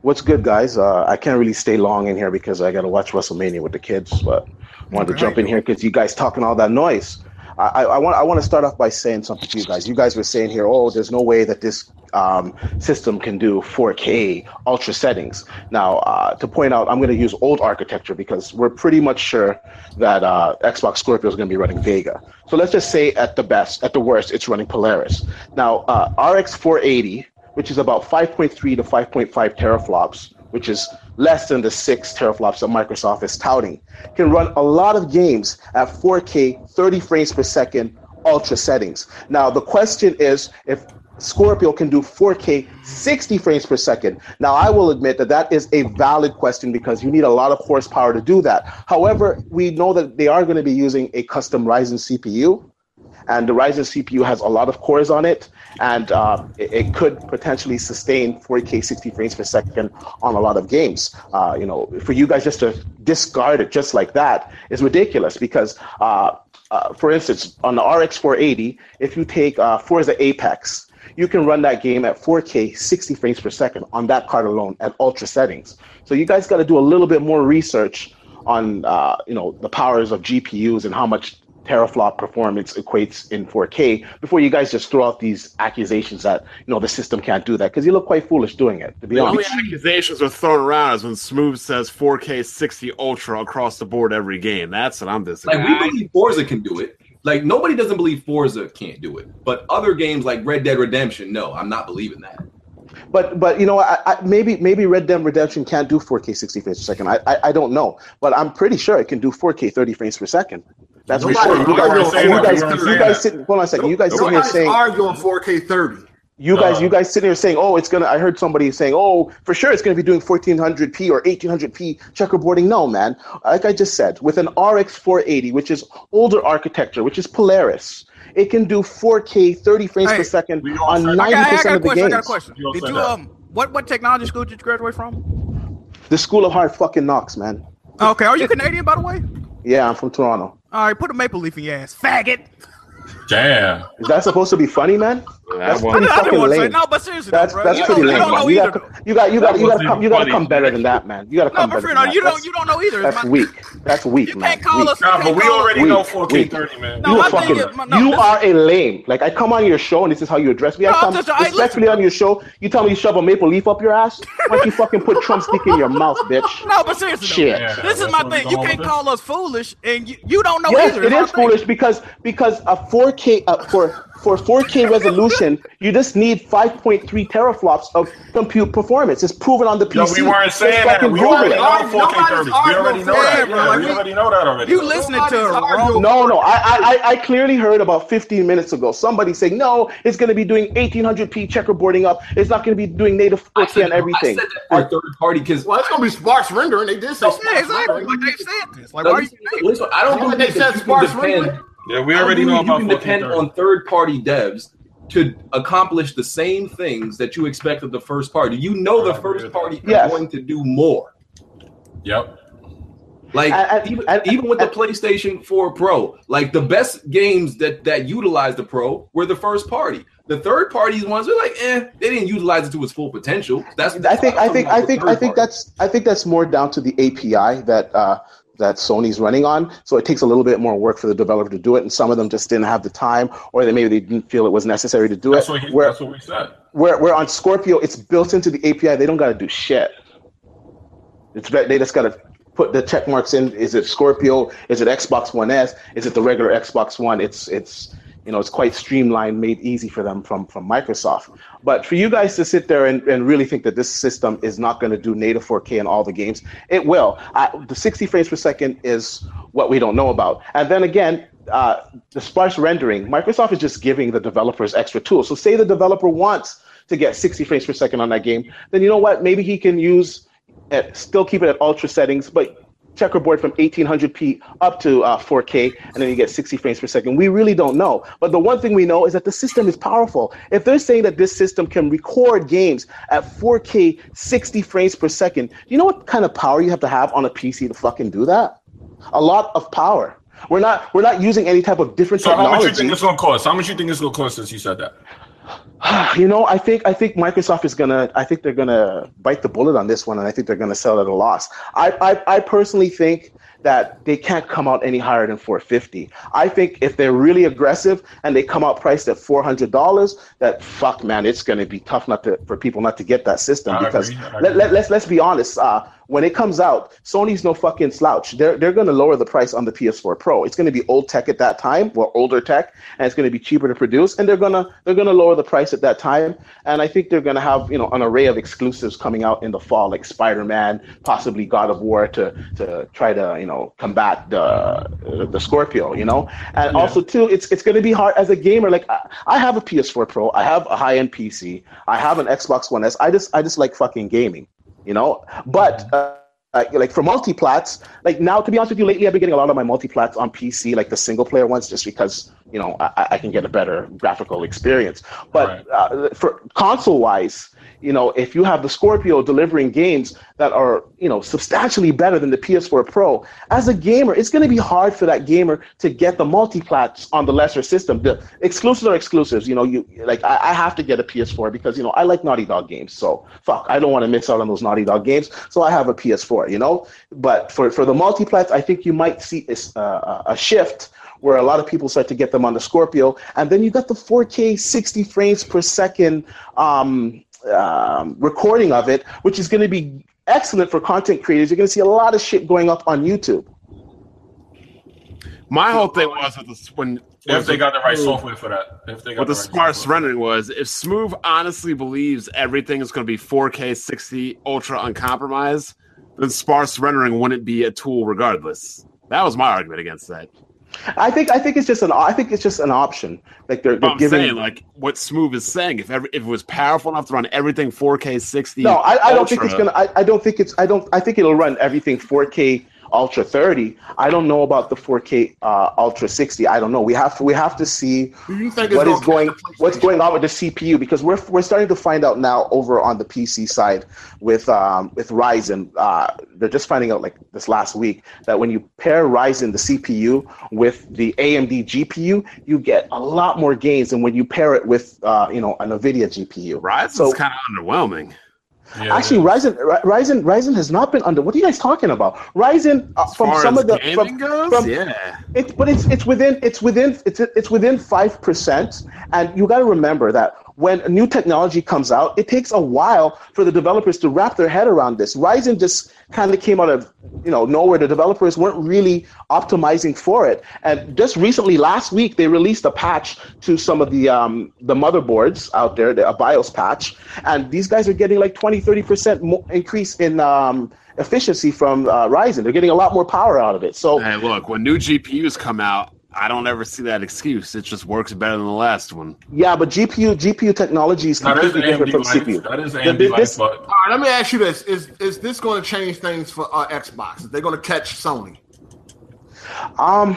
Speaker 10: What's good, guys? Uh, I can't really stay long in here because I got to watch WrestleMania with the kids, but I wanted to
Speaker 2: Okay.
Speaker 10: jump in here because you guys talking all that noise. I, I, I want I want to start off by saying something to you guys. You guys were saying here, oh, there's no way that this um, system can do 4K ultra settings. Now, uh, to point out, I'm going to use old architecture because we're pretty much sure that uh, Xbox Scorpio is going to be running Vega. So let's just say at the best, at the worst, it's running Polaris. Now, uh, RX 480 which is about 5.3 to 5.5 teraflops, which is less than the six teraflops that Microsoft is touting, can run a lot of games at 4K 30 frames per second ultra settings. Now, the question is if Scorpio can do 4K 60 frames per second. Now, I will admit that that is a valid question because you need a lot of horsepower to do that. However, we know that they are going to be using a custom Ryzen CPU. and the Ryzen CPU has a lot of cores on it, and um, it, it could potentially sustain 4K 60 frames per second on a lot of games. Uh, you know, for you guys just to discard it just like that is ridiculous because, uh, uh, for instance, on the RX 480, if you take uh, Forza Apex, you can run that game at 4K 60 frames per second on that card alone at ultra settings. So you guys got to do a little bit more research on uh, you know the powers of GPUs and how much teraflop performance equates in 4K before you guys just throw out these accusations that you know the system can't do that because you look quite foolish doing it. To be
Speaker 8: The
Speaker 5: Oh,
Speaker 8: only
Speaker 10: honest,
Speaker 8: accusations are thrown around is when Smooth says 4K 60 Ultra across the board every game. That's what I'm disagreeing.
Speaker 4: Like we believe Forza can do it. Like nobody doesn't believe Forza can't do it. But other games like Red Dead Redemption, no, I'm not believing that.
Speaker 10: but but you know I, I, maybe maybe Red Dead Redemption can't do 4K 60 frames per second. I, I I don't know, but I'm pretty sure it can do 4K 30 frames per second. That's for
Speaker 3: Nobody-
Speaker 10: sure. You guys,
Speaker 3: nobody
Speaker 10: you
Speaker 3: saying
Speaker 10: guys,
Speaker 3: that.
Speaker 10: you guys sit. Hold on a second. You guys sit here
Speaker 3: Nobody's
Speaker 10: saying
Speaker 3: arguing 4K 30.
Speaker 10: You guys, you guys sitting here saying, "Oh, it's gonna." I heard somebody saying, "Oh, for sure, it's gonna be doing 1400p or 1800p checkerboarding." No, man. Like I just said, with an RX 480, which is older architecture, which is Polaris, it can do 4K 30 frames
Speaker 2: Hey,
Speaker 10: per second
Speaker 1: we all
Speaker 10: on
Speaker 1: said- I got-
Speaker 2: I
Speaker 10: 90
Speaker 2: got, I got
Speaker 10: percent
Speaker 2: a
Speaker 10: of the
Speaker 2: question. I
Speaker 10: games.
Speaker 2: got a question.
Speaker 1: You don't
Speaker 2: Did
Speaker 1: say
Speaker 2: you
Speaker 1: that.
Speaker 2: um what what technology school did you graduate from?
Speaker 10: The School of Hard fucking knocks, man.
Speaker 2: Okay, are you Canadian by the way?
Speaker 10: Yeah, I'm from Toronto.
Speaker 2: All right, put a maple leaf in your ass, faggot.
Speaker 1: Damn.
Speaker 10: Is that supposed to be
Speaker 2: <laughs>
Speaker 10: funny, man? That's
Speaker 2: I
Speaker 10: pretty
Speaker 2: didn't, I didn't
Speaker 10: fucking
Speaker 2: want to say
Speaker 10: lame.
Speaker 2: no, but seriously,
Speaker 10: That's
Speaker 2: though, bro,
Speaker 10: that's
Speaker 2: you
Speaker 10: pretty
Speaker 2: don't,
Speaker 10: lame.
Speaker 2: You don't
Speaker 10: man.
Speaker 2: know
Speaker 10: You
Speaker 2: either.
Speaker 10: got
Speaker 2: though.
Speaker 10: you got you got you
Speaker 8: wasn't
Speaker 10: gotta come you gotta
Speaker 8: funny.
Speaker 10: come better than that, man. You gotta
Speaker 2: No,
Speaker 10: come
Speaker 2: but
Speaker 10: better
Speaker 2: friend,
Speaker 10: than that.
Speaker 2: you
Speaker 10: That's-
Speaker 2: don't you don't know either.
Speaker 10: That's
Speaker 2: man.
Speaker 10: weak. That's weak,
Speaker 2: You
Speaker 10: man.
Speaker 2: can't call
Speaker 10: Weak.
Speaker 2: us. you
Speaker 1: Nah,
Speaker 2: can't
Speaker 1: but we
Speaker 2: call us-
Speaker 1: already
Speaker 10: Weak,
Speaker 1: know 4K
Speaker 10: weak.
Speaker 1: 30, man.
Speaker 2: No, I
Speaker 10: you a
Speaker 2: think
Speaker 10: fucking,
Speaker 2: it- no, no,
Speaker 10: you
Speaker 2: this-
Speaker 10: are a lame. Like I come on your show and this is how you address me.
Speaker 2: No,
Speaker 10: I
Speaker 2: I'm
Speaker 10: come
Speaker 2: just- I listen-
Speaker 10: respectfully on your show. You tell me you shove a maple leaf up your ass. Why don't you fucking put Trump's dick in your mouth,
Speaker 2: <laughs>
Speaker 10: bitch?
Speaker 2: No, but seriously, though,
Speaker 10: Shit.
Speaker 1: Yeah,
Speaker 2: this is
Speaker 1: that's where
Speaker 2: my
Speaker 1: we
Speaker 2: thing. You
Speaker 1: going
Speaker 2: can't
Speaker 1: with
Speaker 2: call us foolish, and you, you don't know
Speaker 10: Yes,
Speaker 2: either.
Speaker 10: it
Speaker 2: my
Speaker 10: is
Speaker 2: thing.
Speaker 10: foolish because because a 4K uh, for for 4K resolution, you just need 5.3 teraflops of compute performance. It's proven on the
Speaker 1: Yo,
Speaker 10: PC.
Speaker 1: we weren't
Speaker 10: It's
Speaker 1: saying that.
Speaker 10: fucking
Speaker 1: We
Speaker 10: proven
Speaker 1: already
Speaker 10: it.
Speaker 1: know 4K 30. We already
Speaker 3: Nobody's arguing
Speaker 1: know
Speaker 3: for
Speaker 1: that.
Speaker 2: it, bro.
Speaker 1: Yeah,
Speaker 2: Like,
Speaker 1: we
Speaker 2: we-
Speaker 1: already know that already.
Speaker 2: You listening to
Speaker 3: Nobody's
Speaker 2: a wrong?
Speaker 3: arguing.
Speaker 10: No, no, I, I, I- I clearly heard about 15 minutes ago somebody saying, no, it's going to be doing 1800p checkerboarding up. It's not going to be doing native
Speaker 4: I
Speaker 10: 4K
Speaker 4: said,
Speaker 10: and
Speaker 4: I
Speaker 10: everything.
Speaker 4: said that for a third party because
Speaker 3: Well, it's gonna be sparse rendering. They did say sparse
Speaker 2: Yeah, exactly.
Speaker 3: rendering.
Speaker 2: Like they said this. Like, why are you?
Speaker 4: I don't
Speaker 3: Haven't
Speaker 4: believe
Speaker 3: they
Speaker 4: that
Speaker 3: said
Speaker 4: you can
Speaker 3: sparse
Speaker 4: depend.
Speaker 3: rendering?
Speaker 1: Yeah, we
Speaker 4: I
Speaker 1: already know
Speaker 4: believe
Speaker 1: about 4K
Speaker 4: you can depend
Speaker 1: 30.
Speaker 4: on third party devs to accomplish the same things that you expect of the first party. You know
Speaker 1: I
Speaker 4: the
Speaker 1: agree
Speaker 4: first
Speaker 1: with that.
Speaker 4: party
Speaker 10: Yes.
Speaker 4: is going to do more.
Speaker 1: Yep.
Speaker 4: Like
Speaker 10: I- I-
Speaker 4: even,
Speaker 10: I-
Speaker 4: even with the
Speaker 10: I-
Speaker 4: PlayStation 4 Pro, like the best games that that utilized the Pro were the first party. The third party ones are like, eh, they didn't utilize it to its full potential. That's
Speaker 10: I think I think I think I think
Speaker 4: that's.
Speaker 10: that's I think that's more down to the API that uh, that Sony's running on. So it takes a little bit more work for the developer to do it, and some of them just didn't have the time, or they maybe they didn't feel it was necessary to do
Speaker 1: That's
Speaker 10: it.
Speaker 1: what, he,
Speaker 10: where,
Speaker 1: that's what we said.
Speaker 10: where where on Scorpio, it's built into the API. They don't got to do shit. It's bet- they just got to put the check marks in. Is it Scorpio? Is it Xbox One S? Is it the regular Xbox One? It's it's you know it's quite streamlined, made easy for them from from Microsoft. But for you guys to sit there and, and really think that this system is not going to do native 4K in all the games, it will. I, the 60 frames per second is what we don't know about. And then again, uh, the sparse rendering, Microsoft is just giving the developers extra tools. So say the developer wants to get 60 frames per second on that game, then you know what? Maybe he can use at, still keep it at ultra settings, but checkerboard from 1800p up to uh, 4K, and then you get 60 frames per second. We really don't know. But the one thing we know is that the system is powerful. If they're saying that this system can record games at 4K 60 frames per second, you know what kind of power you have to have on a PC to fucking do that? A lot of power. We're not we're not using any type of different
Speaker 1: So how much you
Speaker 10: technology.
Speaker 1: think it's gonna cost? How much you think it's gonna cost since you said that?
Speaker 10: <sighs> You know, I think I think Microsoft is gonna. I think they're gonna bite the bullet on this one, and I think they're gonna sell at a loss. I I, I personally think that they can't come out any higher than 450. I think if they're really aggressive and they come out priced at $400, that fuck man, it's gonna be tough not to for people not to get that system
Speaker 1: I
Speaker 10: because
Speaker 1: agree, I
Speaker 10: let,
Speaker 1: agree.
Speaker 10: let, let's let's be honest. Uh, when it comes out, Sony's no fucking slouch. They're they're going to lower the price on the PS4 Pro. It's going to be old tech at that time, well, older tech, and it's going to be cheaper to produce. And they're gonna they're going to lower the price at that time. And I think they're going to have you know an array of exclusives coming out in the fall, like Spider Man, possibly God of War, to to try to you know combat the the Scorpio. You know, and also too, it's it's going to be hard as a gamer. Like I, I have a PS4 Pro, I have a high end PC, I have an Xbox One S. I just I just like fucking gaming you know but uh, like like for multiplats. Like now, to be honest with you, lately I've been getting a lot of my multiplats on PC, like the single player ones, just because you know I, I- I can get a better graphical experience. But uh, for console wise, you know, if you have the Scorpio delivering games that are you know substantially better than the PS4 Pro, as a gamer, it's going to be hard for that gamer to get the multiplats on the lesser system. The exclusives are exclusives. You know, you like I, I have to get a PS4 because you know I like Naughty Dog games. So fuck, I don't want to miss out on those Naughty Dog games. So I have a PS4. You know, but for for the multiplats, I think you might see is- uh, a a shift where a lot of people start to get them on the Scorpio, and then you got the 4K 60 frames per second um, um, recording of it, which is going to be excellent for content creators. You're going to see a lot of shit going up on YouTube.
Speaker 5: My whole thing was with the when
Speaker 1: If they got the right software for that. If they got
Speaker 5: what the
Speaker 1: right
Speaker 5: sparse rendering was, if Smooth honestly believes everything is going to be 4K 60 ultra uncompromised, then sparse rendering wouldn't be a tool regardless. That was my argument against that.
Speaker 10: I think I think it's just an I think it's just an option. Like they're,
Speaker 5: But
Speaker 10: they're
Speaker 5: I'm
Speaker 10: giving.
Speaker 5: saying, like what Smooth is saying, if every, if it was powerful enough to run everything 4K 60,
Speaker 10: no, I, I don't think it's
Speaker 5: ultra,
Speaker 10: gonna. I, I don't think it's. I don't. I think it'll run everything 4K Ultra 30. I don't know about the 4K uh, Ultra 60. I don't know. We have to. We have to see
Speaker 3: Do you think
Speaker 10: what
Speaker 3: it's
Speaker 10: is
Speaker 3: gonna
Speaker 10: going what's going on with the CPU because we're we're starting to find out now over on the PC side with um, with Ryzen. Uh, they're just finding out like this last week that when you pair Ryzen the CPU with the AMD GPU, you get a lot more gains than when you pair it with uh, you know an NVIDIA GPU.
Speaker 5: Ryzen's
Speaker 10: So-
Speaker 5: kind of underwhelming.
Speaker 1: Yeah,
Speaker 10: Actually, Ryzen, Ry- Ryzen, Ryzen has not been under. What are you guys talking about? Ryzen uh,
Speaker 5: As
Speaker 10: from
Speaker 5: far
Speaker 10: some
Speaker 5: as
Speaker 10: of the
Speaker 5: gaming
Speaker 10: from,
Speaker 5: goes,
Speaker 10: from-
Speaker 5: yeah.
Speaker 10: it's but it's it's within it's within it's it's within five percent, and you got to remember that when new technology comes out, it takes a while for the developers to wrap their head around this. Ryzen just kind of came out of you know nowhere. The developers weren't really optimizing for it, and just recently, last week, they released a patch to some of the um, the motherboards out there, the, a BIOS patch, and these guys are getting like 20, 30 percent mo- increase in. Um, efficiency from uh, Ryzen. They're getting a lot more power out of it. So
Speaker 5: Hey, look, when new GPUs come out, I don't ever see that excuse. It just works better than the last one.
Speaker 10: Yeah, but GPU GPU technology is
Speaker 1: No, that is
Speaker 10: completely
Speaker 1: AMD
Speaker 10: different from
Speaker 1: life.
Speaker 10: CPU.
Speaker 1: That is
Speaker 10: Th-
Speaker 1: AMD
Speaker 10: th-
Speaker 1: life,
Speaker 10: this-
Speaker 1: but
Speaker 10: <laughs>
Speaker 3: All right, let me ask you this: Is is this going to change things for uh, Xbox? Is they going to catch Sony?
Speaker 10: Um,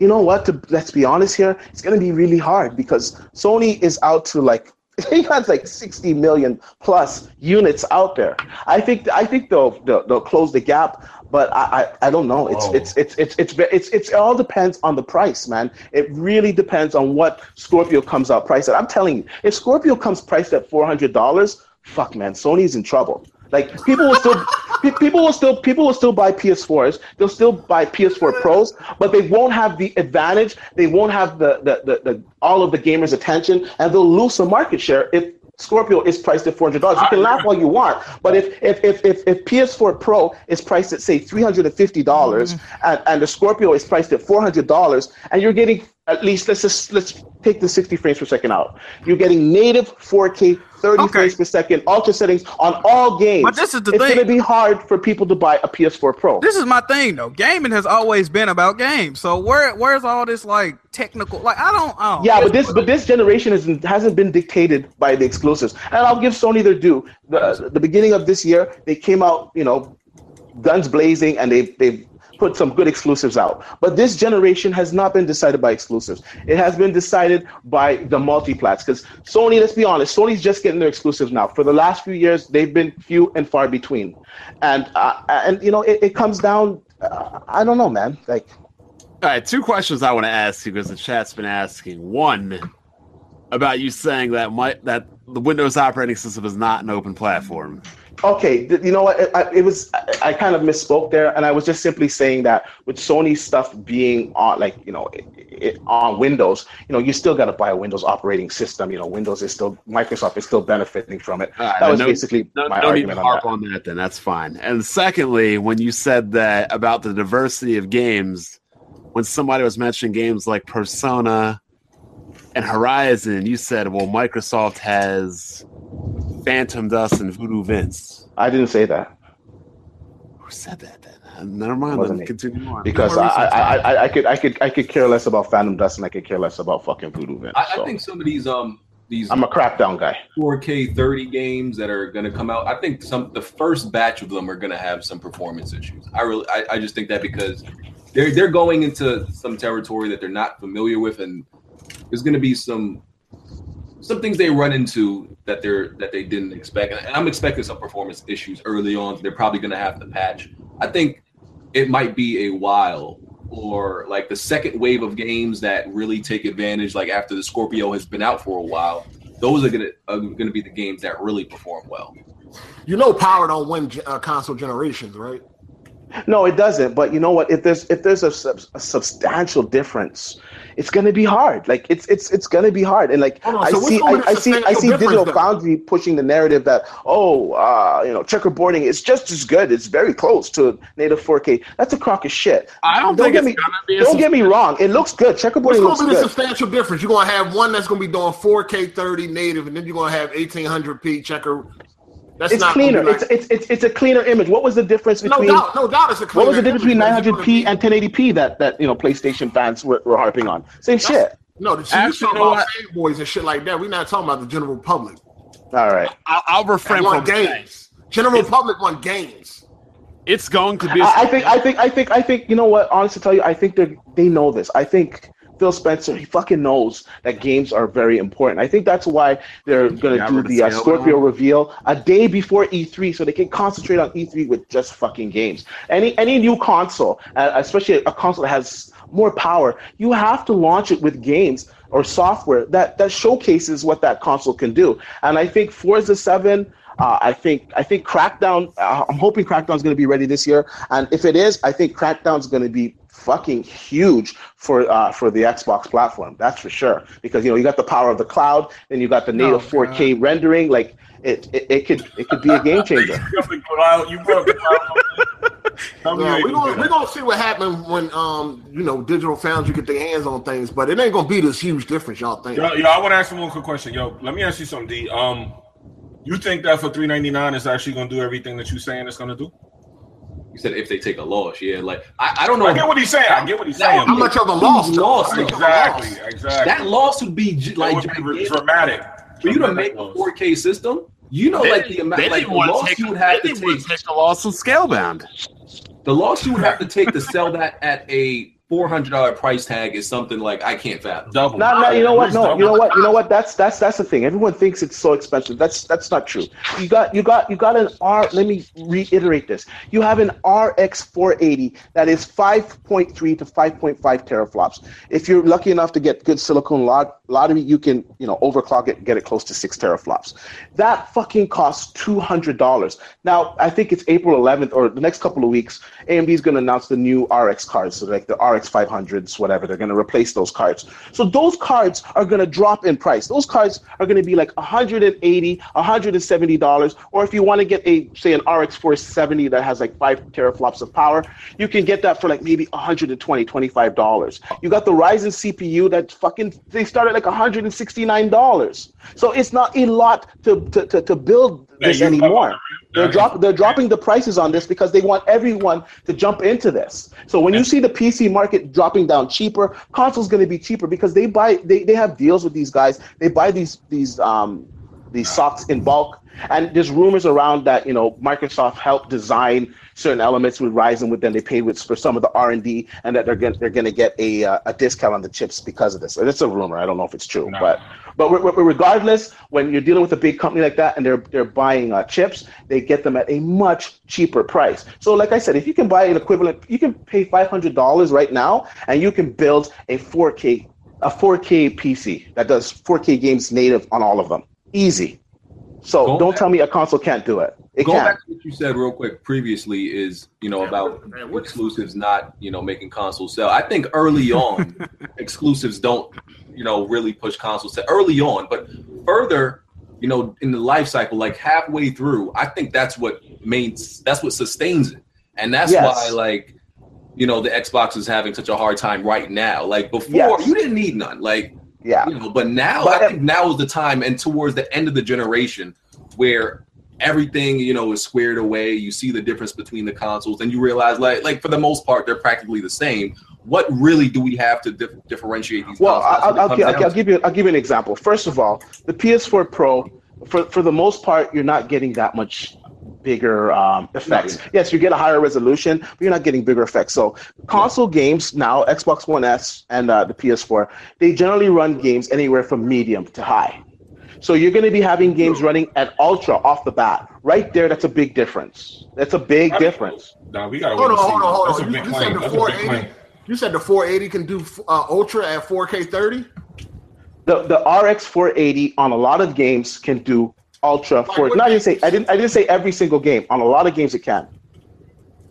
Speaker 10: you know what? To, let's be honest here, it's going to be really hard because Sony is out to like <laughs> they got like 60 million plus units out there. I think I think they'll they'll, they'll close the gap, but I I, I don't know. It's,
Speaker 1: Whoa.
Speaker 10: it's it's it's it's ve- it's it's it all depends on the price, man. It really depends on what Scorpio comes out priced at. I'm telling you, if Scorpio comes priced at four hundred dollars, fuck, man, Sony's in trouble. Like people will still, pe- people will still, people will still buy PS4s. They'll still buy PS4 Pros, but they won't have the advantage. They won't have the the, the, the all of the gamers' attention, and they'll lose some market share if Scorpio is priced at four hundred dollars. You
Speaker 2: Ah,
Speaker 10: can laugh all you want, but if if if if, if PS4 Pro is priced at say three hundred and fifty dollars,
Speaker 2: Mm-hmm.
Speaker 10: and, and the Scorpio is priced at four hundred dollars, and you're getting at least let's just let's take the sixty frames per second out. You're getting native four K. 30
Speaker 2: Okay.
Speaker 10: frames per second, ultra settings on all games.
Speaker 2: But this is the
Speaker 10: it's
Speaker 2: thing.
Speaker 10: going to be hard for people to buy a PS4 Pro.
Speaker 2: This is my thing though. Gaming has always been about games. So where where's all this like technical? Like I don't. I don't
Speaker 10: yeah, but this but this generation isn't, hasn't been dictated by the exclusives. And I'll give Sony their due. The, the beginning of this year, they came out, you know, guns blazing, and they they put some good exclusives out. But this generation has not been decided by exclusives. It has been decided by the multiplats. Because Sony, let's be honest, Sony's just getting their exclusives now. For the last few years, they've been few and far between. And uh, and you know, it, it comes down. Uh, I don't know, man. Like.
Speaker 5: All right, two questions I want to ask you because the chat's been asking. One about you saying that my, that the Windows operating system is not an open platform.
Speaker 10: Okay, th- you know what? It, I, it was I, I kind of misspoke there, and I was just simply saying that with Sony stuff being on, like you know, it, it, on Windows, you know, you still got to buy a Windows operating system. You know, Windows is still Microsoft is still benefiting from it.
Speaker 5: All right,
Speaker 10: that was
Speaker 5: no-
Speaker 10: basically
Speaker 5: No, no
Speaker 10: my
Speaker 5: need to
Speaker 10: argument on
Speaker 5: harp
Speaker 10: that.
Speaker 5: on that. Then that's fine. And secondly, when you said that about the diversity of games, when somebody was mentioning games like Persona and Horizon, you said, "Well, Microsoft has Phantom Dust and Voodoo Vince."
Speaker 10: I didn't say that
Speaker 5: Who said that? Then Uh, never mind.
Speaker 10: Wasn't
Speaker 5: Then
Speaker 10: me.
Speaker 5: continue on.
Speaker 10: because I, I, I, I could I could I could care less about Phantom Dust and I could care less about fucking Voodoo Vince.
Speaker 4: I,
Speaker 10: so.
Speaker 4: I think some of these um these
Speaker 10: I'm a crackdown guy.
Speaker 4: 4K 30 games that are going to come out. I think some the first batch of them are going to have some performance issues. I really, I, I just think that because they're they're going into some territory that they're not familiar with, and there's going to be some some things they run into that they're that they didn't expect. And I'm expecting some performance issues early on. They're probably going to have to patch. I think it might be a while or like the second wave of games that really take advantage like after the scorpio has been out for a while those are gonna are gonna be the games that really perform well
Speaker 3: You know, power don't win ge- uh, console generations, right?
Speaker 10: No, it doesn't. But you know what? If there's if there's a, sub, a substantial difference, it's gonna be hard. Like it's it's it's gonna be hard. And like
Speaker 3: Hold on,
Speaker 10: I,
Speaker 3: so what's
Speaker 10: see,
Speaker 3: going
Speaker 10: I,
Speaker 3: with
Speaker 10: I see I
Speaker 3: substantial
Speaker 10: see Digital
Speaker 3: difference then?
Speaker 10: Foundry pushing the narrative that oh uh, you know checkerboarding is just as good. It's very close to native 4K. That's a crock of shit.
Speaker 5: I don't think
Speaker 10: get
Speaker 5: it's
Speaker 10: me
Speaker 5: gonna be a
Speaker 10: don't get me wrong. It looks good. Checkerboarding
Speaker 3: What's
Speaker 10: looks
Speaker 3: going to be the
Speaker 10: good.
Speaker 3: substantial difference? You're going to have one that's going to be doing 4K 30 native, and then you're going to have 1800p checker. That's
Speaker 10: It's
Speaker 3: not gonna be
Speaker 10: cleaner.
Speaker 3: like-
Speaker 10: It's, it's it's it's a cleaner image. What was the difference
Speaker 3: no
Speaker 10: between
Speaker 3: doubt, no doubt. It's a
Speaker 10: what was
Speaker 3: cleaner
Speaker 10: the difference between
Speaker 3: image, but it's
Speaker 10: 900p
Speaker 3: gonna
Speaker 10: and 1080p that that you know PlayStation fans were, were harping on? Same
Speaker 3: That's-
Speaker 10: shit.
Speaker 3: be- No, the
Speaker 5: Actually,
Speaker 3: you talking
Speaker 5: you know
Speaker 3: about fanboys and shit like that. We're not talking about the general public.
Speaker 10: All right.
Speaker 5: I'll, I'll
Speaker 3: They
Speaker 5: refrain from
Speaker 3: want
Speaker 5: saying
Speaker 3: games. General public want games.
Speaker 5: it's going to be. a
Speaker 10: I, I think I think I think I think you know what? Honestly, tell you, I think they they know this. I think Phil Spencer he fucking knows that games are very important. I think that's why they're gonna
Speaker 5: Yeah,
Speaker 10: do
Speaker 5: Robert
Speaker 10: the uh,
Speaker 5: Sale.
Speaker 10: Scorpio reveal a day before E3, so they can concentrate on E3 with just fucking games. Any any new console, uh, especially a console that has more power, you have to launch it with games or software that that showcases what that console can do. And I think Forza Seven. Uh, I think I think Crackdown. Uh, I'm hoping Crackdown's going to be ready this year, and if it is, I think Crackdown's going to be fucking huge for uh, for the Xbox platform. That's for sure. Because you know you got the power of the cloud, and you got the native 4K rendering. Like it, it, it could it could be a game changer.
Speaker 1: You definitely go out- you brought the cloud.
Speaker 3: Yeah, we're gonna we're gonna see what happens when um you know digital foundry get their hands on things, but it ain't gonna be this huge difference y'all think.
Speaker 1: Yo, yo, I want to ask you one quick question. Yo, let me ask you something, D. Um, you think that for three ninety nine is actually gonna do everything that you're saying it's gonna do?
Speaker 4: you said if they take a loss yeah like i, I don't know
Speaker 1: I get what he's saying. I get what he's
Speaker 4: That
Speaker 1: saying.
Speaker 4: would
Speaker 3: How
Speaker 4: be-
Speaker 3: much of a loss? though?
Speaker 4: Lost,
Speaker 3: How much of a
Speaker 1: Exactly,
Speaker 3: loss?
Speaker 1: exactly.
Speaker 4: that loss would be j-
Speaker 1: like
Speaker 4: like
Speaker 1: would be
Speaker 4: gigantic.
Speaker 1: dramatic.
Speaker 4: for you to
Speaker 1: Dramatic
Speaker 4: make a
Speaker 1: loss.
Speaker 4: 4k system you know
Speaker 5: They
Speaker 4: like
Speaker 5: didn't-
Speaker 4: the amount
Speaker 5: they
Speaker 4: like
Speaker 5: didn't
Speaker 4: the
Speaker 5: wanna
Speaker 4: loss
Speaker 5: take-
Speaker 4: you would have to
Speaker 5: they didn't wanna
Speaker 4: take
Speaker 5: take the loss on Scalebound.
Speaker 4: the loss you would
Speaker 5: <laughs>
Speaker 4: have to take to sell that at a $400 price tag is something like i can't fathom
Speaker 1: Double.
Speaker 10: No, no, you know what?
Speaker 1: It's
Speaker 10: No,
Speaker 1: double.
Speaker 10: you know what? You know what? That's that's that's the thing. Everyone thinks it's so expensive. That's that's not true. You got you got you got an R. Let me reiterate this. You have an RX 480 that is 5.3 to 5.5 teraflops. If you're lucky enough to get good silicone lot, lottery, you can you know overclock it, get it close to six teraflops. That fucking costs two hundred dollars. Now I think it's April 11th or the next couple of weeks. AMD is going to announce the new RX cards, so like the RX 500s, whatever. They're going to replace those cards. So those cards are going to drop in price. Those cards are going to be like 180, 170 dollars. Or if you want to get a say an RX 470 that has like five teraflops of power, you can get that for like maybe 120, 25 dollars. You got the Ryzen CPU that fucking they start at like 169 dollars. So it's not a lot to to, to, to build
Speaker 1: Yeah,
Speaker 10: this
Speaker 1: you-
Speaker 10: anymore. They're
Speaker 1: Yeah.
Speaker 10: drop they're dropping the prices on this because they want everyone to jump into this. So when you see the PC market dropping down cheaper, console's going to be cheaper because they buy they, they have deals with these guys. They buy these these um these socks in bulk. And there's rumors around that you know Microsoft helped design certain elements with Ryzen, with then they paid with for some of the R and D, and that they're gonna they're gonna get a uh, a discount on the chips because of this. And it's a rumor. I don't know if it's true,
Speaker 1: No.
Speaker 10: but but re- re- regardless, when you're dealing with a big company like that and they're they're buying uh, chips, they get them at a much cheaper price. So, like I said, if you can buy an equivalent, you can pay five hundred dollars right now, and you can build a four K a four K PC that does four K games native on all of them, easy. So
Speaker 4: Go
Speaker 10: don't
Speaker 4: back-
Speaker 10: tell me a console can't do it. It
Speaker 4: Going
Speaker 10: can.
Speaker 4: back to what you said real quick previously is you know about
Speaker 3: Man, what-
Speaker 4: exclusives not you know making consoles sell. I think
Speaker 10: <laughs>
Speaker 4: early on exclusives don't you know really push consoles to early on, but further you know in the life cycle, like halfway through, I think that's what mains that's what sustains it, and that's
Speaker 10: Yes.
Speaker 4: why like you know the Xbox is having such a hard time right now. Like before,
Speaker 10: Yes.
Speaker 4: you didn't need none. Like
Speaker 10: Yeah.
Speaker 4: you know, but now
Speaker 10: But-
Speaker 4: I think now is the time, and towards the end of the generation, where everything you know is squared away. You see the difference between the consoles, and you realize like like for the most part they're practically the same. what really do we have to dif- differentiate these?
Speaker 10: Well,
Speaker 4: consoles?
Speaker 10: I- I'll,
Speaker 4: That's what it
Speaker 10: I'll,
Speaker 4: comes
Speaker 10: gi- I'll,
Speaker 4: down
Speaker 10: gi- I'll
Speaker 4: to.
Speaker 10: give you I'll give you an example. First of all, the PS4 Pro, for for the most part, you're not getting that much bigger um, effects. Yes, you get a higher resolution, but you're not getting bigger effects. So console games now, Xbox One S and uh, the PS4, they generally run games anywhere from medium to high. So you're going to be having games running at ultra off the bat. Right there, that's a big difference. That's a big difference.
Speaker 1: Nah, we gotta
Speaker 3: Hold
Speaker 1: wait and
Speaker 3: on,
Speaker 1: see.
Speaker 3: hold
Speaker 1: That's
Speaker 3: on, hold
Speaker 1: a
Speaker 3: on. You,
Speaker 1: big
Speaker 3: you
Speaker 1: claim.
Speaker 3: said the
Speaker 1: That's a big
Speaker 3: 480.
Speaker 1: claim.
Speaker 3: You said the 480 can do uh, ultra at 4K 30.
Speaker 10: The the RX 480 on a lot of games can do ultra for. Not even say I didn't I didn't say every single game. On a lot of games, it can.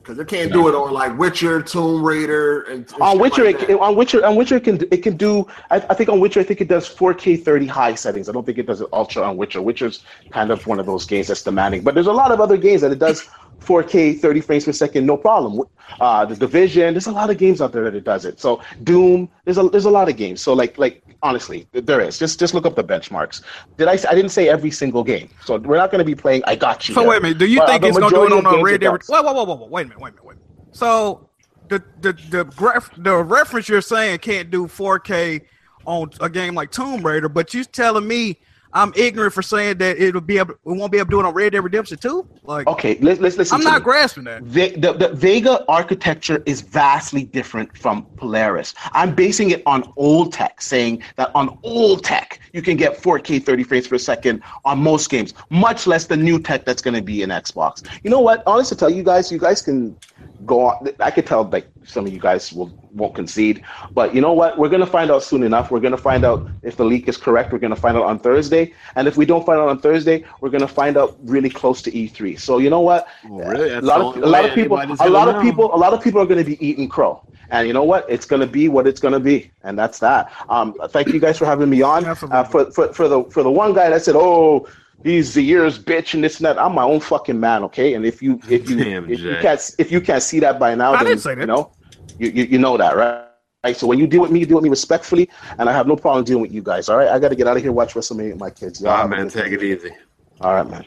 Speaker 3: Because it can't do it on like Witcher, Tomb Raider, and, and
Speaker 10: on
Speaker 3: shit
Speaker 10: Witcher,
Speaker 3: like
Speaker 10: it,
Speaker 3: that.
Speaker 10: it- on Witcher, on Witcher, it can it can do. I, I think on Witcher, I think it does 4K 30 high settings. I don't think it does it ultra on Witcher. Witcher's kind of one of those games that's demanding. But there's a lot of other games that it does 4K 30 frames per second, no problem. Uh, the Division, there's a lot of games out there that it does it. So Doom, there's a there's a lot of games. So like like honestly, th- there is. Just just look up the benchmarks. Did I? s- I didn't say every single game. So we're not going to be playing. I got you.
Speaker 2: So
Speaker 10: there.
Speaker 2: wait a minute. Do you
Speaker 10: But, uh,
Speaker 2: think
Speaker 10: the
Speaker 2: it's gonna do it on
Speaker 10: majority of
Speaker 2: a
Speaker 10: games
Speaker 2: Red
Speaker 10: it
Speaker 2: Dead?
Speaker 10: does.
Speaker 2: Whoa, whoa, whoa, whoa, whoa! Wait a minute, wait a minute, wait a minute. So the the the graph, the reference you're saying can't do 4K on a game like Tomb Raider, but you telling me I'm ignorant for saying that it'll be able, it won't be able to do it on Red Dead Redemption too? Like
Speaker 10: Okay, let's let's listen.
Speaker 2: I'm
Speaker 10: to
Speaker 2: not
Speaker 10: me.
Speaker 2: grasping that.
Speaker 10: Ve- the, the Vega architecture is vastly different from Polaris. I'm basing it on old tech, saying that on old tech, you can get 4K 30 frames per second on most games, much less the new tech that's going to be in Xbox. You know what? Honest to tell you guys, you guys can go on. I could tell like some of you guys will won't concede, but you know what? We're gonna find out soon enough. We're gonna find out if the leak is correct. We're gonna find out on Thursday, and if we don't find out on Thursday, we're gonna find out really close to E3. So you know what?
Speaker 5: Really?
Speaker 10: A
Speaker 5: That's
Speaker 10: lot
Speaker 5: the
Speaker 10: of
Speaker 5: only
Speaker 10: a lot
Speaker 5: way
Speaker 10: of people,
Speaker 5: anybody's
Speaker 10: a lot
Speaker 5: gonna
Speaker 10: of
Speaker 5: know.
Speaker 10: people, a lot of people are gonna be eating crow, and you know what? It's gonna be what it's gonna be, and that's that. Um, thank you guys for having me on. Uh, for for for the for the one guy that said, oh. He's the year's bitch and this and that. I'm my own fucking man, okay? And if you if you
Speaker 5: Damn,
Speaker 10: if you
Speaker 5: Jay.
Speaker 10: can't if you can't see that by now,
Speaker 2: I
Speaker 10: then,
Speaker 2: didn't say that.
Speaker 10: you know, you, you you know that, right? Right. So when you deal with me, you deal with me respectfully, and I have no problem dealing with you guys. All right, I got to get out of here. Watch WrestleMania with my kids. Y'all
Speaker 5: Ah,
Speaker 10: have a
Speaker 5: man,
Speaker 10: good
Speaker 5: take
Speaker 10: day.
Speaker 5: it easy.
Speaker 10: All right, man.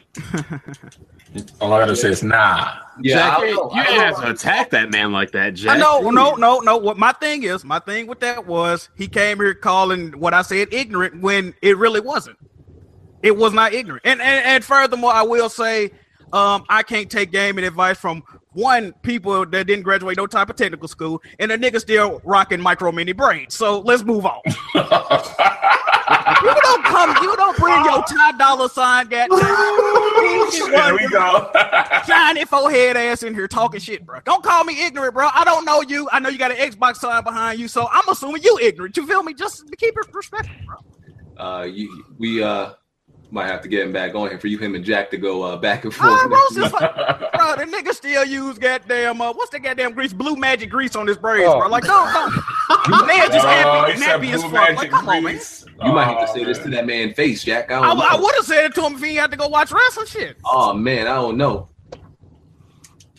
Speaker 1: All I gotta say is nah. <laughs>
Speaker 4: Yeah,
Speaker 5: Jack, you didn't have to attack that man like that,
Speaker 2: I
Speaker 5: Jack.
Speaker 2: know, no, no, no. What my thing is, my thing with that was he came here calling what I said ignorant when it really wasn't. It was not ignorant. And and, and furthermore, I will say, um, I can't take gaming advice from one people that didn't graduate no type of technical school, and the nigga still rocking micro mini braids. So let's move on. you don't come, you don't bring <laughs> your tie dollar sign,
Speaker 1: Here
Speaker 2: goddamn.
Speaker 1: we <laughs> go.
Speaker 2: shiny forehead ass in here talking shit, bro. Don't call me ignorant, bro. I don't know you. I know you got an Xbox sign behind you, so I'm assuming you ignorant. You feel me? Just to keep it respectful, bro.
Speaker 4: uh, you, we uh, might have to get him back on here for you, him and Jack to go uh, back and
Speaker 10: Ah,
Speaker 4: forth.
Speaker 2: All right, bro, just like, bro, the nigga still use goddamn uh, what's the goddamn grease? Blue magic grease on his braids,
Speaker 6: Oh.
Speaker 2: bro. Like, don't,
Speaker 3: <laughs>
Speaker 2: don't. man, just
Speaker 1: Oh,
Speaker 2: happy,
Speaker 1: he said
Speaker 2: nappy as
Speaker 1: Blue
Speaker 2: fuck. Like,
Speaker 1: Magic
Speaker 2: come on, man.
Speaker 1: Grease.
Speaker 4: you might have to
Speaker 1: Oh,
Speaker 4: say this
Speaker 1: man.
Speaker 4: to that man face, Jack. I
Speaker 2: I,
Speaker 4: don't know.
Speaker 2: would have said it to him if he had to go watch wrestling shit.
Speaker 4: oh man, I don't know.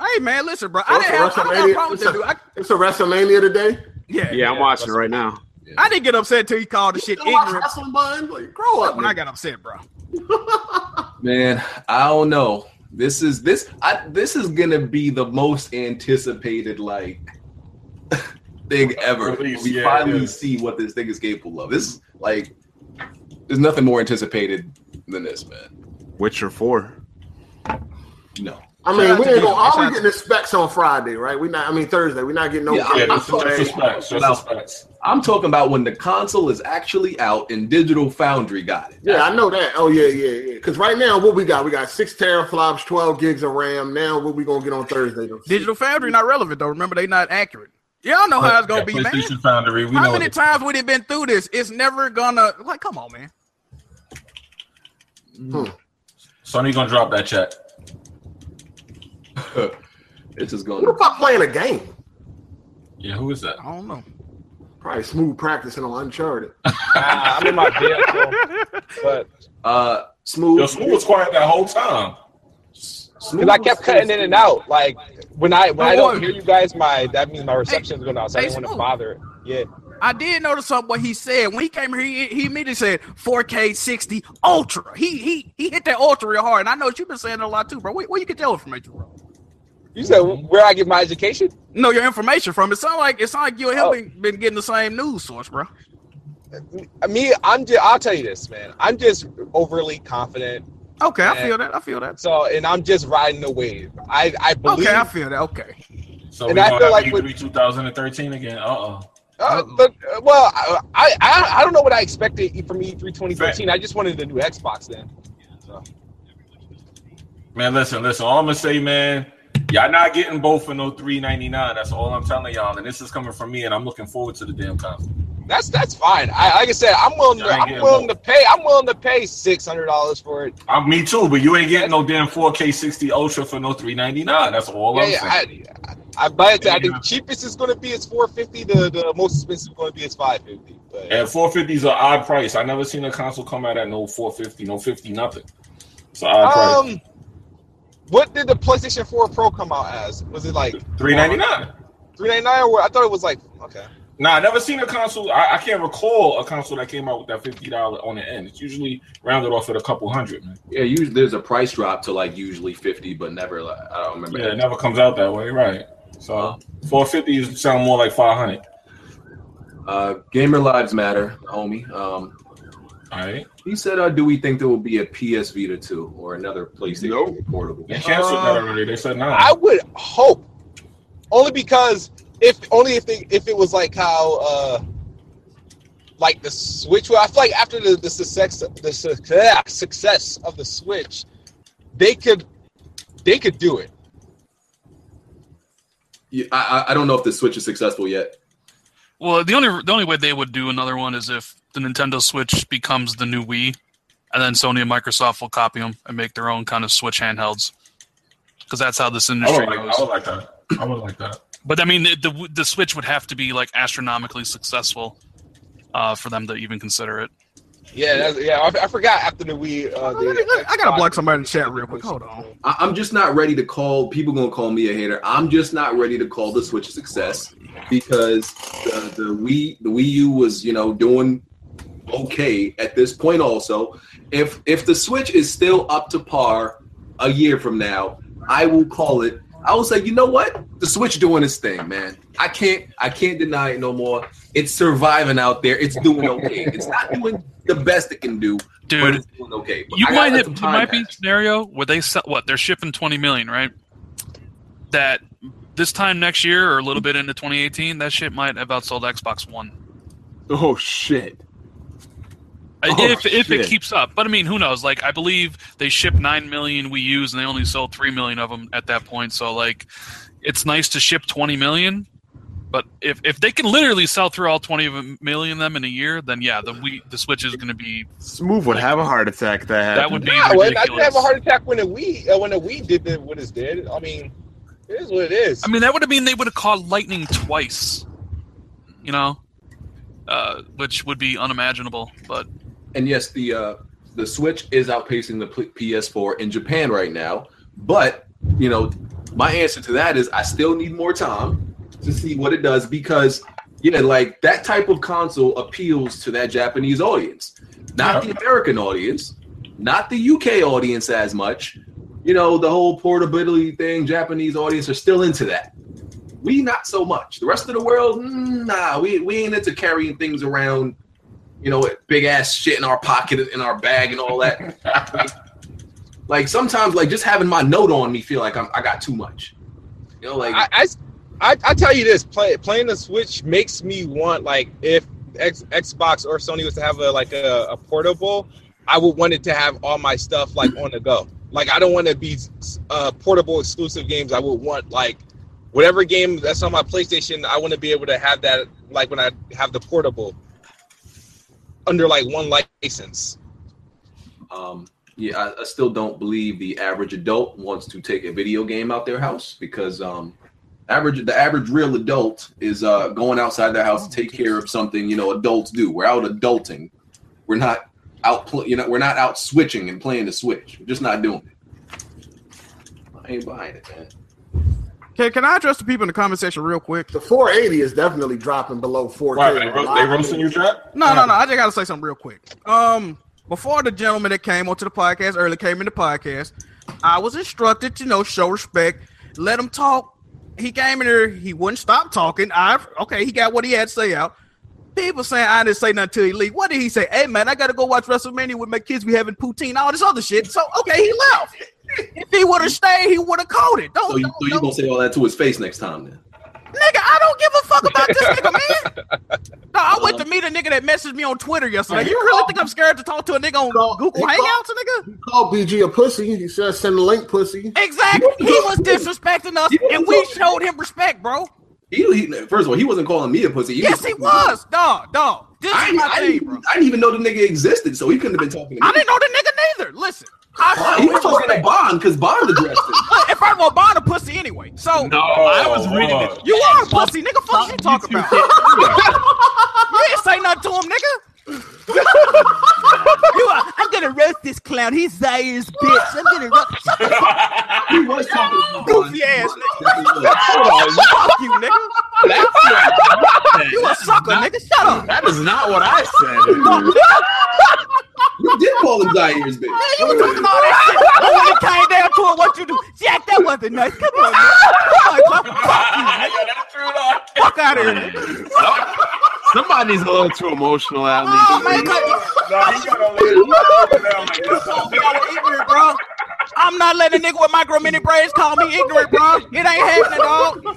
Speaker 2: Hey, man, listen, bro. I
Speaker 3: It's a
Speaker 2: didn't have, I don't have a problem
Speaker 3: WrestleMania.
Speaker 2: with
Speaker 3: It's
Speaker 2: that dude. I,
Speaker 3: a- it's a WrestleMania today.
Speaker 2: yeah,
Speaker 5: Yeah, I'm watching it right now.
Speaker 2: I didn't get upset until he called the shit
Speaker 3: Don't watch
Speaker 2: ignorant
Speaker 3: wrestling, bud. Like, grow up.
Speaker 2: when I
Speaker 3: nigga.
Speaker 2: got upset, bro.
Speaker 4: Man, I don't know. This is this. I this is gonna be the most anticipated like <laughs> thing ever.
Speaker 1: Release,
Speaker 4: we
Speaker 1: yeah,
Speaker 4: finally
Speaker 1: yeah.
Speaker 4: see what this thing is capable of. This is like there's nothing more anticipated than this, man.
Speaker 5: Witcher 4.
Speaker 4: No.
Speaker 3: I
Speaker 2: Shout
Speaker 3: mean,
Speaker 2: out
Speaker 3: we
Speaker 2: to
Speaker 3: ain't
Speaker 2: Disney.
Speaker 3: gonna. All we
Speaker 2: Shout out
Speaker 3: getting is specs on Friday, right? We not. I mean, Thursday. We not getting no.
Speaker 4: Yeah, I-
Speaker 1: Yeah,
Speaker 4: I'm
Speaker 1: that's just
Speaker 4: sorry.
Speaker 1: respects. Just
Speaker 4: No.
Speaker 1: respects.
Speaker 4: I'm talking about when the console is actually out and Digital Foundry got it. <laughs>
Speaker 3: Yeah, I know that. Oh yeah, yeah, yeah. Because right now, what we got? We got six teraflops, twelve gigs of RAM. Now, what we gonna get on Thursday?
Speaker 2: Digital Foundry not relevant though. Remember, they not accurate. Y'all know how it's gonna
Speaker 1: Yeah,
Speaker 2: be, man.
Speaker 1: PlayStation Foundry. We
Speaker 2: How
Speaker 1: know
Speaker 2: many
Speaker 1: it.
Speaker 2: times would it been through this? It's never gonna like. Come on, man.
Speaker 1: Sony gonna drop that check.
Speaker 4: It's just going.
Speaker 3: What about playing a game?
Speaker 1: Yeah, who is that?
Speaker 2: I don't know.
Speaker 3: Probably smooth practicing on Uncharted.
Speaker 9: I'm in my bed, so- but
Speaker 4: Uh,
Speaker 1: Yo,
Speaker 4: smooth.
Speaker 1: school was quiet that whole time.
Speaker 9: because I kept cutting in and out. Like when I when I don't hear you guys, my that means my reception's going out, so I
Speaker 2: Hey,
Speaker 9: didn't want
Speaker 2: Smooth.
Speaker 9: to bother. Yeah,
Speaker 2: I did notice something what he said when he came here. He, he immediately said 4K 60 Ultra. He he he hit that Ultra real hard, and I know you've been saying it a lot too, bro. Where, where you get that information from?
Speaker 6: You said where I get my education?
Speaker 2: No, your information from it sound like it sound like you and him been, been getting the same news source, bro.
Speaker 6: Me, I'm. Just, I'll tell you this, man. I'm just overly confident.
Speaker 2: Okay, I
Speaker 6: Yeah.
Speaker 2: feel that. I feel that.
Speaker 6: So, and I'm just riding the wave. I, I believe.
Speaker 2: Okay, I feel that. Okay.
Speaker 1: So
Speaker 6: And
Speaker 1: we're
Speaker 6: I
Speaker 1: gonna
Speaker 6: feel
Speaker 1: have
Speaker 6: like
Speaker 1: E3
Speaker 6: with-
Speaker 1: 2013 again. Uh oh.
Speaker 6: Uh, but, uh, well, I, I, I don't know what I expected e- from E3 2013. I just wanted a new Xbox then.
Speaker 1: Man, listen, listen. All I'm gonna say, man, y'all not getting both for no 3.99. That's all I'm telling y'all, and this is coming from me, and I'm looking forward to the damn console.
Speaker 6: That's that's fine. I, like I said, I'm willing. To,
Speaker 1: I ain't
Speaker 6: I'm
Speaker 1: getting
Speaker 6: willing to
Speaker 1: both.
Speaker 6: pay. I'm willing to pay six hundred dollars for it.
Speaker 1: i Uh, me too, but you ain't getting no damn 4K 60 Ultra for no 3.99. That's all Oh, I'm
Speaker 6: Yeah,
Speaker 1: saying.
Speaker 6: I, I buy it. I think
Speaker 1: Yeah.
Speaker 6: the cheapest is going to be is four fifty. The the most expensive is going to be is five fifty. But
Speaker 1: And 450 is an odd price. I never seen a console come out at no 450, no 50, nothing. It's an odd price.
Speaker 6: um, what did the PlayStation Four Pro come out as? Was it like
Speaker 1: Three ninety nine.
Speaker 6: Three ninety nine? Or I thought it was like okay.
Speaker 1: Nah, I never seen a console. I, I can't recall a console that came out with that fifty dollar on the end. It's usually rounded off at a couple hundred. Man.
Speaker 4: Yeah, usually there's a price drop to like usually fifty, but never like I don't remember.
Speaker 1: Yeah, it never comes out that way, right? So four fifty sound more like five hundred.
Speaker 4: Uh, Gamer lives matter, homie. Um,
Speaker 1: All right,
Speaker 4: he said, uh, "Do we think there will be a PS Vita two or another PlayStation portable?"
Speaker 1: they canceled
Speaker 6: Uh,
Speaker 1: that already. They said no.
Speaker 6: I would hope only because if only if they, if it was like how uh like the Switch. Well, I feel like after the the success the success success of the Switch, they could they could do it.
Speaker 4: Yeah, I, I I don't know if the Switch is successful yet.
Speaker 7: Well, the only the only way they would do another one is if the Nintendo Switch becomes the new Wii, and then Sony and Microsoft will copy them and make their own kind of Switch handhelds, because that's how this
Speaker 1: Oh, I
Speaker 7: industry
Speaker 1: would like. I
Speaker 7: goes.
Speaker 1: would like that. I would like that.
Speaker 7: But I mean, the, the the Switch would have to be like astronomically successful uh, for them to even consider it.
Speaker 6: Yeah, that's, yeah. I, I forgot after the Wii. Uh,
Speaker 2: Let me- let- I gotta block somebody in the chat real quick. Hold on.
Speaker 4: I, I'm just not ready to call people gonna call me a hater. I'm just not ready to call the Switch a success because the, the Wii the Wii U was you know doing okay at this point. Also, if if the Switch is still up to par a year from now, I will call it. I will say, you know what? The Switch doing its thing, man. I can't I can't deny it no more. It's surviving out there. It's doing okay. it's not doing the best it can do, but
Speaker 7: Dude,
Speaker 4: it's doing okay. But
Speaker 7: you
Speaker 4: I gotta let
Speaker 7: might have,
Speaker 4: some
Speaker 7: it
Speaker 4: time
Speaker 7: might be a
Speaker 4: pass.
Speaker 7: scenario where they sell what they're shipping 20 million right that this time next year or a little bit into 2018 that shit might have outsold xbox one
Speaker 5: Oh shit!
Speaker 7: Uh,
Speaker 5: Oh,
Speaker 7: if, if it
Speaker 5: shit.
Speaker 7: keeps up but i mean who knows like i believe they shipped 9 million wii u's and they only sold 3 million of them at that point so like it's nice to ship 20 million but if, if they can literally sell through all 20 of 'em- million of them in a year then yeah the we the switch is going to be
Speaker 5: Smooth would have a heart attack. if That happened.
Speaker 7: that would be
Speaker 6: Yeah, I would. I did
Speaker 7: ridiculous.
Speaker 6: have a heart attack when the Wii uh, when the Wii did the, what it did. I mean, it is what it is.
Speaker 7: I mean, that would have mean they would have caught lightning twice, you know, uh, which would be unimaginable. But
Speaker 4: and yes, the uh, the Switch is outpacing the P- PS4 in Japan right now. But you know, my answer to that is I still need more time to see what it does because yeah, like that type of console appeals to that Japanese audience, not the American audience, not the UK audience as much. You know, the whole portability thing. Japanese audience are still into that. We not so much. The rest of the world, mm, nah, we we ain't into carrying things around you know, big ass shit in our pocket, in our bag, and all that. like, like, sometimes, like just having my note on me feel like I'm, I got too much. You know, like
Speaker 6: I, I, I, I tell you this: play, playing the Switch makes me want like if X, Xbox or Sony was to have a like a, a portable, I would want it to have all my stuff like on the go. Like I don't want to be uh, portable exclusive games. I would want like whatever game that's on my PlayStation. I want to be able to have that like when I have the portable under like one license. <laughs>
Speaker 4: um, yeah, I, I still don't believe the average adult wants to take a video game out their house because um, average the average real adult is uh, going outside their house to take care of something. You know, adults do. We're out adulting. We're not out. Pl- you know, we're not out switching and playing the switch. We're just not doing it. I ain't buying it, man.
Speaker 2: Can, can I address the people in the comment section real quick?
Speaker 3: The 480 is definitely dropping below 4K.
Speaker 1: Why, they, ro- they roasting you, trap?
Speaker 2: No, no, no. I just gotta say something real quick. Um, before the gentleman that came onto the podcast early came in the podcast, I was instructed to you know show respect Let him talk. He came in here. He wouldn't stop talking. I okay. He got what he had to say out. People saying I didn't say nothing till he leave. What did he say? Hey man, I gotta go watch WrestleMania with my kids. We having poutine, all this other shit. So okay, he left. <laughs> if he would have stayed, he would have caught it. Don't,
Speaker 4: So you,
Speaker 2: don't-
Speaker 4: so you gonna say all that to his face next time then?
Speaker 2: nigga, I don't give a fuck about this nigga, man.
Speaker 4: <laughs>
Speaker 2: No, I went to meet a nigga that messaged me on Twitter yesterday. You really think I'm scared to talk to a nigga on Google Hangouts, nigga?
Speaker 3: Call BG a pussy. He said, "Send the link, pussy."
Speaker 2: Exactly. He was disrespecting us, and we showed him respect, bro.
Speaker 4: He, he- first of all, he wasn't calling me a pussy.
Speaker 2: Yes, he was, dog, dog. This is
Speaker 4: I, didn't-
Speaker 2: my
Speaker 4: I,
Speaker 2: thing,
Speaker 4: didn't,
Speaker 2: bro.
Speaker 4: I didn't even know the nigga existed, so he couldn't have been talking to me.
Speaker 2: I didn't know the nigga neither. Listen,
Speaker 4: Bond-
Speaker 2: I,
Speaker 4: he was talking to Bond because Bond addressed him.
Speaker 2: in front of a bond a pussy anyway. So
Speaker 8: No, I was
Speaker 1: Oh,
Speaker 8: reading it.
Speaker 2: you are a pussy, nigga. Fuck you talking about. <laughs> you didn't say nothing to him, nigga. you are, I'm gonna roast this clown. He's Zaire's bitch. I'm gonna roast. Shut the
Speaker 4: He was talking to Bond.
Speaker 2: goofy ass nigga.
Speaker 4: Definitely was.
Speaker 2: Fuck you, nigga. You a sucker, nigga. Shut up.
Speaker 8: That is not what I said.
Speaker 4: You did call him Zaire's bitch.
Speaker 2: You were talking all that shit. But when it came down to it, what you do? Jack, that wasn't nice. Come on, man. Come on, bro. Fuck
Speaker 1: <laughs>
Speaker 2: you, nigga. Fuck out of here.
Speaker 8: Somebody's a little too emotional out
Speaker 2: Oh,
Speaker 8: there.
Speaker 2: man, cut-
Speaker 1: No, he gotta let it- he gotta let it down like this.
Speaker 2: Call me all ignorant, bro. I'm not letting a nigga with micro mini braids call me ignorant, bro. It ain't happening, dog. No,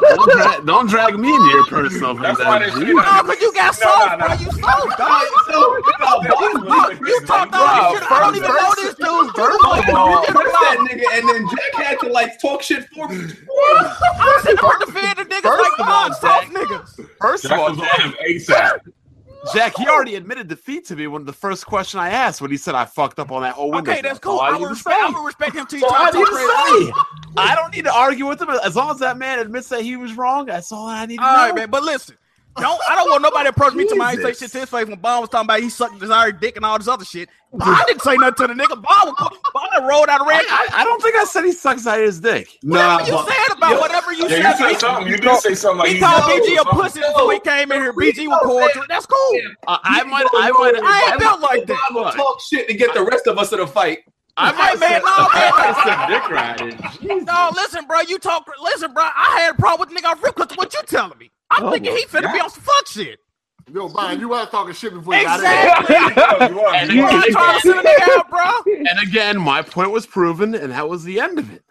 Speaker 8: Don't, dra- don't drag me into your personal
Speaker 1: That's why they
Speaker 8: vendetta.
Speaker 1: shit out
Speaker 2: but Oh, you got
Speaker 1: No,
Speaker 2: soft,
Speaker 1: no, no.
Speaker 2: bro. You soft, dog.
Speaker 1: No,
Speaker 2: You talked all this shit. I don't even know this dude. First of all,
Speaker 4: Press that nigga, and then Jack had to like talk shit for me.
Speaker 2: I'm sitting here defending niggas like Von, soft niggas.
Speaker 8: First of
Speaker 1: Jack
Speaker 8: all,
Speaker 1: was on him ASAP.
Speaker 8: Jack, he already admitted defeat to me when the first question I asked when he said I fucked up on that whole window.
Speaker 2: Okay, that's cool.
Speaker 8: all
Speaker 2: I
Speaker 8: need
Speaker 2: will
Speaker 8: to
Speaker 2: respect.
Speaker 8: say.
Speaker 2: I will respect him till you
Speaker 8: That's all
Speaker 2: talk
Speaker 8: I
Speaker 2: to
Speaker 8: need
Speaker 2: crazy.
Speaker 8: to say. I don't need to argue with him as long as that man admits that he was wrong. That's all I need to
Speaker 2: All right,
Speaker 8: know.
Speaker 2: man. But listen, don't I don't want nobody approach me to my and say
Speaker 8: Jesus.
Speaker 2: shit to his face when Bond was talking about he sucked desire dick and all this other shit. I didn't say nothing to the nigga. Bond, was, Bond done rolled out of red.
Speaker 8: I, I don't think I said he sucks out his dick.
Speaker 2: Whatever you said about whatever you
Speaker 1: Yeah, you
Speaker 2: said.
Speaker 1: said something. You did say something like
Speaker 2: He
Speaker 1: you
Speaker 2: called
Speaker 1: know
Speaker 2: BG a
Speaker 1: something.
Speaker 2: pussy
Speaker 1: <laughs>
Speaker 2: before he came in here. BG was cordial. That's cool.
Speaker 8: Uh, I might, I might,
Speaker 2: I ain't
Speaker 8: I,
Speaker 2: built like that.
Speaker 4: Bond talk shit to get the rest of us to the fight.
Speaker 8: I might
Speaker 2: Hey, man, no, man.
Speaker 8: have said dick riding.
Speaker 2: No, listen, bro. You talk. Listen, bro. I had a problem with the nigga on rip because what you telling me. I'm thinking he finna be on some fuck shit.
Speaker 3: Yo, Brian, you was talking shit before you got
Speaker 2: Exactly.
Speaker 1: You are.
Speaker 8: And
Speaker 1: You
Speaker 2: Bro,
Speaker 1: are.
Speaker 2: I'm trying to send a nigga out, bro.
Speaker 8: And again, my point was proven, and that was the end of it.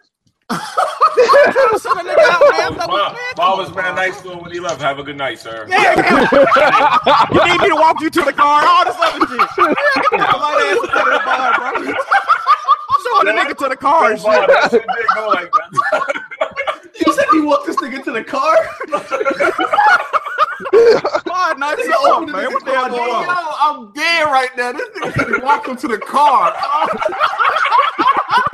Speaker 2: trying to send a nigga out, man. That was
Speaker 1: Bob
Speaker 2: bad.
Speaker 1: Bob was man nice to him when he left. Have a good night, sir.
Speaker 2: you need me to walk you to the car and all this other shit.
Speaker 8: <laughs>
Speaker 2: Yeah, get that light ass up out of the bar, bro. Showing the nigga to the car and shit.
Speaker 1: Bob, that shit did go like that.
Speaker 4: You said he walked this nigga to
Speaker 3: <laughs>
Speaker 4: the car.
Speaker 2: Bar nice as fuck, man. What the hell
Speaker 3: it. Yo,
Speaker 2: going on?
Speaker 3: I'm dead right now. This nigga walked into the car.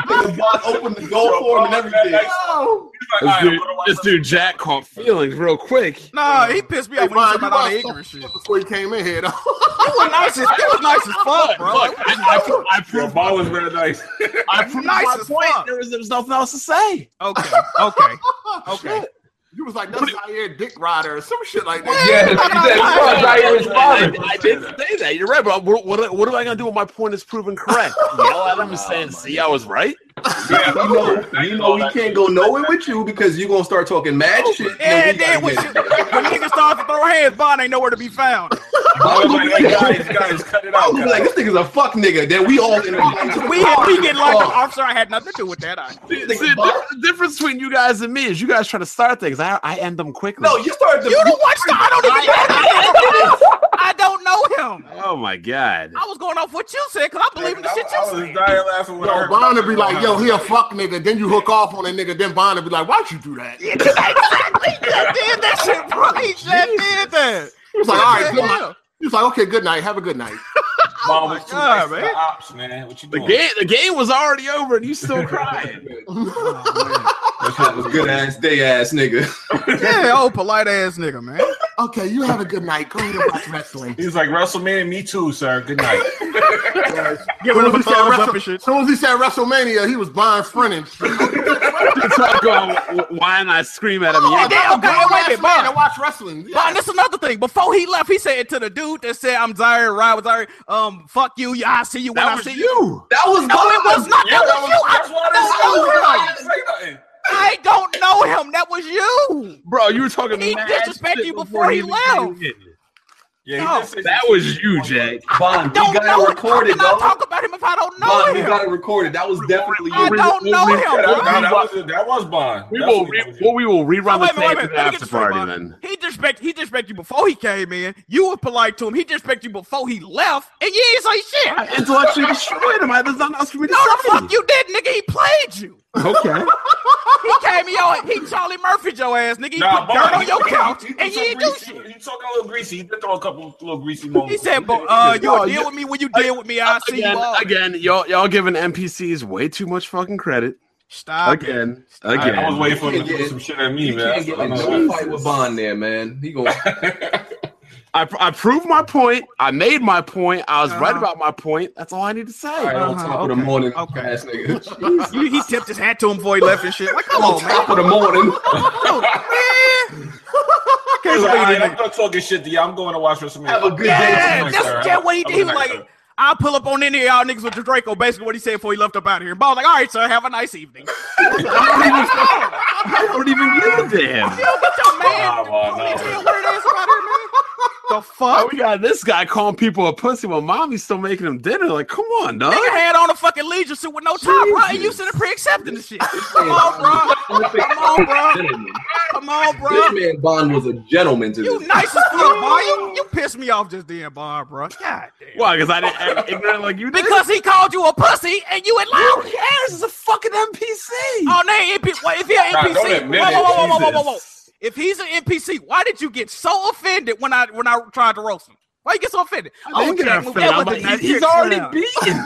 Speaker 4: Nigga, Bond opened the door for him and everything.
Speaker 3: Oh,
Speaker 1: He's like, all right, what do I
Speaker 8: this dude Jack caught feelings real quick.
Speaker 2: Nah, he pissed me
Speaker 3: hey,
Speaker 2: off when he
Speaker 3: Brian,
Speaker 2: talking
Speaker 3: you
Speaker 2: about all the
Speaker 3: was
Speaker 2: ignorant shit.
Speaker 3: talking shit
Speaker 2: It
Speaker 3: <laughs> before you came in here. <laughs> though.
Speaker 2: was nice as, it was nice as fuck, bro.
Speaker 8: Look, I, I, pro- I
Speaker 1: Yo,
Speaker 8: proved,
Speaker 1: Bob was man nice.
Speaker 8: I proved
Speaker 2: Nice
Speaker 8: my
Speaker 2: as
Speaker 8: point.
Speaker 2: fuck.
Speaker 8: There was, there was nothing else to say.
Speaker 2: Okay, okay, okay.
Speaker 3: You was like, that's Zaire Dick Rider or some shit like that.
Speaker 2: <laughs>
Speaker 4: Yeah, he
Speaker 1: <laughs>
Speaker 4: said, "Bond, Zaire's
Speaker 8: I,
Speaker 4: father."
Speaker 8: I- I didn't say that. You're right, but what, what, what am I going to do when my point is proven
Speaker 5: <laughs>
Speaker 8: correct? Oh Yell at him and saying, see, I was right?
Speaker 1: Yeah,
Speaker 4: You know, you know, we can't go nowhere with you because you gonna start talking mad shit.
Speaker 2: Yeah,
Speaker 4: we
Speaker 2: and then
Speaker 4: gotta
Speaker 2: when,
Speaker 4: get-
Speaker 2: shit, when niggas start to throw hands, Bond ain't nowhere to be found.
Speaker 1: Bob was like, hey, guys, guys, cut it
Speaker 4: I
Speaker 1: out.
Speaker 4: was
Speaker 1: guys.
Speaker 4: like, this nigga's a fuck nigga. Then we all in a
Speaker 2: We had we get like, I'm sorry, I had nothing to do with that. I,
Speaker 8: See, see, the diff- the difference between you guys and me is you guys try to start things. I, I end them quickly.
Speaker 4: No, you started to.
Speaker 2: you don't watch the, I don't even know who that is. I don't know him.
Speaker 8: Oh, my God. <laughs>
Speaker 2: I was going off what you said because I believe in the shit
Speaker 1: I,
Speaker 2: you
Speaker 1: I was
Speaker 2: said.
Speaker 1: dying laughing when I
Speaker 3: Yo,
Speaker 1: heard
Speaker 3: Bond would be like, yo, he a fuck nigga. Then you hook off on a nigga. Then Bond would be like, why'd you do that? He
Speaker 2: He
Speaker 3: was
Speaker 2: just did that shit, bro. He just did that.
Speaker 3: like, all right,
Speaker 2: What the
Speaker 3: good night.
Speaker 2: hell?
Speaker 3: He was like, okay, good night. Have a good night.
Speaker 1: Mom was too
Speaker 2: Oh God,
Speaker 1: nice to
Speaker 2: man.
Speaker 1: the ops, man. What you
Speaker 8: The
Speaker 1: doing?
Speaker 8: game, the game was already over, and you still crying.
Speaker 1: That
Speaker 4: was good ass day ass nigga.
Speaker 2: <laughs> yeah, old polite ass nigga, man.
Speaker 3: Okay, you have a good night. Go ahead and watch
Speaker 2: <laughs>
Speaker 3: wrestling.
Speaker 1: He's like WrestleMania. Me too, sir. Good night.
Speaker 2: Give
Speaker 3: Soon
Speaker 2: it
Speaker 3: as
Speaker 2: up
Speaker 3: he
Speaker 2: a
Speaker 3: said
Speaker 2: thumbs
Speaker 3: Wrestle-
Speaker 2: up and shit.
Speaker 3: soon as he said WrestleMania, he was
Speaker 2: <laughs>
Speaker 3: buying frontage.
Speaker 5: Tuck going, "Wh- why am I screaming at him?
Speaker 3: Oh,
Speaker 5: Yeah,
Speaker 2: damn,
Speaker 3: I'm a
Speaker 2: okay,
Speaker 3: grown
Speaker 2: wait a
Speaker 3: ass
Speaker 2: minute,
Speaker 3: man
Speaker 2: Bob.
Speaker 3: to watch wrestling.
Speaker 2: Nah, and that's another thing. Before he left, he said to the dude that said, "I'm Zaire, Rod was Zaire. Um, fuck you. Yeah, I see you when
Speaker 7: That
Speaker 2: I
Speaker 7: was
Speaker 2: see you."
Speaker 7: you.
Speaker 4: That was
Speaker 2: No, it was not.
Speaker 1: Yeah,
Speaker 2: that,
Speaker 1: that was-
Speaker 2: was, you. I,
Speaker 1: that's what I
Speaker 2: that
Speaker 1: said.
Speaker 2: was you.
Speaker 1: I didn't say nothing.
Speaker 2: I don't know him. That was you.
Speaker 9: Bro, you were talking
Speaker 2: He
Speaker 9: mad
Speaker 2: disrespected
Speaker 9: shit
Speaker 2: you before he
Speaker 9: even
Speaker 2: left.
Speaker 9: came in.
Speaker 1: Yeah,
Speaker 2: No,
Speaker 1: he did say
Speaker 9: That
Speaker 1: some
Speaker 9: was
Speaker 1: shit.
Speaker 9: you, Jack.
Speaker 4: Bond, we
Speaker 2: Don't know him.
Speaker 4: got it
Speaker 2: How
Speaker 4: recorded,
Speaker 2: can I
Speaker 4: dog.
Speaker 2: talk about him if I don't know
Speaker 4: Bond, we
Speaker 2: him?
Speaker 4: got it recorded. That was definitely
Speaker 2: I
Speaker 4: you.
Speaker 2: don't know him.
Speaker 1: Yeah, that,
Speaker 2: bro.
Speaker 1: that, that was that was Bond.
Speaker 5: we
Speaker 1: That's
Speaker 5: will,
Speaker 1: what he
Speaker 5: re-
Speaker 1: was.
Speaker 5: well, we will rerun
Speaker 2: Wait
Speaker 5: the
Speaker 2: a minute,
Speaker 5: tape
Speaker 2: wait a
Speaker 5: at
Speaker 2: minute.
Speaker 5: the
Speaker 2: Let me get
Speaker 5: after
Speaker 2: this straight,
Speaker 5: party.
Speaker 2: Bob.
Speaker 5: Then
Speaker 2: He disrespect he disrespect you before he came in. You were polite to him. He disrespect you before he left, and you ain't say shit.
Speaker 5: I intellectually destroyed him. I, there's nothing else for me
Speaker 2: <laughs>
Speaker 5: to
Speaker 2: No, the
Speaker 5: say.
Speaker 2: fuck you did, nigga. He played you.
Speaker 5: Okay.
Speaker 2: He came your he Charlie Murphy your ass, nigga. He
Speaker 1: Nah,
Speaker 2: put dirt
Speaker 1: Bond,
Speaker 2: on
Speaker 1: he-
Speaker 2: your
Speaker 1: he-
Speaker 2: couch,
Speaker 1: he- he
Speaker 2: and you
Speaker 1: took
Speaker 2: ain't do
Speaker 1: greasy-
Speaker 2: shit.
Speaker 1: He talking a little greasy. He did throw a couple of little greasy moments.
Speaker 2: He said, "Bo-
Speaker 1: did,
Speaker 2: uh,
Speaker 1: did.
Speaker 2: you all
Speaker 5: you-
Speaker 2: deal with me when you deal with me. I see
Speaker 5: again,
Speaker 2: you all.
Speaker 5: again, y'all y'all giving NPCs way too much fucking credit.
Speaker 2: Stop. it.
Speaker 5: Again,
Speaker 1: I, I was
Speaker 5: again.
Speaker 1: waiting for him to
Speaker 4: Yeah,
Speaker 1: throw some shit at
Speaker 4: You
Speaker 1: me, man.
Speaker 4: can't get
Speaker 1: I
Speaker 4: in
Speaker 1: know
Speaker 4: no
Speaker 1: that.
Speaker 4: fight with Bond there, man. He <laughs> gonna
Speaker 5: I, pr- I proved my point. I made my point. I was right about my point. That's all I need to say.
Speaker 4: all right, on
Speaker 2: Uh-huh,
Speaker 4: top of the
Speaker 2: okay,
Speaker 4: morning,
Speaker 2: okay.
Speaker 4: ass nigga.
Speaker 2: You, he tipped his hat to him before he left and shit. Like, come
Speaker 4: <laughs> on
Speaker 2: on,
Speaker 4: <laughs>
Speaker 2: man.
Speaker 4: top of the morning.
Speaker 2: I can't
Speaker 1: He's like, "All
Speaker 2: believe that
Speaker 1: right,
Speaker 2: nigga.
Speaker 1: I'm not talking shit to you. I'm going to watch WrestleMania.
Speaker 4: Have a good day.
Speaker 2: Yeah,
Speaker 1: Tonight,
Speaker 2: that's
Speaker 1: sir.
Speaker 2: yeah, what he
Speaker 1: Have a
Speaker 2: did. He was
Speaker 1: good
Speaker 2: like,
Speaker 1: night,
Speaker 2: I'll pull up on any of y'all niggas with the Draco. Basically, what he said before he left up out of here. But I was like, all right, sir, have a nice evening.
Speaker 5: I
Speaker 2: <laughs>
Speaker 5: don't even give a damn.
Speaker 2: Yo, get your man.
Speaker 1: Nah, Bond, nah.
Speaker 2: Yo, what it is about here, man? The
Speaker 5: Oh,
Speaker 2: fuck?
Speaker 5: we got this guy calling people a pussy while mommy's still making him dinner. Like, come on, dog.
Speaker 2: Nigga had on a fucking leisure suit with no top, bro, and you sitting there pre-accepting the <laughs> shit. Come on, bro. Come on, bro. Come on,
Speaker 4: <laughs> This
Speaker 2: bro.
Speaker 4: man Bond was a gentleman to
Speaker 2: You
Speaker 4: this.
Speaker 2: nice as fuck, boy. You, you pissed me off just then, Bob, bro. God damn.
Speaker 5: Why? Because I didn't act ignorant
Speaker 2: <laughs>
Speaker 5: like you did.
Speaker 2: Because he called you a pussy and you
Speaker 5: who
Speaker 2: allowed it.
Speaker 5: cares? It's a fucking NPC.
Speaker 2: Oh, they NP- well, if you're an
Speaker 1: Nah,
Speaker 2: NPC,
Speaker 1: don't admit
Speaker 2: whoa,
Speaker 1: it,
Speaker 2: whoa, whoa, whoa, whoa, whoa, whoa.
Speaker 1: Jesus.
Speaker 2: If he's an NPC, why did you get so offended when I when I tried to roast him? Why you get so offended?
Speaker 5: I didn't
Speaker 2: was
Speaker 5: get
Speaker 2: Jack
Speaker 5: offended.
Speaker 2: Moon.
Speaker 5: I'm
Speaker 2: That was
Speaker 5: like,
Speaker 2: the
Speaker 5: he's, he's
Speaker 2: next
Speaker 5: already
Speaker 2: round. <laughs>
Speaker 5: beaten.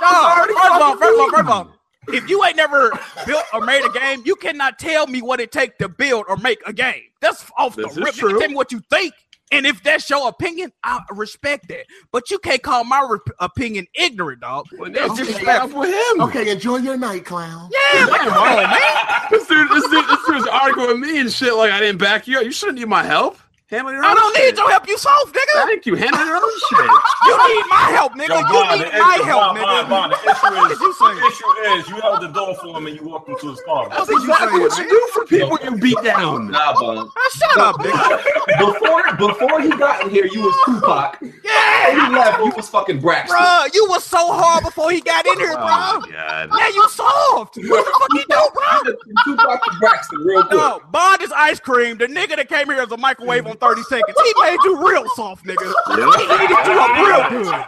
Speaker 2: Dog, first of all, first of all, first of all, if you ain't never built or made a game, you cannot tell me what it takes to build or make a game. That's off
Speaker 5: This is
Speaker 2: the rip. You
Speaker 5: true.
Speaker 2: can tell me what you think. And if that's your opinion, I respect that. But you can't call my rep- opinion ignorant, dog.
Speaker 5: Well,
Speaker 2: That's
Speaker 5: now you
Speaker 2: disrespectful.
Speaker 5: hang out with him.
Speaker 3: Okay, enjoy your night, clown.
Speaker 2: Yeah, like, come on, man. <laughs>
Speaker 5: This dude, this dude, this dude's arguing with me and shit. Like I didn't back you up. You shouldn't need my help. Handle your own.
Speaker 2: I don't
Speaker 5: shit.
Speaker 2: need your help. You soft, nigga.
Speaker 5: Thank you. Handle your own shit.
Speaker 2: <laughs> You need my help, nigga.
Speaker 1: Yo,
Speaker 2: you
Speaker 1: Bond,
Speaker 2: need
Speaker 1: the
Speaker 2: my
Speaker 1: issue-
Speaker 2: help,
Speaker 1: Bond,
Speaker 2: nigga.
Speaker 1: Bond, Bond, the
Speaker 2: What
Speaker 1: issue
Speaker 2: is
Speaker 1: is,
Speaker 2: you
Speaker 1: the
Speaker 2: saying?
Speaker 1: issue is, you held the door for him and you walked into his car. bro.
Speaker 5: That's exactly what you do for people you beat down.
Speaker 4: Nah, Bond.
Speaker 2: Ah, shut up, nigga.
Speaker 4: Before before he got in here, you was Tupac. When
Speaker 2: Yeah,
Speaker 4: he left, you was fucking Braxton.
Speaker 2: bro. You was so hard before he got in here, bro.
Speaker 5: God.
Speaker 2: Yeah, you soft. What the fuck you do, bro?
Speaker 4: <laughs> Tupac to Braxton, real quick.
Speaker 2: No, Bond is ice cream. The nigga that came here as a microwave on 30 seconds. He made you real soft, nigga. He heated you up real good.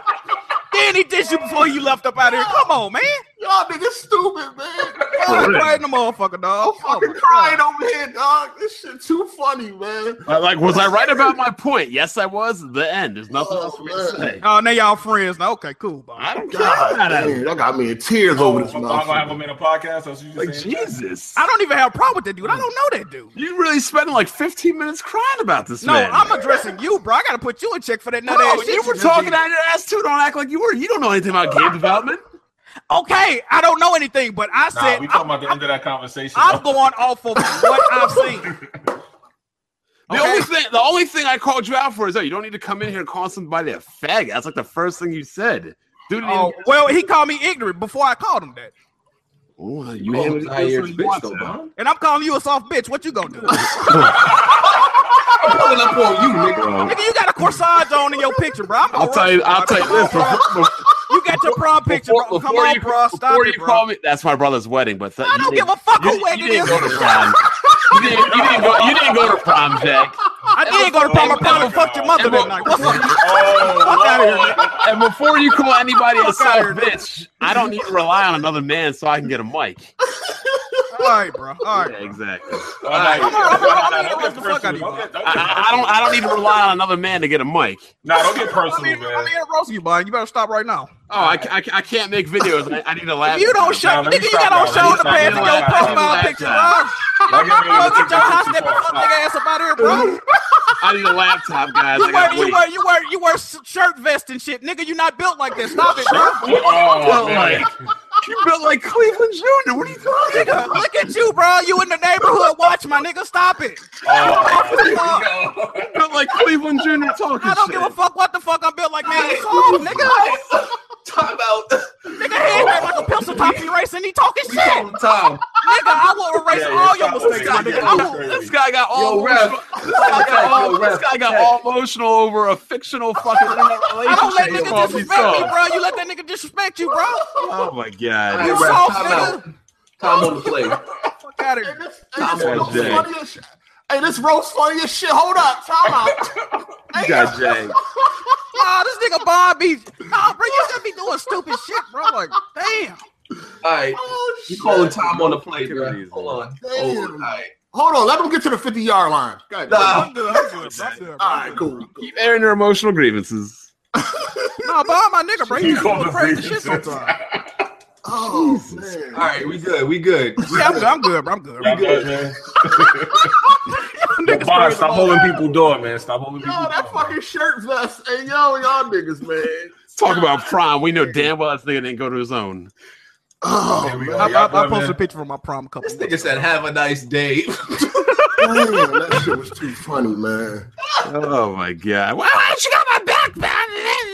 Speaker 2: Then he did you before you left up out of here. Come on, man.
Speaker 3: Y'all niggas stupid, man.
Speaker 2: I'm crying the motherfucker, dog. Oh,
Speaker 3: Fucking
Speaker 2: my
Speaker 3: crying over here, dog. This shit too funny, man.
Speaker 5: Like, was I
Speaker 3: <laughs>
Speaker 5: right about my point? Yes, I was. The end. There's nothing else for me to say.
Speaker 2: God. Oh, now y'all friends. Now, okay, cool, Bond.
Speaker 5: I don't care
Speaker 3: God,
Speaker 5: about that.
Speaker 3: damn, that got me in tears
Speaker 1: Oh,
Speaker 3: over
Speaker 1: I'm
Speaker 3: this
Speaker 1: gonna have
Speaker 3: motherfucker.
Speaker 1: him in a podcast. That's what you
Speaker 5: Like,
Speaker 1: saying?
Speaker 5: Jesus.
Speaker 2: I don't even have a problem with that dude. I don't know that dude.
Speaker 5: You really spent like 15 minutes crying about this
Speaker 2: No,
Speaker 5: man.
Speaker 2: I'm addressing you, bro. I gotta put you in check for that nut
Speaker 5: Bro,
Speaker 2: ass shit.
Speaker 5: you were
Speaker 2: just
Speaker 5: talking
Speaker 2: did.
Speaker 5: out your ass too. Don't act like you were. You don't know anything about
Speaker 2: <laughs>
Speaker 5: game development.
Speaker 2: Okay, I don't know anything, but I
Speaker 1: Nah,
Speaker 2: said
Speaker 1: we
Speaker 2: I'm,
Speaker 1: talking about the end of that conversation.
Speaker 2: I'm <laughs>
Speaker 1: bro.
Speaker 2: going off of what I've
Speaker 5: <laughs>
Speaker 2: seen.
Speaker 5: The
Speaker 2: Okay.
Speaker 5: only thing, the only thing I called you out for is that you don't need to come in here and call somebody a fag. That's like the first thing you said, dude.
Speaker 2: Oh, <laughs> well, he called me ignorant before I called him that,
Speaker 5: Ooh,
Speaker 4: You
Speaker 5: you
Speaker 2: Oh,
Speaker 4: call
Speaker 5: handled
Speaker 4: him
Speaker 5: it
Speaker 4: Zaire's
Speaker 5: just
Speaker 4: bitch
Speaker 5: like
Speaker 4: though,
Speaker 5: you want
Speaker 4: Bond.
Speaker 2: and I'm calling you a soft bitch. What you gonna do,
Speaker 5: Oh.
Speaker 2: nigga?
Speaker 4: I'm pulling up on you,
Speaker 5: to.
Speaker 4: nigga.
Speaker 5: Bro,
Speaker 2: You got a corsage on in your picture, bro. I'm gonna
Speaker 5: I'll tell you.
Speaker 2: roast
Speaker 5: I'll
Speaker 2: bro.
Speaker 5: tell you this.
Speaker 2: Come on,
Speaker 5: Before,
Speaker 2: bro. You got your prom picture,
Speaker 5: before,
Speaker 2: bro. Come
Speaker 5: before
Speaker 2: on,
Speaker 5: you,
Speaker 2: bro. Stop
Speaker 5: before
Speaker 2: it,
Speaker 5: you
Speaker 2: bro.
Speaker 5: call me, that's my brother's wedding. But th-
Speaker 2: I
Speaker 5: you
Speaker 2: don't
Speaker 5: didn't-
Speaker 2: give a fuck
Speaker 5: you,
Speaker 2: who wedding
Speaker 5: you didn't
Speaker 2: is.
Speaker 5: go to prom. you, didn't, you didn't go. You didn't go to prom, Jack.
Speaker 2: I did go to prom. I probably fucked your mother that night. What's up?
Speaker 1: Oh,
Speaker 2: Fuck out of here. nigga.
Speaker 5: And before you call anybody a
Speaker 2: Fuck outta
Speaker 5: soft bitch, I don't need to rely on another man so I can get a mic.
Speaker 2: All right, bro. All right.
Speaker 5: Yeah, exactly.
Speaker 1: right.
Speaker 2: I'm not- I'm not- I'm not-
Speaker 1: Nah,
Speaker 2: I'm not-
Speaker 1: don't
Speaker 2: the
Speaker 1: get
Speaker 2: fuck
Speaker 1: personal.
Speaker 2: out of you.
Speaker 1: Don't get- don't get-
Speaker 5: I, I don't. I don't even rely on another man to get a mic.
Speaker 1: Nah, don't get
Speaker 2: I'm
Speaker 1: personal,
Speaker 2: in, I'm
Speaker 1: man.
Speaker 2: in roasting you, bud. You better stop right now.
Speaker 5: Oh, I, ca- I, ca- I can't make videos. I, I need a
Speaker 2: If
Speaker 5: laugh.
Speaker 2: you don't
Speaker 1: Nah,
Speaker 2: shut,
Speaker 1: let me
Speaker 2: nigga, you
Speaker 1: stop
Speaker 2: got on
Speaker 1: now. Let me
Speaker 2: shoulder
Speaker 1: stop
Speaker 2: pads
Speaker 5: now.
Speaker 2: in your
Speaker 5: Let me
Speaker 2: profile
Speaker 5: stop
Speaker 2: picture,
Speaker 5: now.
Speaker 2: bro.
Speaker 1: Y'all get ready to
Speaker 2: Bro,
Speaker 1: take
Speaker 2: get your
Speaker 1: this
Speaker 2: hot
Speaker 1: too
Speaker 2: step
Speaker 1: far.
Speaker 2: fuck nigga ass up out here, bro.
Speaker 5: I need a laptop, guys. I
Speaker 2: You wear,
Speaker 5: gotta
Speaker 2: you
Speaker 5: wait.
Speaker 2: wear, you wear, you wear s- shirt vest and shit, nigga. You not built like that. Stop it, bro.
Speaker 1: Oh,
Speaker 5: Well,
Speaker 1: man.
Speaker 5: like, you built like Cleveland Jr. What are you talking
Speaker 2: Nigga, look at you, bro. You in the neighborhood. Watch my nigga. Stop it. Fuck.
Speaker 5: You built like Cleveland Jr. talking
Speaker 2: I don't
Speaker 5: shit.
Speaker 2: give a fuck what the fuck I'm built like, man. It's off, nigga.
Speaker 4: Time out.
Speaker 2: Nigga, head right like a pencil top erase and he talking shit. Nigga,
Speaker 4: Time.
Speaker 2: I will erase
Speaker 1: Yeah,
Speaker 2: all
Speaker 1: yeah,
Speaker 2: your mistakes, my
Speaker 1: stop it.
Speaker 2: nigga. I will.
Speaker 5: This guy got all
Speaker 4: Yo,
Speaker 5: emotional.
Speaker 4: ref.
Speaker 5: This guy got all,
Speaker 4: Yo, ref,
Speaker 5: this guy got
Speaker 4: check.
Speaker 5: all emotional over a fictional <laughs> fucking internet
Speaker 2: I don't let
Speaker 5: relationship. It's
Speaker 2: niggas
Speaker 5: called
Speaker 2: disrespect
Speaker 5: Utah.
Speaker 2: me, bro. You let that nigga disrespect you, bro.
Speaker 5: Oh my god.
Speaker 2: You
Speaker 4: Hey, ref,
Speaker 2: soft
Speaker 4: time
Speaker 2: nigga.
Speaker 4: Time on the play.
Speaker 2: Fuck out of
Speaker 3: Hey,
Speaker 2: here.
Speaker 3: this, hey, this
Speaker 5: Tom
Speaker 3: roast
Speaker 5: Jay.
Speaker 3: funny as shit. Hey, this roast funny as shit. Hold up, time <laughs> out.
Speaker 5: You got Jay.
Speaker 2: Nah, this nigga Bobby. Nah, bro, you should be doing stupid shit, bro. Like, damn.
Speaker 4: All right.
Speaker 3: Oh,
Speaker 4: You
Speaker 3: shit.
Speaker 4: calling time on the play,
Speaker 5: Fucking
Speaker 4: bro.
Speaker 5: reason.
Speaker 4: Hold on.
Speaker 3: Damn.
Speaker 4: Hold on. All right.
Speaker 3: Hold on, let them get to the fifty yard line. God,
Speaker 4: Nah.
Speaker 2: I'm good. I'm good. I'm good.
Speaker 3: All right, cool. cool.
Speaker 5: Keep airing your emotional grievances.
Speaker 2: Nah, Bob, my nigga, bro. You
Speaker 1: You call
Speaker 2: doing
Speaker 1: the
Speaker 2: crazy
Speaker 1: freaking
Speaker 2: shit sometimes.
Speaker 3: Oh man.
Speaker 4: All right. We good.
Speaker 3: <laughs>
Speaker 4: We good.
Speaker 2: Yeah, I'm good. I'm good, bro. I'm good.
Speaker 1: Y'all good, man. Yo,
Speaker 2: <laughs> Niggas
Speaker 1: Bond,
Speaker 2: crazy,
Speaker 1: stop
Speaker 2: bro.
Speaker 1: holding people door, man. Stop holding
Speaker 3: Yo,
Speaker 1: people
Speaker 3: that
Speaker 1: door.
Speaker 3: fucking shirt vest. Hey, yo, y'all niggas, man.
Speaker 5: Talk about prime. We know damn well this nigga didn't go to his own.
Speaker 3: Oh,
Speaker 1: Here we go.
Speaker 3: man.
Speaker 2: I, I, I
Speaker 1: Y'all good,
Speaker 2: posted a
Speaker 1: man.
Speaker 2: picture from my prom couple.
Speaker 4: This nigga said, "Have a nice day." <laughs>
Speaker 3: Damn, that shit was too funny, man.
Speaker 5: Oh my god. Why don't you got my back,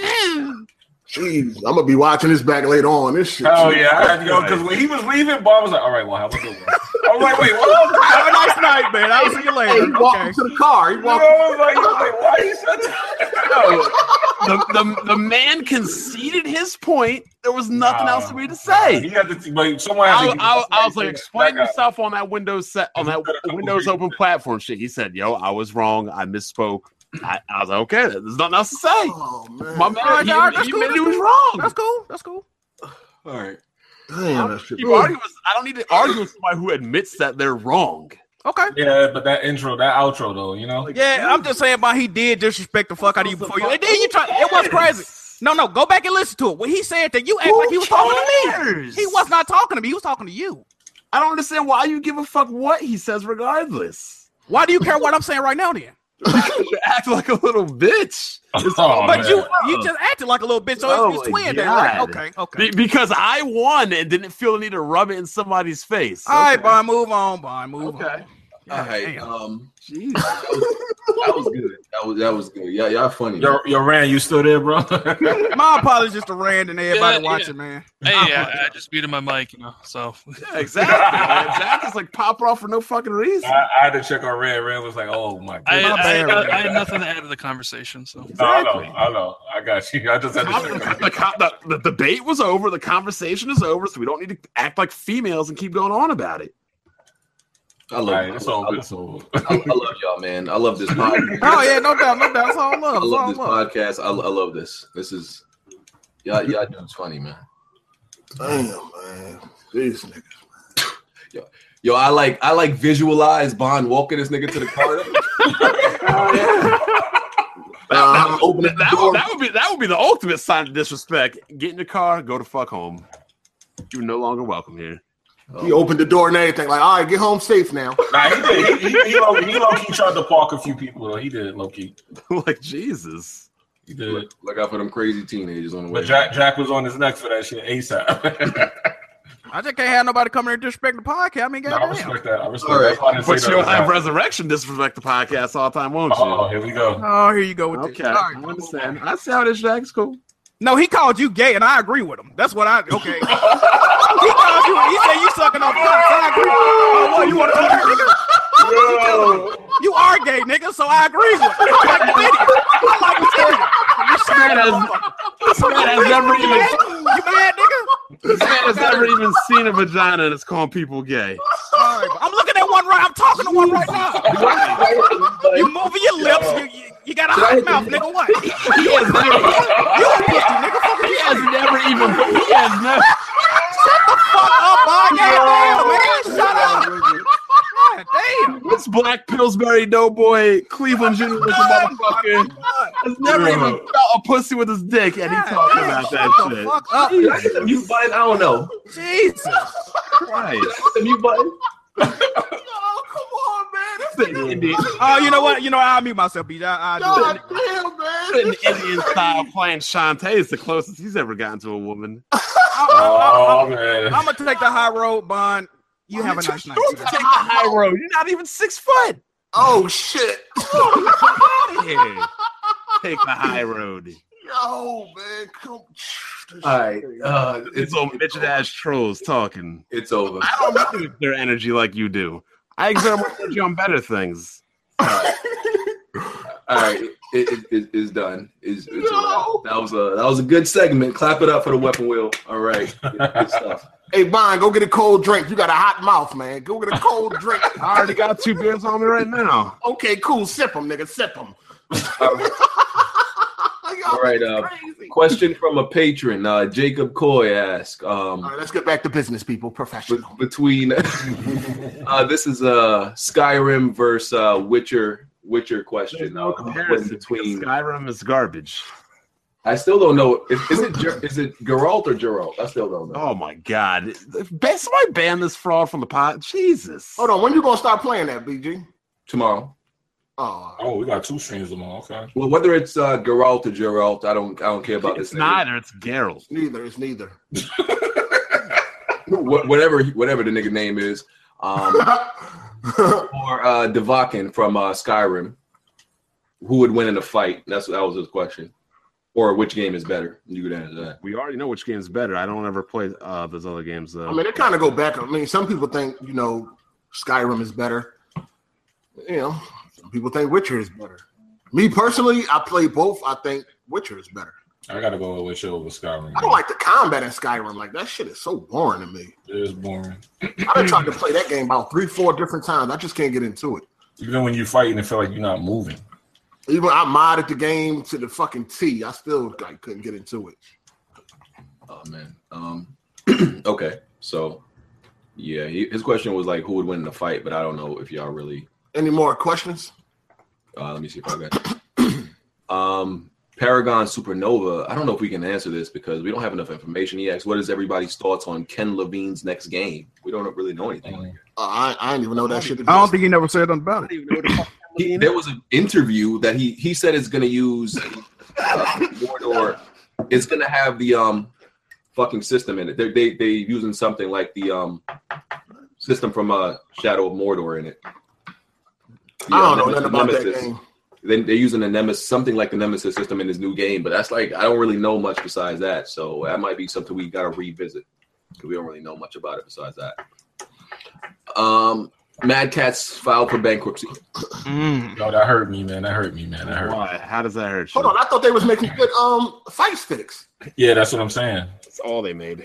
Speaker 5: man?
Speaker 3: Jeez, I'm gonna be watching this back later on. This shit.
Speaker 1: Oh yeah, I had to go because when he was leaving, Bob was like, "All right, well, have a good one." I was like, "Wait, what?"
Speaker 2: Have
Speaker 1: <laughs>
Speaker 2: a nice night, man. I'll see you
Speaker 3: Hey, he
Speaker 2: later.
Speaker 3: walked
Speaker 2: Okay.
Speaker 3: into the car. He
Speaker 1: You know,
Speaker 3: walked.
Speaker 1: I was like, "Wait, why he said that?"
Speaker 5: No, the, the, the man conceded his point. There was nothing
Speaker 1: Nah.
Speaker 5: else for me to say.
Speaker 1: He had to, t- like, someone had
Speaker 5: I,
Speaker 1: to.
Speaker 5: I, I was like, explain
Speaker 1: explaining
Speaker 5: yourself on that Windows set on that
Speaker 1: Got a couple
Speaker 5: Windows
Speaker 1: reasons.
Speaker 5: open platform shit. He said, "Yo, I was wrong. I misspoke." I, I was like, "Okay, there's nothing else to say."
Speaker 3: Oh man.
Speaker 5: My man, he,
Speaker 2: All right, that's
Speaker 5: he
Speaker 2: cool,
Speaker 5: admitted he was
Speaker 2: that's
Speaker 5: wrong.
Speaker 2: That's cool. That's cool.
Speaker 4: All right.
Speaker 3: Damn, that shit.
Speaker 5: You argue with, I don't need to argue with somebody who admits that they're wrong.
Speaker 2: Okay.
Speaker 1: Yeah, but that intro, that outro, though, you know,
Speaker 2: Yeah, I'm just saying, but he did disrespect the fuck out of you before you. And then you try. It was crazy. No, no, go back and listen to it. When he said that, you act like he was talking to me.
Speaker 5: cares?
Speaker 2: He was not talking to me. He was talking to you.
Speaker 5: I don't understand why you give a fuck what he says, regardless.
Speaker 2: Why do you care what I'm saying right now then?
Speaker 5: you act like a little bitch.
Speaker 1: <laughs> Oh,
Speaker 2: but
Speaker 1: man.
Speaker 2: you you just acted like a little bitch, so
Speaker 5: Oh
Speaker 2: it's, it's
Speaker 5: my
Speaker 2: twin then, right?
Speaker 5: God.
Speaker 2: Okay, okay.
Speaker 5: Be- because I won and didn't feel the need to rub it in somebody's face.
Speaker 2: All right, Bond, move on, Bond, move on.
Speaker 5: Okay.
Speaker 4: All right.
Speaker 2: damn.
Speaker 4: Um,
Speaker 5: Jeez.
Speaker 4: that was, that was good. That was that was good. Yeah, y'all funny.
Speaker 1: yo, yo, Rand, you still there, bro? <laughs> That's
Speaker 2: My apologies just to Rand and everybody
Speaker 7: Yeah, yeah.
Speaker 2: watching, man.
Speaker 7: Hey, I, I just muted my mic, you know. So
Speaker 5: Yeah, exactly. man. Zach is like popping off for no fucking reason.
Speaker 1: I, I had to check on Rand. Rand was like, "Oh my
Speaker 7: I,
Speaker 1: god."
Speaker 2: My
Speaker 7: I,
Speaker 2: bad,
Speaker 7: I, I
Speaker 1: man.
Speaker 7: have nothing to add to the conversation. So
Speaker 1: <laughs> No, I know,
Speaker 5: Exactly.
Speaker 1: I know, I got you. I just had to
Speaker 5: Com-
Speaker 1: check.
Speaker 5: The,
Speaker 1: on
Speaker 5: the
Speaker 1: you.
Speaker 5: com- the- the debate was over. The conversation is over, so we don't need to act like females and keep going on about it.
Speaker 4: I
Speaker 1: All
Speaker 4: love.
Speaker 1: right, it's all
Speaker 4: I,
Speaker 1: good.
Speaker 4: love-
Speaker 1: It's all good.
Speaker 4: I, I love y'all, man. I
Speaker 3: <laughs>
Speaker 4: love this podcast.
Speaker 2: Oh yeah, no doubt, no doubt. It's all love.
Speaker 4: I
Speaker 2: It's
Speaker 4: love
Speaker 2: all
Speaker 4: this
Speaker 2: love.
Speaker 4: podcast. I, I love this. This is y'all. Y'all dudes funny, man.
Speaker 3: Damn, man. These niggas.
Speaker 4: Yo, I like I like visualize Bond walking this nigga to the <laughs> car.
Speaker 5: <laughs>
Speaker 3: Uh, open
Speaker 5: That,
Speaker 3: the
Speaker 5: that
Speaker 3: door.
Speaker 5: would, that would be that would be the ultimate sign of disrespect. Get in the car, go to fuck home. You're no longer welcome here. <laughs>
Speaker 3: He opened the door and everything. Like, all right, get home safe now.
Speaker 1: Nah, he did. He, he, he, low, he low key tried to park a few people. Though. He did low key.
Speaker 5: like Jesus.
Speaker 1: He did.
Speaker 4: look, look out for them crazy teenagers on the way.
Speaker 1: But Jack, Jack was on his neck for that shit <laughs> ASAP.
Speaker 2: I just can't have nobody come here and disrespect the podcast. I mean,
Speaker 1: Nah, I
Speaker 2: goddamn.
Speaker 1: respect that. I respect
Speaker 4: All
Speaker 1: that.
Speaker 4: right.
Speaker 1: That's why I didn't
Speaker 5: But
Speaker 1: say
Speaker 5: you'll
Speaker 1: nothing.
Speaker 5: have resurrection disrespect the podcast all the time, won't you?
Speaker 1: Oh, here we go.
Speaker 2: oh, here you go with
Speaker 5: okay,
Speaker 2: this. All
Speaker 5: I
Speaker 2: right, cool.
Speaker 5: understand. I see how this Jack's cool.
Speaker 2: No, he called you gay, and I agree with him. That's what I okay. <laughs> he called you. He said you sucking on cocks. I agree. Oh, what you want to nigga? You are gay, nigga. So I agree with him. I like the video. I like the video. You
Speaker 5: man
Speaker 2: sure?
Speaker 5: has- This man has never
Speaker 2: You
Speaker 5: even
Speaker 2: mad? You mad, nigga?
Speaker 5: this man has never even seen a vagina and is calling people gay.
Speaker 2: All right, I'm looking at one right. I'm talking to one right now. You moving your lips. You, you, you got a hot mouth, nigga. What? You
Speaker 5: He has never
Speaker 2: a pussy, nigga. Fuck
Speaker 5: he has never even he has never
Speaker 2: Shut the fuck up, boy. Goddamn, man. Shut up.
Speaker 5: It's Black Pillsbury Doughboy Cleveland Jr. with the motherfucker. Has never even felt a pussy with his dick, and he's talking about that
Speaker 2: Shut the
Speaker 5: shit.
Speaker 2: fuck up.
Speaker 4: I <laughs> hit the mute button. I don't know.
Speaker 2: Jesus.
Speaker 5: Christ.
Speaker 4: The mute button.
Speaker 3: Oh, come on, man. This
Speaker 5: An Indian,
Speaker 2: Oh, you know what? You know what? I'll mute myself, BJ. I, I do.
Speaker 3: God damn, man.
Speaker 5: an Indian style playing Shantae is the closest he's ever gotten to a woman.
Speaker 1: Oh man.
Speaker 2: I'm gonna take the high road, Bond. You have a nice night.
Speaker 5: Don't
Speaker 2: sir.
Speaker 5: take the high road. You're not even six foot.
Speaker 3: Oh, shit.
Speaker 5: Yeah. Take the high road.
Speaker 3: Yo, man. Come.
Speaker 4: All right. Uh,
Speaker 5: It's
Speaker 4: it's
Speaker 5: all midget ass trolls talking.
Speaker 4: it's <laughs> over.
Speaker 5: I don't exert their energy like you do. I exert my energy on better things.
Speaker 4: All right. It, it, it- it's done. It's, it's a wrap. That was a that was a good segment. Clap it up for the weapon wheel. All right. Good stuff. <laughs>
Speaker 3: Hey, Bond, go get a cold drink. You got a hot mouth, man. Go get a cold
Speaker 4: <laughs>
Speaker 3: drink.
Speaker 5: I already got two beers on me right now.
Speaker 3: Okay, cool. Sip them, nigga. Sip them.
Speaker 4: Uh,
Speaker 3: <laughs>
Speaker 4: All right, uh,
Speaker 3: crazy.
Speaker 4: Question from a patron, uh, Jacob Coy asks,
Speaker 3: All
Speaker 4: um,
Speaker 3: right, let's get back to business, people.
Speaker 4: be-
Speaker 3: Professional.
Speaker 4: between <laughs> uh, this is uh, Skyrim versus uh, Witcher Witcher
Speaker 5: There's
Speaker 4: question.
Speaker 5: no
Speaker 4: Uh,
Speaker 5: comparison.
Speaker 4: between
Speaker 5: Skyrim is garbage.
Speaker 4: I still don't know. Is, is it Ger- is it Geralt or Geralt? I still don't know.
Speaker 5: Oh my god! Ban- Somebody ban this fraud from the pot. Jesus!
Speaker 3: Hold on. When you gonna start playing that, BG?
Speaker 4: Tomorrow.
Speaker 3: Oh,
Speaker 1: Oh, we got two streams tomorrow. Okay.
Speaker 4: Well, whether it's uh, Geralt or Geralt, I don't I don't care about
Speaker 5: It's
Speaker 4: this. nigga. <laughs>
Speaker 5: neither. It's Geralt.
Speaker 3: neither. It's neither.
Speaker 4: Wh- whatever he- whatever the nigga name is. Um,
Speaker 5: <laughs>
Speaker 4: or uh, Devakin from uh, Skyrim. Who would win in a fight? That's that was his question. Or which game is better? You could answer that.
Speaker 5: We already know which game's better. I don't ever play uh, those other games though.
Speaker 3: I mean, it kind of go back. I mean, some people think you know Skyrim is better. You know, some people think Witcher is better. Me personally, I play both. I think Witcher is better.
Speaker 1: I gotta go with show over Skyrim.
Speaker 3: I don't like the combat in Skyrim. Like that shit is so boring to me.
Speaker 1: It's boring.
Speaker 3: I've been trying to play that game about three, four different times. I just can't get into it.
Speaker 1: Even when you're fighting, it feel like you're not moving.
Speaker 3: Even I modded the game to the fucking T. I still like, couldn't get into it.
Speaker 4: Oh man. Um, <clears throat> okay, so yeah, he, his question was like, who would win in a fight? But I don't know if y'all really.
Speaker 3: Any more questions?
Speaker 4: Uh, let me see if I got. <clears throat> Um, Paragon Supernova. I don't know if we can answer this because we don't have enough information. He asked, "What is everybody's thoughts on Ken Levine's next game?" We don't really know anything. like that.
Speaker 3: Uh, I, I didn't even know that shit.
Speaker 2: I don't think he never said nothing about it.
Speaker 4: He, there was an interview that he he said is going to use uh, Mordor. It's going to have the um fucking system in it. They they they using something like the um system from uh Shadow of Mordor in it. The,
Speaker 3: I
Speaker 4: uh,
Speaker 3: don't know
Speaker 4: Nemes-
Speaker 3: nothing about
Speaker 4: Nemesis.
Speaker 3: that game.
Speaker 4: Then they're using the nemesis, something like the nemesis system in this new game. But that's like I don't really know much besides that, so that might be something we got to revisit because we don't really know much about it besides that. Um, Mad Cat's filed for bankruptcy.
Speaker 2: Mm.
Speaker 1: Yo, that hurt me, man. That hurt me, man. That hurt. me.
Speaker 5: Why? How does that hurt you?
Speaker 3: Hold on, I thought they was making good um fight sticks.
Speaker 1: Yeah, that's what I'm saying.
Speaker 5: That's all they made.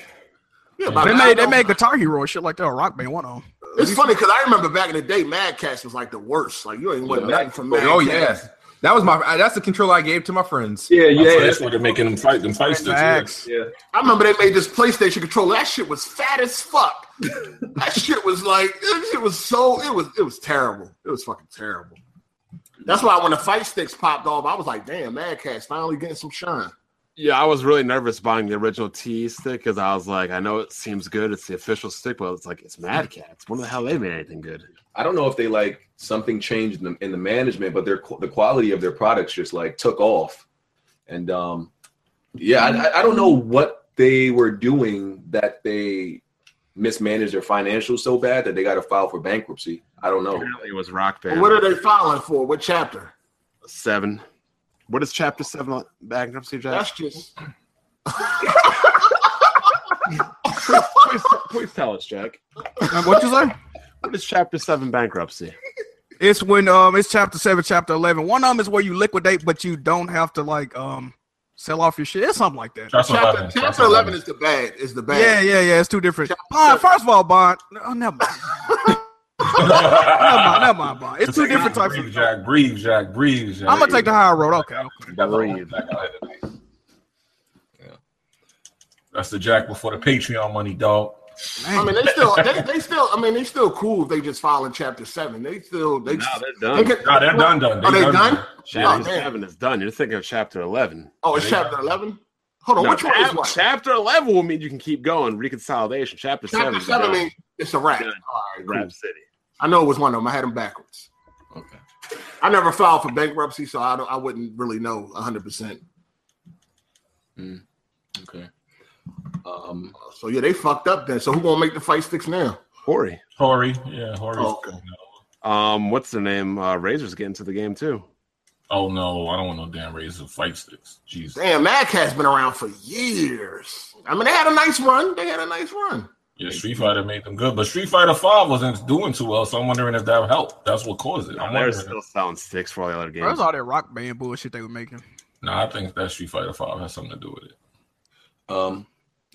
Speaker 3: Yeah,
Speaker 2: They
Speaker 3: but I
Speaker 2: made they
Speaker 3: don't-
Speaker 2: made Guitar Hero and shit like that. or Rock Band one on.
Speaker 3: It's funny because I remember back in the day, Mad Cats was like the worst. Like you ain't want
Speaker 4: Yeah.
Speaker 3: nothing from Mad.
Speaker 11: Oh
Speaker 3: Cats.
Speaker 11: yeah, that was my. I- That's the control I gave to my friends.
Speaker 4: Yeah,
Speaker 1: Yeah, that's, why they're making them fight them fight sticks. yeah.
Speaker 2: Facts.
Speaker 4: yeah.
Speaker 3: I remember they made this PlayStation controller. That shit was fat as fuck. that shit was like it shit was so it was it was terrible. It was fucking terrible. That's why when the fight sticks popped off, I was like, damn, Mad Cats finally getting some shine.
Speaker 5: Yeah, I was really nervous buying the original T stick because I was like, I know it seems good. It's the official stick, but it's like it's Mad Cats. When the hell they made anything good?
Speaker 4: I don't know if they like something changed in the, in the management, but their qu- the quality of their products just like took off, and um, yeah, I, I- I don't know what they were doing that they mismanaged their financials so bad that they got to file for bankruptcy. I don't know.
Speaker 5: Apparently, it was Rock
Speaker 3: But
Speaker 5: Band
Speaker 3: What are they filing for? What chapter?
Speaker 5: Seven. What is Chapter Seven on bankruptcy? Jack?
Speaker 3: That's just
Speaker 5: please, please tell us, Jack.
Speaker 2: Uh, What you say?
Speaker 5: What is Chapter Seven bankruptcy?
Speaker 2: It's when um it's chapter seven, chapter eleven. One of them is where you liquidate, but you don't have to like um sell off your shit. It's something like that.
Speaker 1: That's
Speaker 3: chapter,
Speaker 1: 11. That's
Speaker 3: chapter eleven is the bad. Is the bad.
Speaker 2: Yeah, yeah, yeah. It's two different. Bond, first of all, Bond. No, never mind. Never mind. Never mind, Bond. It's two different types
Speaker 1: breathe,
Speaker 2: of.
Speaker 1: Jack, breathe, Jack, breathe, Jack.
Speaker 2: I'm gonna take the high road. Okay. okay.
Speaker 1: That's the only Jack I had tonight. That's the Jack before the Patreon money, dog.
Speaker 3: I mean, they still, they, they still, I mean, they still cool if they just file in chapter seven. They still, they,
Speaker 5: Nah, they're
Speaker 3: they
Speaker 5: done.
Speaker 3: can-
Speaker 1: Nah, they're done, done.
Speaker 3: Are
Speaker 1: They
Speaker 3: they
Speaker 1: done,
Speaker 3: done?
Speaker 1: done.
Speaker 3: Oh,
Speaker 5: Chapter
Speaker 3: man.
Speaker 5: seven is done. You're thinking of chapter eleven.
Speaker 3: oh, it's chapter eleven. Hold on,
Speaker 5: No,
Speaker 3: which one is
Speaker 5: chap-
Speaker 3: what?
Speaker 5: chapter eleven will mean you can keep going. Reconsolidation.
Speaker 3: Chapter
Speaker 5: Chapter, seven. is
Speaker 3: seven
Speaker 5: done.
Speaker 3: means it's a wrap.
Speaker 5: Done.
Speaker 3: All right, cool.
Speaker 5: Rap City.
Speaker 3: I know it was one of them. I had them backwards.
Speaker 4: Okay.
Speaker 3: I never filed for bankruptcy, so I don't. I wouldn't really know hundred percent.
Speaker 4: Okay. Um,
Speaker 3: So yeah, they fucked up then. So who gonna make the fight sticks now?
Speaker 5: Corey.
Speaker 1: Hori. Yeah, Hori's
Speaker 3: Oh,
Speaker 1: good.
Speaker 3: okay.
Speaker 5: Um, what's their name? Uh, Razor's getting to the game too.
Speaker 1: Oh no, I don't want no damn razor fight sticks. Jesus.
Speaker 3: Damn, Mad Cat's been around for years. I mean, they had a nice run. They had a nice run.
Speaker 1: Yeah, Street Fighter made them good, but Street Fighter Five wasn't doing too well, so I'm wondering if that helped. That's what caused it.
Speaker 5: No,
Speaker 1: I'm
Speaker 5: they're
Speaker 1: wondering.
Speaker 5: still selling sticks for all the other
Speaker 2: Bro,
Speaker 5: games.
Speaker 2: That's all that rock band bullshit they were making.
Speaker 1: Nah, I think that Street Fighter Five has something to do with it.
Speaker 4: um,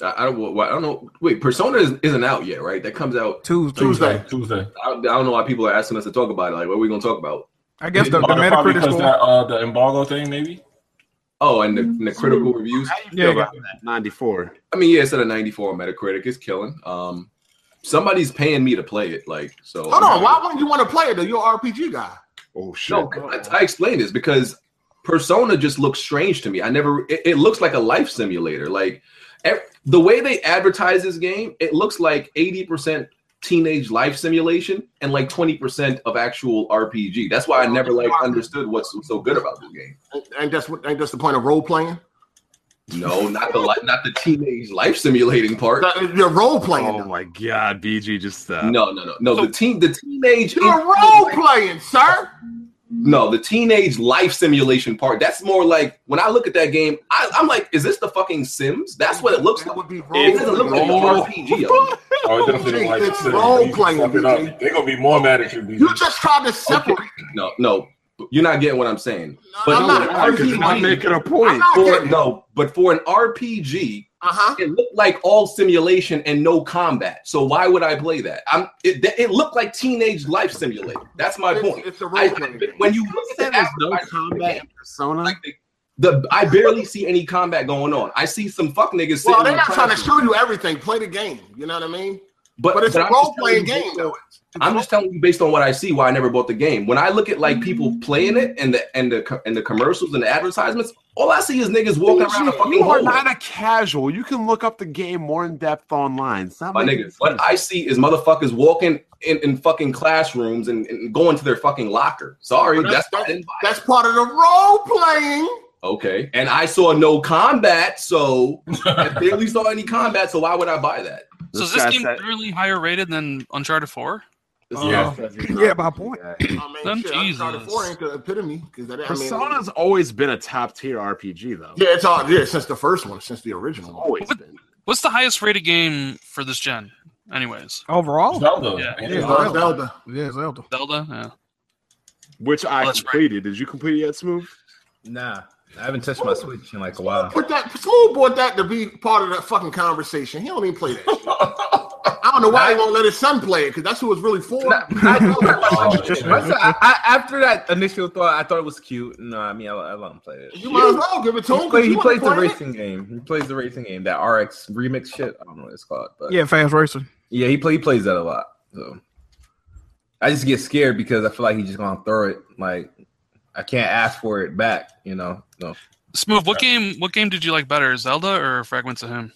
Speaker 4: I, I don't. why- I don't know. Wait, Persona is, isn't out yet, right? That comes out.
Speaker 2: Tuesday.
Speaker 3: Tuesday.
Speaker 1: Tuesday.
Speaker 4: I, I don't know why people are asking us to talk about it. Like, what are we gonna talk about?
Speaker 2: I guess the, the
Speaker 1: Probably
Speaker 2: Metacritic
Speaker 1: because
Speaker 2: score.
Speaker 1: that uh, the embargo thing, maybe.
Speaker 4: Oh, and the, and the critical reviews.
Speaker 2: yeah, yeah.
Speaker 5: Ninety-four.
Speaker 4: I mean, yeah, it's at a 94 on Metacritic. It's killing. Um, somebody's paying me to play it. Like, so.
Speaker 3: Hold
Speaker 4: I'm
Speaker 3: on,
Speaker 4: not-
Speaker 3: why wouldn't you want to play it? Though you're an RPG guy.
Speaker 5: Oh shit.
Speaker 4: No, I, I explained this because Persona just looks strange to me. I never. It, it looks like a life simulator. Like ev- the way they advertise this game, it looks like eighty percent teenage life simulation and like twenty percent of actual RPG. That's why I never like understood what's so good about this game.
Speaker 3: Ain't- Ain't that's what? Ain't that's the point of role playing?
Speaker 4: No, not the li- not the teenage life simulating part.
Speaker 3: That- You're role playing.
Speaker 5: Oh
Speaker 3: though.
Speaker 5: my god, BG just uh,
Speaker 4: No, no, no, no. The teen, the teenage.
Speaker 3: You're role playing, sir.
Speaker 4: No, the teenage life simulation part. That's more like when I look at that game, I, I'm like, is this the fucking Sims? That's what it looks
Speaker 3: That
Speaker 4: like.
Speaker 3: would be
Speaker 4: It
Speaker 3: role
Speaker 4: doesn't look like
Speaker 3: playing.
Speaker 4: an RPG. I mean,
Speaker 1: Oh, it doesn't look like
Speaker 3: It's
Speaker 1: Sid.
Speaker 3: role
Speaker 1: You
Speaker 3: playing,
Speaker 1: fucking
Speaker 3: BG.
Speaker 1: up. They're gonna be more mad at you. BG. <laughs>
Speaker 3: You just tried to separate.
Speaker 4: No, no, you're not getting what I'm saying. But
Speaker 3: I'm not.
Speaker 5: Why? 'Cause you're not making a
Speaker 3: I'm
Speaker 5: point.
Speaker 3: not
Speaker 4: For,
Speaker 3: getting. Uh
Speaker 4: no, but for an RPG,
Speaker 3: huh.
Speaker 4: it looked like all simulation and no combat. So why would I play that? I'm. It, that- it looked like teenage life simulator. That's my point.
Speaker 3: It's a
Speaker 4: I,
Speaker 3: role playing.
Speaker 4: when you look at the
Speaker 5: There's no
Speaker 4: advertising for the
Speaker 5: combat
Speaker 4: game,
Speaker 5: in Persona.
Speaker 4: like the, the I barely see any combat going on. I see some fuck niggas sitting.
Speaker 3: Well, they're
Speaker 4: on
Speaker 3: not trying to
Speaker 4: platforms.
Speaker 3: show you everything. Play the game. You know what I mean?
Speaker 4: But,
Speaker 3: But it's a
Speaker 4: but I'm just
Speaker 3: role playing
Speaker 4: telling you
Speaker 3: game,
Speaker 4: based on-
Speaker 3: though.
Speaker 4: I'm just telling you based on what I see why I never bought the game. When I look at like people playing it and the and the co- and the commercials and the advertisements, all I see is niggas walking around a fucking
Speaker 5: you are
Speaker 4: hole.
Speaker 5: not a casual. You can look up the game more in depth online. It's not
Speaker 4: My
Speaker 5: making
Speaker 4: niggas, what
Speaker 5: sense.
Speaker 4: I see is motherfuckers walking in, in fucking classrooms and, and going to their fucking locker. Sorry,
Speaker 3: But
Speaker 4: that's,
Speaker 3: that's-
Speaker 4: why I didn't buy it.
Speaker 3: That's part of the role playing.
Speaker 4: okay. And I saw no combat, so I barely saw any combat. So why would I buy that?
Speaker 7: So
Speaker 5: This
Speaker 7: is this
Speaker 5: guy
Speaker 7: game
Speaker 5: said-
Speaker 7: clearly higher rated than Uncharted 4?
Speaker 1: Yeah.
Speaker 2: Yeah, my point.
Speaker 3: I
Speaker 7: Them
Speaker 3: mean, shit, Uncharted
Speaker 7: Jesus.
Speaker 3: Four ain't the epitome because that. I mean,
Speaker 5: Persona's always been a top tier RPG though.
Speaker 3: yeah, it's all yeah since the first one, since the original one.
Speaker 5: Always been.
Speaker 7: What's the highest rated game for this gen? Anyways,
Speaker 2: Overall,
Speaker 1: Zelda.
Speaker 7: Yeah.
Speaker 1: Yeah.
Speaker 3: Yeah, Zelda. Zelda.
Speaker 2: yeah, Zelda.
Speaker 7: Zelda. Yeah.
Speaker 5: Which I
Speaker 7: Oh, that's right.
Speaker 5: completed. Did you complete it yet, Smooth?
Speaker 6: Nah, I haven't touched my Switch in like a while.
Speaker 3: Put that Smooth bought that to be part of that fucking conversation. He don't even play that.
Speaker 6: <laughs>
Speaker 3: Shit. I don't know why he won't let his son play it because that's who it's really for.
Speaker 6: Nah, I know.
Speaker 1: <laughs> Oh, yeah.
Speaker 6: Once I- I- after that initial thought, I thought it was cute. No, I mean, I, I let him play <laughs> it.
Speaker 3: You might as well give it to him.
Speaker 6: He,
Speaker 3: 'cause
Speaker 6: play,
Speaker 3: you
Speaker 6: he
Speaker 3: wanna
Speaker 6: plays the
Speaker 3: play it.
Speaker 6: racing game. He plays the racing game, that RX remix shit. I don't know what it's called, but
Speaker 2: Yeah, fast racing.
Speaker 6: yeah, he play, he plays that a lot. So I just get scared because I feel like he's just gonna throw it. Like I can't ask for it back. You know, no.
Speaker 7: Smooth. What game? What game did you like better, Zelda or Fragments of Him?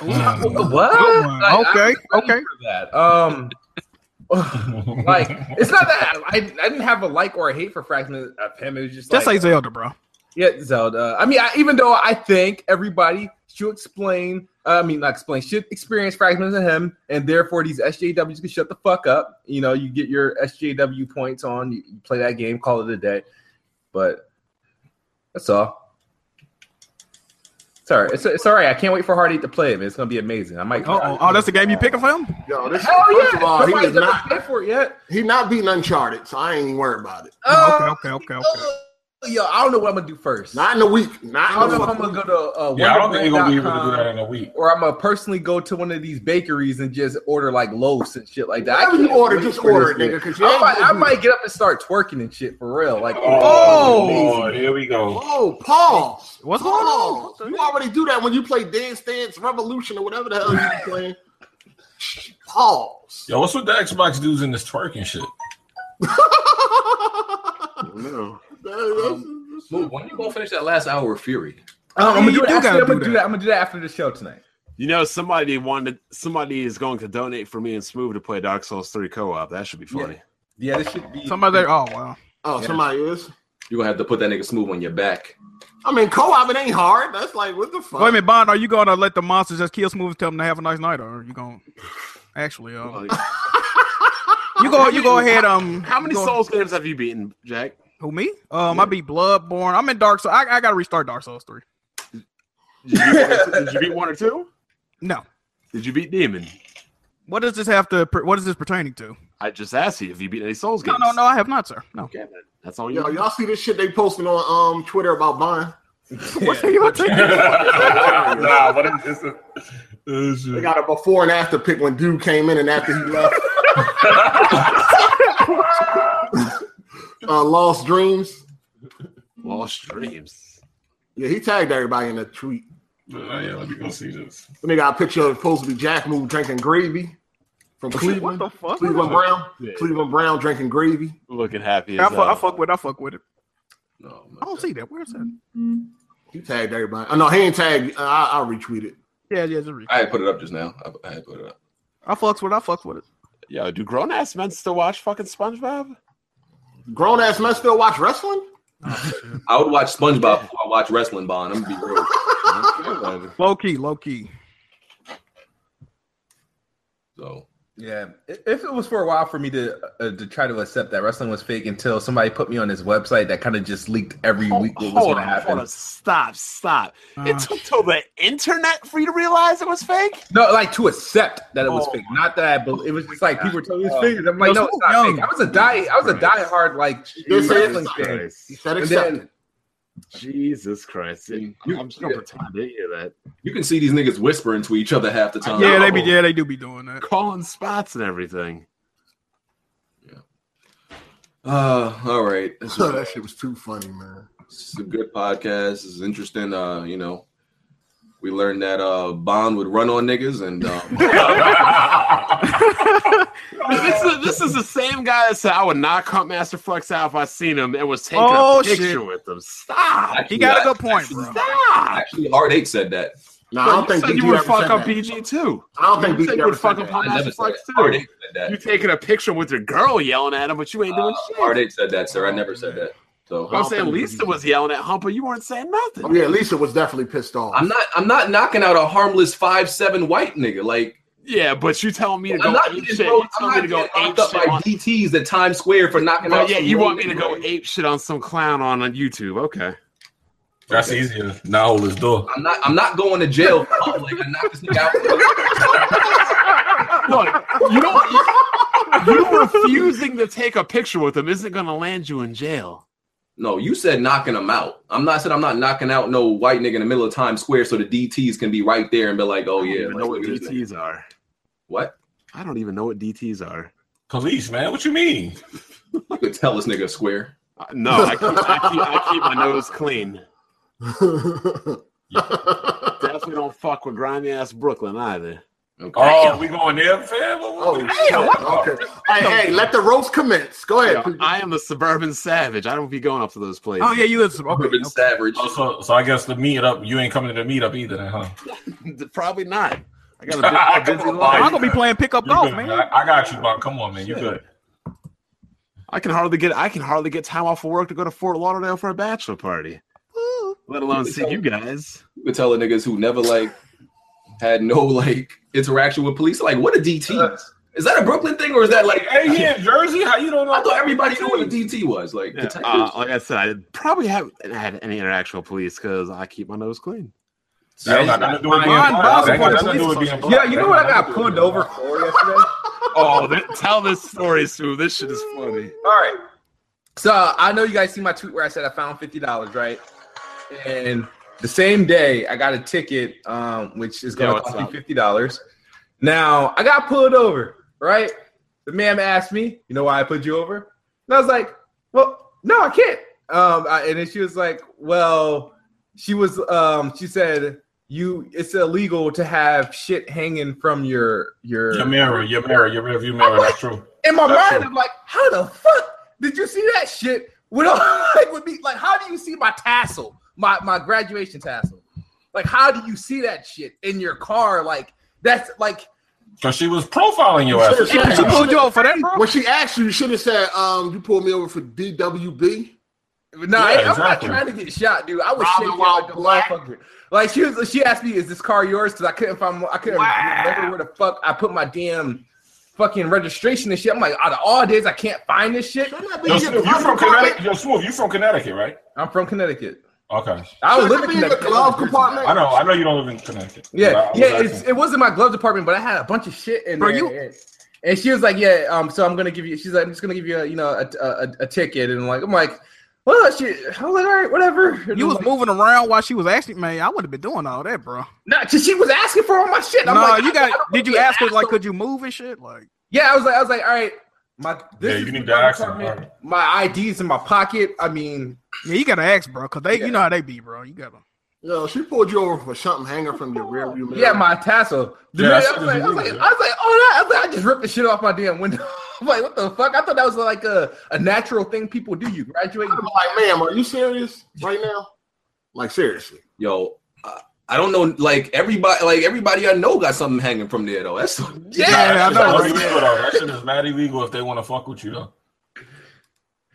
Speaker 6: What? Oh, Like,
Speaker 2: Okay,
Speaker 6: I'm
Speaker 2: okay.
Speaker 6: for that. Um, <laughs> like it's not that I, I didn't have a like or a hate for Fragment of him. It was just
Speaker 2: Just
Speaker 6: like,
Speaker 2: say Zelda, bro.
Speaker 6: Yeah, Zelda. I mean, I, even though I think everybody should explain, uh, I mean, not explain, should experience fragments of him, and therefore these SJWs can shut the fuck up. You know, you get your SJW points on, you, you play that game, call it a day. But that's all. Sorry, it's, it's all right. I can't wait for Hardy to play it. Man. It's gonna be amazing. I might.
Speaker 2: Oh, oh, that's the game you picking for him.
Speaker 3: Yo, this,
Speaker 6: Hell
Speaker 3: first
Speaker 6: yeah!
Speaker 3: of all, he
Speaker 6: Nobody's
Speaker 3: was
Speaker 6: ever
Speaker 3: not
Speaker 6: paid for it yet.
Speaker 3: he not beating Uncharted, so I ain't even worried about it.
Speaker 2: Oh,
Speaker 6: Um,
Speaker 2: okay, okay, okay, okay.
Speaker 6: oh, Yo, I don't know what I'm gonna do first.
Speaker 3: Not in a week.
Speaker 6: I
Speaker 3: Not
Speaker 6: don't
Speaker 3: in
Speaker 6: know
Speaker 3: a
Speaker 6: if I'm gonna
Speaker 3: week.
Speaker 6: go to. Uh,
Speaker 1: Yeah, I don't think they're gonna be able to do
Speaker 6: wonderbrand.com.
Speaker 1: that in a week.
Speaker 6: or I'm gonna personally go to one of these bakeries and just order like loaves and shit like that.
Speaker 3: Whatever you
Speaker 6: can't
Speaker 3: order,
Speaker 6: wait
Speaker 3: just
Speaker 6: for
Speaker 3: order
Speaker 6: this
Speaker 3: it, nigga, 'cause
Speaker 6: shit.
Speaker 3: you
Speaker 6: I
Speaker 3: ain't
Speaker 6: might,
Speaker 3: gonna
Speaker 6: I
Speaker 3: do
Speaker 6: might get up and start twerking and shit for real. Like,
Speaker 1: Oh,
Speaker 6: amazing.
Speaker 1: Lord, here we go.
Speaker 3: Oh, pause.
Speaker 2: What's going on?
Speaker 6: <laughs>
Speaker 3: Pause. You already do that when you play Dance Dance Revolution or whatever the hell you be playing. Pause.
Speaker 1: Yo, what's with the Xbox dudes in this twerking <laughs> shit?
Speaker 4: Well, when you gonna finish that last hour of Fury?
Speaker 6: Um, I'm gonna
Speaker 12: You do
Speaker 6: do, that. Actually,
Speaker 12: gotta
Speaker 6: I'm gonna
Speaker 12: do
Speaker 6: do
Speaker 12: that.
Speaker 6: that. I'm gonna do that after the show tonight.
Speaker 5: You know, somebody wanted somebody is going to donate for me and Smooth to play Dark Souls Three co-op. That should be funny.
Speaker 6: Yeah, this should be
Speaker 2: Somebody there. Oh wow.
Speaker 3: Oh,
Speaker 4: Yeah.
Speaker 3: somebody is.
Speaker 4: You're gonna have to put that nigga Smooth on your back.
Speaker 3: I mean, co-op it ain't hard. That's like what the fuck.
Speaker 2: Wait a minute, Bond. Are you gonna let the monsters just kill Smooth? and Tell them to have a nice night, or are you gonna actually? Uh, you go. You go ahead. Um.
Speaker 5: How many
Speaker 2: you go-
Speaker 5: Souls games have you beaten, Jack?
Speaker 2: Who me? Um. I beat Bloodborne. I'm in Dark Souls. I, I gotta restart Dark Souls three.
Speaker 5: Did you, beat one or two? Did you beat one or two?
Speaker 2: No.
Speaker 5: Did you beat Demon?
Speaker 2: What does this have to? per- What is this pertaining to?
Speaker 5: I just asked you if you beat any Souls
Speaker 2: No,
Speaker 5: games.
Speaker 2: no, no. I have not, sir. No.
Speaker 5: Damn it. That's all you.
Speaker 3: Yo, y'all see this shit they posting on um Twitter about buying?
Speaker 2: What are you taking?
Speaker 1: nah, but it's, it's, a- it's
Speaker 3: They
Speaker 1: just-
Speaker 3: got a before and after pic when dude came in and after
Speaker 2: <laughs>
Speaker 3: he left. <laughs> uh, Lost Dreams.
Speaker 5: Lost Dreams.
Speaker 3: Yeah, he tagged everybody in the tweet.
Speaker 1: Nah, uh, yeah, let me go see this.
Speaker 3: Then they got a picture of supposed to be Jack Move drinking gravy from
Speaker 2: What
Speaker 3: Cleveland.
Speaker 2: the fuck?
Speaker 3: Cleveland Brown.
Speaker 5: Yeah.
Speaker 3: Cleveland Brown drinking gravy.
Speaker 5: Looking happy
Speaker 2: I
Speaker 5: as
Speaker 2: fuck, I
Speaker 5: hell.
Speaker 2: fuck with. it, I fuck with it.
Speaker 4: No,
Speaker 2: I don't see that. Where's that?
Speaker 3: He tagged everybody. Oh, no, he ain't tagged. Uh, I, I'll retweet it.
Speaker 2: Yeah, yeah. Just re-
Speaker 4: I had put it up just now. I, I had put it up.
Speaker 2: I fucks with. it, I fucks with it.
Speaker 5: Yo, do grown ass men still watch fucking SpongeBob?
Speaker 3: Grown ass men still watch wrestling?
Speaker 4: I would watch SpongeBob before I watch Wrestling Bond. I'm gonna be real.
Speaker 2: Low key. Low key.
Speaker 4: So
Speaker 6: Yeah, I- if it was for a while for me to uh, to try to accept that wrestling was fake until somebody put me on this website that kind of just leaked every
Speaker 5: Hold,
Speaker 6: week what was
Speaker 5: Oh, hold
Speaker 6: going to
Speaker 5: on,
Speaker 6: happen.
Speaker 5: hold on. Stop, stop.
Speaker 2: Uh,
Speaker 5: it took till the internet for you to realize it was fake?
Speaker 6: No, like to accept that it was
Speaker 5: Oh
Speaker 6: fake. Not that I believe it was just like people were telling me it's fake. I'm
Speaker 2: Yo,
Speaker 6: like, no, it's
Speaker 2: Snoop
Speaker 6: not
Speaker 2: Young.
Speaker 6: fake. I was a die, I was a diehard like
Speaker 3: This
Speaker 6: wrestling
Speaker 3: is-
Speaker 6: fan.
Speaker 3: He said
Speaker 6: And
Speaker 3: accept.
Speaker 6: then
Speaker 5: Jesus Christ.
Speaker 4: You-
Speaker 5: I'm just going to pretend I didn't hear that.
Speaker 4: you can see these niggas whispering to each other half the time.
Speaker 2: yeah, they be. Yeah, they do be doing that.
Speaker 5: Calling spots and everything.
Speaker 4: Uh, all right.
Speaker 5: <laughs>
Speaker 4: This is-
Speaker 3: <laughs> that shit was too funny, man.
Speaker 4: This is a good podcast. This is interesting. Uh, you know, we learned that uh Bond would run on niggas and
Speaker 5: <laughs>
Speaker 4: um,
Speaker 5: this, is, this is the same guy that said I would knock Hunt Master Flex out if I seen him and was taking
Speaker 2: Oh,
Speaker 5: a picture
Speaker 2: shit.
Speaker 5: with him. Stop.
Speaker 4: actually,
Speaker 2: He got a
Speaker 4: I-
Speaker 2: good point, bro.
Speaker 5: Stop.
Speaker 4: Actually, Hard Eight said that.
Speaker 3: No, I don't
Speaker 5: you
Speaker 3: think
Speaker 5: said
Speaker 3: BG
Speaker 5: you would
Speaker 3: ever
Speaker 5: fuck
Speaker 3: said
Speaker 5: up
Speaker 3: that.
Speaker 5: BG too.
Speaker 3: I don't think
Speaker 5: you
Speaker 3: BG
Speaker 5: said you
Speaker 3: ever
Speaker 5: would
Speaker 3: said
Speaker 5: fuck up
Speaker 3: that.
Speaker 5: Hunt
Speaker 4: I
Speaker 5: Master
Speaker 4: never said
Speaker 5: Flex
Speaker 4: that. Hard
Speaker 5: too.
Speaker 4: Eight said
Speaker 5: You
Speaker 4: that.
Speaker 5: taking a picture with your girl yelling at him, but you ain't doing
Speaker 4: Uh,
Speaker 5: shit.
Speaker 4: Hard Eight said that, sir. I never said that. So
Speaker 5: I'm saying Lisa was yelling at Humper. You weren't saying nothing.
Speaker 3: Oh, yeah, Lisa was definitely pissed off.
Speaker 4: I'm not. I'm not knocking out a harmless five seven white nigga. Like
Speaker 5: Yeah, but you telling me to
Speaker 4: I'm
Speaker 5: go
Speaker 4: not
Speaker 5: ape
Speaker 4: getting
Speaker 5: shit.
Speaker 4: thrown-
Speaker 5: You
Speaker 4: I'm not
Speaker 5: telling me to
Speaker 4: getting
Speaker 5: go ape
Speaker 4: locked up by
Speaker 5: shit. on-
Speaker 4: DTS at Times Square for knocking
Speaker 5: Well,
Speaker 4: out.
Speaker 5: yeah,
Speaker 4: some
Speaker 5: you
Speaker 4: real
Speaker 5: want me to
Speaker 4: nigga.
Speaker 5: go ape shit on some clown on on YouTube?
Speaker 4: <laughs>
Speaker 5: Okay.
Speaker 1: That's easier. Now hold this door.
Speaker 4: I'm not. I'm not going to jail. for public and knock this nigga out.
Speaker 5: Look, you don't. You refusing to take a picture with him isn't going to land you in jail.
Speaker 4: No, you said knocking them out. I'm not saying I'm not knocking out no white nigga in the middle of Times Square so the DTs can be right there and be like, oh
Speaker 5: I don't
Speaker 4: yeah,
Speaker 5: even
Speaker 4: let's
Speaker 5: know what
Speaker 4: look at this nigga.
Speaker 5: DTs are.
Speaker 4: What?
Speaker 5: I don't even know what DTs are.
Speaker 1: Police, man. What you mean?
Speaker 4: You could tell this nigga a square.
Speaker 5: Uh, No, I keep, I, keep, I keep my nose clean. Definitely don't fuck with grimy ass Brooklyn either.
Speaker 4: Okay.
Speaker 1: Oh, we going there, fam?
Speaker 3: <laughs> oh,
Speaker 1: What-
Speaker 3: shit. Okay. Hey, hey, let the roast commence. Go
Speaker 5: You know,
Speaker 3: ahead. people.
Speaker 5: I am a suburban savage. I don't be going up to those places.
Speaker 2: Oh yeah, you listen. Okay,
Speaker 4: Urban
Speaker 2: okay.
Speaker 4: Savage.
Speaker 1: Oh, so, so I guess the meetup, you ain't coming to the meetup either, then, huh?
Speaker 5: <laughs> Probably not.
Speaker 4: <laughs>
Speaker 5: I got a
Speaker 1: <laughs>
Speaker 5: busy, busy
Speaker 1: Come on,
Speaker 5: life.
Speaker 2: I'm gonna be playing pickup
Speaker 1: You
Speaker 2: golf,
Speaker 1: good,
Speaker 2: man.
Speaker 1: I, I got you, Bob. Come on, man. You
Speaker 5: Shit.
Speaker 1: good.
Speaker 5: I can hardly get I can hardly get time off of work to go to Fort Lauderdale for a bachelor party. Let alone see you guys.
Speaker 4: You could tell the niggas who never like had no like interaction with police. Like, what a DT? Is that a Brooklyn thing or is that like
Speaker 1: Hey, he in Jersey? How you don't know?
Speaker 4: I thought everybody knew what a DT was. Like
Speaker 5: Yeah,
Speaker 4: detectives.
Speaker 5: uh, like I said, I probably haven't had any interaction with police because I keep my nose clean.
Speaker 1: That ain't got nothing to do with being
Speaker 2: Ron
Speaker 1: black.
Speaker 2: Bosworth
Speaker 1: That ain't got
Speaker 2: is
Speaker 1: nothing to do with
Speaker 2: police
Speaker 1: being
Speaker 2: officer.
Speaker 1: black.
Speaker 6: yeah, you know what I got pulled over for yesterday?
Speaker 5: <laughs> Oh, th- tell this story, Sue. This shit is funny.
Speaker 6: All right. So I know you guys see my tweet where I said I found fifty dollars, right? And the same day I got a ticket, um, which is
Speaker 5: Yeah,
Speaker 6: going to
Speaker 5: what's
Speaker 6: cost me
Speaker 5: up?
Speaker 6: fifty dollars. Now I got pulled over, right? The man asked me, "You know why I put you over?" And I was like, "Well, no, I can't." Um, I, and then she was like, "Well," she was, um, she said, you it's illegal to have shit hanging from your your
Speaker 1: Your mirror, your mirror, your rearview mirror. That's true.
Speaker 6: In my
Speaker 1: That's
Speaker 6: mind,
Speaker 1: true.
Speaker 6: I'm like, how the fuck did you see that shit? With all, <laughs> like with me, like how do you see my tassel, my my graduation tassel? Like how do you see that shit in your car? Like that's like
Speaker 1: Because she was profiling your ass.
Speaker 3: She pulled
Speaker 2: you over for that,
Speaker 3: When she asked you, you should have said, um, you pulled me over for DWB.
Speaker 6: Nah, I- I'm not trying to get shot, dude. I was
Speaker 3: Robin
Speaker 6: shaking
Speaker 3: Wild
Speaker 6: like a motherfucker. Like she was, she asked me, "Is this car yours?" Because I couldn't find, I couldn't remember where the fuck I put my damn fucking registration and shit. I'm like, out of all days, I can't find this shit.
Speaker 1: Yo, Smooth, you from Connecticut? Yo, Smooth, you from Connecticut, right?
Speaker 6: I'm from Connecticut.
Speaker 1: Okay.
Speaker 6: I was living in Connecticut.
Speaker 1: I know. I know you don't live in Connecticut. But I
Speaker 6: Yeah,
Speaker 1: was
Speaker 6: yeah.
Speaker 1: asking.
Speaker 6: It's, it wasn't my glove department, but I had a bunch of shit in
Speaker 2: Bro,
Speaker 6: there.
Speaker 2: you-
Speaker 6: And, and she was like, "Yeah, um, so I'm gonna give you." She's like, "I'm just gonna give you, a, you know, a, a, a- a ticket." And like, I'm like, "Well, shit." I was like, "All right, whatever." And
Speaker 2: You
Speaker 6: I'm
Speaker 2: was
Speaker 6: like,
Speaker 2: moving around while she was asking, man. I would have been doing all that, bro.
Speaker 6: No, 'cause she was asking for all my shit.
Speaker 2: No,
Speaker 6: I'm like,
Speaker 2: you
Speaker 6: I- I
Speaker 2: got.
Speaker 6: <laughs> don't
Speaker 2: Did you
Speaker 6: wanna be
Speaker 2: ask her
Speaker 6: an
Speaker 2: like,
Speaker 6: asshole.
Speaker 2: could you move and shit? Like,
Speaker 6: Yeah, I was like, I was like, all right, my
Speaker 1: Yeah,
Speaker 6: this is
Speaker 1: you need
Speaker 6: my
Speaker 1: to ask
Speaker 6: apartment.
Speaker 1: him,
Speaker 6: My ID's in my pocket. I mean,
Speaker 2: yeah, you gotta ask, bro, cause they,
Speaker 6: Yeah.
Speaker 2: you know how they be, bro. You gotta.
Speaker 3: Yo, she pulled you over for something hanging from your rearview mirror.
Speaker 6: yeah, my tassel. The
Speaker 1: Yeah,
Speaker 6: minute
Speaker 1: that's
Speaker 6: I, was like, I was like, I
Speaker 1: illegal,
Speaker 6: was like, oh, that, I, was like, I just ripped the shit off my damn window. <laughs> I'm like, what the fuck? I thought that was like a, a natural thing people do. You graduate.
Speaker 3: I'm like, ma'am, are you serious right now? Like seriously.
Speaker 4: Yo, I, I don't know. Like everybody, like everybody I know got something hanging from there though. That's
Speaker 6: Yeah,
Speaker 1: Nah, that
Speaker 2: I know,
Speaker 1: shit is
Speaker 2: right?
Speaker 1: illegal, though. That shit is mad illegal if they want to fuck with you though.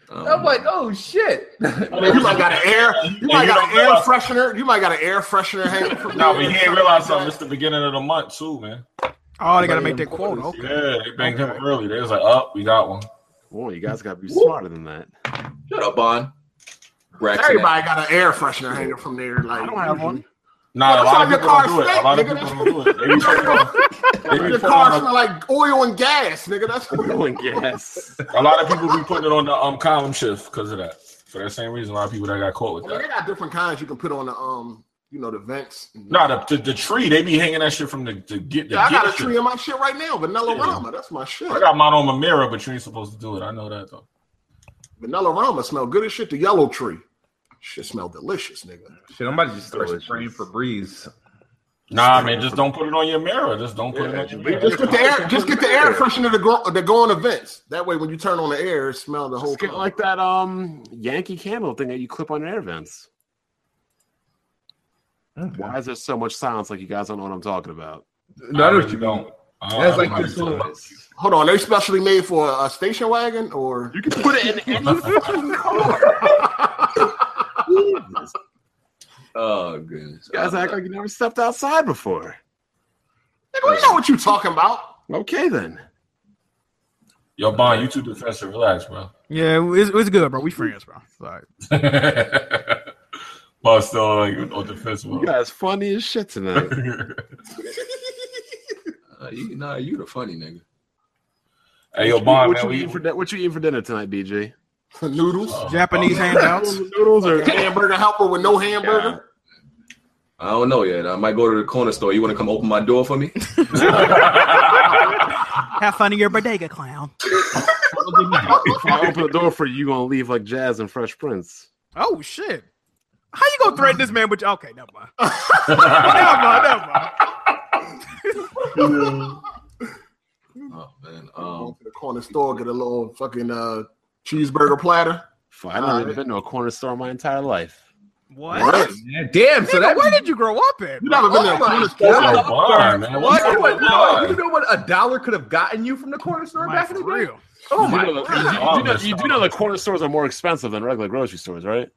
Speaker 6: I'm like, oh shit.
Speaker 3: You might got an air. You might
Speaker 1: you
Speaker 3: got
Speaker 1: don't
Speaker 3: an air
Speaker 1: realize-
Speaker 3: freshener. You might got an air freshener hanging from
Speaker 1: No,
Speaker 3: your-
Speaker 1: but he ain't realize something. It's the beginning of the month too, man.
Speaker 2: Oh, they gotta make that quota. Okay.
Speaker 1: Yeah, they banged him early. They was like, "Up, we got one."
Speaker 5: Well, you guys got to be smarter than that.
Speaker 4: shut up, Bond. Racks and
Speaker 3: Everybody got an air freshener hanging from there. Like,
Speaker 2: I don't have one.
Speaker 1: Nah, a
Speaker 3: Well,
Speaker 1: lot of
Speaker 3: that's
Speaker 1: people
Speaker 3: why
Speaker 1: don't do
Speaker 3: your
Speaker 1: it. A lot
Speaker 3: car
Speaker 1: of
Speaker 3: stink,
Speaker 1: people don't do it. They <laughs> be putting on- they be
Speaker 3: mm-hmm. Your
Speaker 1: putting
Speaker 3: car
Speaker 1: on
Speaker 3: smell like oil and gas, nigga. That's
Speaker 1: <laughs>
Speaker 3: what
Speaker 5: Oh, yes.
Speaker 1: the- a lot of people be putting it on the um column shift because of that. For that same reason, a lot of people that got caught with
Speaker 3: I mean,
Speaker 1: that.
Speaker 3: they got different kinds you can put on the um, you know, the vents.
Speaker 1: Nah, the, the, the tree they be hanging that shit from the to get the.
Speaker 3: Yeah, I got a
Speaker 1: get shit.
Speaker 3: tree in my shit right now, Vanilla Rama. That's my shit.
Speaker 1: I got mine on my mirror, but you ain't supposed to do it. I know that though.
Speaker 3: Vanilla Rama smell good as shit. The yellow tree. Shit smell delicious, nigga.
Speaker 6: Shit, I'm about to just start spraying for breeze.
Speaker 1: Nah, man, just don't put it on your mirror. Just don't put it on your mirror.
Speaker 3: Just get the air, just get the air freshener to go to go on the vents. That way when you turn on the air, it smell the whole
Speaker 5: <laughs> Just get
Speaker 3: car.
Speaker 5: like that um Yankee candle thing that you clip on air vents. Why is there so much silence? Like you guys don't know what I'm talking <laughs> about.
Speaker 6: No, I know what you don't.
Speaker 1: I- I
Speaker 6: That's
Speaker 1: don't
Speaker 6: like
Speaker 1: know
Speaker 6: this
Speaker 1: what you're
Speaker 6: one.
Speaker 1: talking
Speaker 3: Hold on, they specially made for a, a station wagon or
Speaker 5: You can put it in any fucking car. Jesus.
Speaker 4: Oh goodness.
Speaker 5: You guys act like you never stepped outside before.
Speaker 3: nigga, we know what you talking about. <laughs>
Speaker 5: Okay then.
Speaker 1: Yo, Bond, you too defensive. Relax, bro. <laughs>
Speaker 2: Yeah, it's, it's good, bro. We friends, bro. It's all right.
Speaker 1: Bond's still like on defensive.
Speaker 5: You guys funny as shit <laughs> tonight.
Speaker 4: Uh, you, nah, you the funny nigga.
Speaker 1: hey, yo,
Speaker 5: What you-
Speaker 1: Bond, man,
Speaker 5: what you
Speaker 1: we, <laughs>
Speaker 5: eating for di- what you eating for dinner tonight, BJ?
Speaker 3: Noodles.
Speaker 1: <laughs>
Speaker 2: <laughs>
Speaker 6: <laughs>
Speaker 2: Japanese handouts.
Speaker 5: Noodles or
Speaker 3: hamburger helper with no hamburger.
Speaker 4: I don't know yet. I might go to the corner store. You want to come open my door for me?
Speaker 2: Have fun in your bodega, clown.
Speaker 5: if I open the door for you, you gonna leave like Jazz and Fresh Prince.
Speaker 2: Oh shit. How you gonna threaten this man? But okay, never mind. <laughs> never mind. Never mind.
Speaker 4: Oh man.
Speaker 3: Go
Speaker 4: Um,
Speaker 3: to the corner store, get a little fucking uh, cheeseburger platter.
Speaker 5: Fuck, I've never been to a corner store in my entire life.
Speaker 2: What?
Speaker 6: Yeah, damn. So
Speaker 2: Nigga,
Speaker 6: that
Speaker 2: where did you grow up at?
Speaker 3: You
Speaker 2: bro?
Speaker 3: never been to a
Speaker 6: Oh my
Speaker 3: corner store.
Speaker 1: Yo, Bond, man.
Speaker 6: What?
Speaker 1: What's
Speaker 6: You know what,
Speaker 1: going
Speaker 6: no, you
Speaker 1: on?
Speaker 6: know what a dollar could have gotten you from the corner store
Speaker 2: Like,
Speaker 6: back in
Speaker 2: for
Speaker 6: the day?
Speaker 2: real.
Speaker 5: Oh my! You, know,
Speaker 1: God.
Speaker 5: you, do know, you do know the corner stores are more expensive than regular grocery stores, right?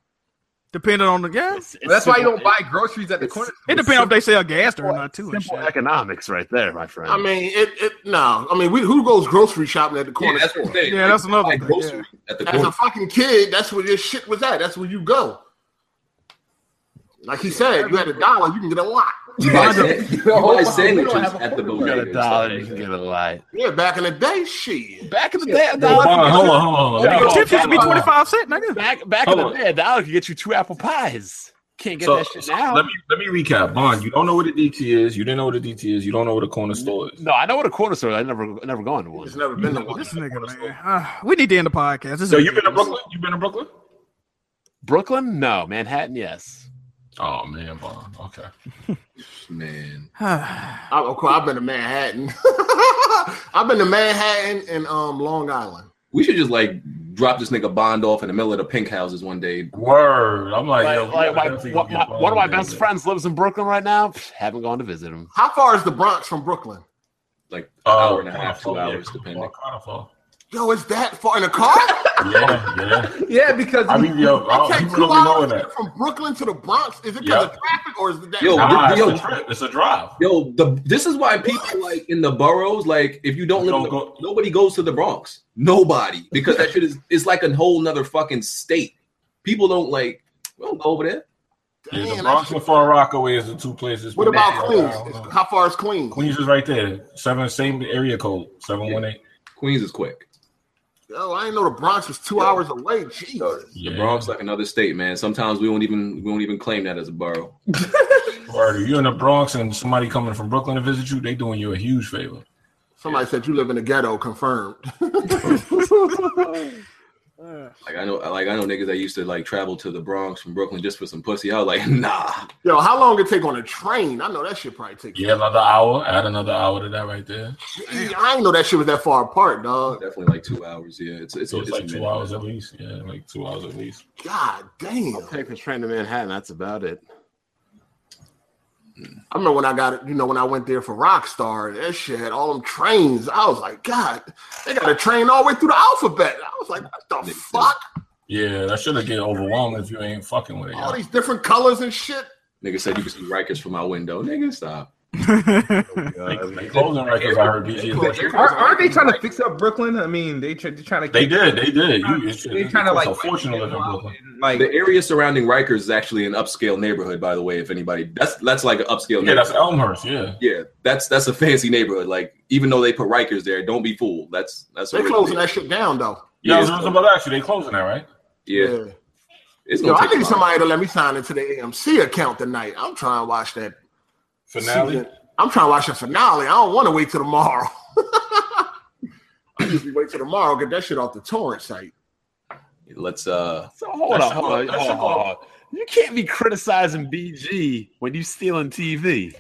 Speaker 2: Depending on the gas.
Speaker 5: It's- it's
Speaker 6: Well, that's why you
Speaker 5: simple-
Speaker 6: don't buy groceries at the
Speaker 5: it's-
Speaker 6: corner.
Speaker 2: It depends on if they sell gas or not too. and
Speaker 5: Simple
Speaker 2: shit.
Speaker 5: economics, right there, my friend.
Speaker 3: I mean, it. it no, I mean, we, who goes grocery shopping at the corner
Speaker 4: that's
Speaker 3: store?
Speaker 4: the thing.
Speaker 2: Yeah, that's another
Speaker 4: Like
Speaker 2: thing. yeah.
Speaker 4: grocery at the
Speaker 3: As
Speaker 4: corner.
Speaker 3: a fucking kid, that's where your shit was at. That's where you go. Like he said, you had a dollar, you can get a lot.
Speaker 4: You buy,
Speaker 6: <laughs>
Speaker 4: sand- you buy
Speaker 6: don't
Speaker 4: sandwiches
Speaker 6: have a
Speaker 4: at the
Speaker 6: corner
Speaker 4: bodega.
Speaker 5: you got
Speaker 4: and
Speaker 5: a
Speaker 4: stuff
Speaker 5: dollar,
Speaker 4: like
Speaker 5: you can
Speaker 4: that.
Speaker 5: get a lot.
Speaker 3: Yeah, back in the day, shit.
Speaker 5: Back in the day, a
Speaker 1: Yo,
Speaker 5: dollar.
Speaker 1: Bond, hold on, hold on, hold on.
Speaker 2: The
Speaker 5: Yo,
Speaker 2: tips used to be
Speaker 5: hold on.
Speaker 2: twenty five cent, nigga.
Speaker 5: Back back
Speaker 1: Hold
Speaker 5: in the
Speaker 1: on.
Speaker 5: day, a dollar could get you two apple pies. Can't get
Speaker 1: So,
Speaker 5: that shit
Speaker 1: so
Speaker 5: now.
Speaker 1: let me let me recap, Bond. You don't know what a DT is. You didn't know what a DT is. You don't know what a corner store is.
Speaker 5: no, I know what a corner store. is. I never never gone to one.
Speaker 3: It's never been to one.
Speaker 2: This nigga, man. Ah, we need to end the podcast. This is <sighs>
Speaker 1: So you been to
Speaker 2: ridiculous.
Speaker 1: Brooklyn? You been to Brooklyn?
Speaker 5: Brooklyn, no. Manhattan, yes.
Speaker 1: Oh man, Bon. Okay.
Speaker 4: man.
Speaker 3: I, of course, I've been to Manhattan. <laughs> I've been to Manhattan and um Long Island.
Speaker 4: We should just like drop this nigga Bond off in the middle of the pink houses one day.
Speaker 1: Word. I'm like,
Speaker 8: Like,
Speaker 1: yo,
Speaker 8: like
Speaker 1: we
Speaker 8: my,
Speaker 1: definitely
Speaker 8: what-
Speaker 1: gonna get
Speaker 8: my- one of my
Speaker 1: Bond, man.
Speaker 8: best friends lives in Brooklyn right now. Pfft, Haven't gone to visit him.
Speaker 3: How far is the Bronx from Brooklyn?
Speaker 4: Like an
Speaker 1: Oh,
Speaker 4: hour and a half, two
Speaker 1: Carnival, yeah,
Speaker 4: hours, depending.
Speaker 1: Carnival,
Speaker 3: Yo, is that far in a car?
Speaker 1: Carnival. Yeah, yeah.
Speaker 4: <laughs>
Speaker 11: Yeah, because
Speaker 1: I mean, yo,
Speaker 3: I
Speaker 1: oh,
Speaker 3: take
Speaker 1: people
Speaker 3: two
Speaker 1: don't be knowing
Speaker 3: hours
Speaker 1: that.
Speaker 3: from Brooklyn to the Bronx. Is it because
Speaker 1: Yeah.
Speaker 3: of traffic or is it that?
Speaker 4: Yo,
Speaker 1: Nah,
Speaker 4: yo,
Speaker 1: it's a trip. It's a drive.
Speaker 4: Yo, the this is why people like in the boroughs, like if you don't live, in the,
Speaker 1: Don't go-
Speaker 4: nobody goes to the Bronx. Nobody, because that shit is it's like a whole nother fucking state. People don't like. We don't go over there.
Speaker 1: Yeah,
Speaker 3: Damn,
Speaker 1: the
Speaker 3: that
Speaker 1: Bronx
Speaker 3: shit-
Speaker 1: and Far Rockaway is the two places.
Speaker 3: what
Speaker 1: where-
Speaker 3: about
Speaker 1: Yeah, I
Speaker 3: Queens?
Speaker 1: don't know.
Speaker 3: Is- How far is Queens?
Speaker 1: Queens is right there. Seven, same area code. Seven one eight.
Speaker 4: Queens is quick.
Speaker 3: Yo, I didn't know the Bronx was two hours away. Jesus.
Speaker 4: The Bronx like another state, man. Sometimes we don't even we don't even claim that as a borough.
Speaker 1: Word. If You're in the Bronx and somebody coming from Brooklyn to visit you. They doing you a huge favor.
Speaker 3: Somebody said you live in the ghetto. Confirmed.
Speaker 4: Like I know, like I know niggas that used to like travel to the Bronx from Brooklyn just for some pussy. I was like, <laughs> nah.
Speaker 3: Yo, how long it take on a train? I know that shit probably takes.
Speaker 1: Yeah, another hour. Add another hour to that right there.
Speaker 3: Gee, I didn't know that shit was that far apart, dog.
Speaker 4: Definitely like two hours. Yeah, it's it's,
Speaker 1: So it's,
Speaker 4: it's
Speaker 1: like
Speaker 4: a
Speaker 1: two
Speaker 4: minute.
Speaker 1: hours at least. Yeah, like two hours at least.
Speaker 3: God damn.
Speaker 5: Take the train to Manhattan. That's about it.
Speaker 3: I remember when I got it, you know, when I went there for Rockstar, that shit had all them trains. I was like, God, they got a train all the way through the alphabet. I was like, what the
Speaker 4: Nigga.
Speaker 3: fuck?
Speaker 1: Yeah, that should have get overwhelmed if you ain't fucking with it.
Speaker 3: All
Speaker 1: Yo.
Speaker 3: these different colors and shit.
Speaker 4: Nigga said you can see Rikers from my window. Nigga, stop.
Speaker 1: They, they closing records. I heard BG. is like-
Speaker 11: Aren't, aren't they trying to fix up Brooklyn? I mean, they try, they're trying to
Speaker 1: They did. They did. You, it's,
Speaker 11: They trying to like
Speaker 1: a fortune to live in Brooklyn.
Speaker 11: Like
Speaker 4: The area surrounding Rikers is actually an upscale neighborhood, by the way. If anybody, that's that's like an upscale.
Speaker 1: Yeah, that's
Speaker 4: neighborhood.
Speaker 1: Elmhurst. Yeah.
Speaker 4: yeah, that's that's a fancy neighborhood. Like even though they put Rikers there, don't be fooled. That's that's a
Speaker 3: They
Speaker 4: real
Speaker 3: closing
Speaker 4: thing.
Speaker 3: that shit down though.
Speaker 1: Yeah, I was
Speaker 4: Yeah.
Speaker 1: just about to ask you. They closing that, right?
Speaker 4: Yeah, it's
Speaker 3: Yo,
Speaker 4: gonna
Speaker 3: I
Speaker 4: take
Speaker 3: need
Speaker 4: a while.
Speaker 3: somebody to let me sign into the AMC account tonight. I'm trying to watch that
Speaker 1: Finale.
Speaker 3: season. I'm trying to watch the finale. I don't want to wait till tomorrow. <laughs> I usually wait till tomorrow, get that shit off the torrent site.
Speaker 4: Let's uh,
Speaker 8: So hold
Speaker 1: That's
Speaker 8: on, hold on,
Speaker 1: about- that's
Speaker 8: hold on, hold on. You can't be criticizing BG when you stealing TV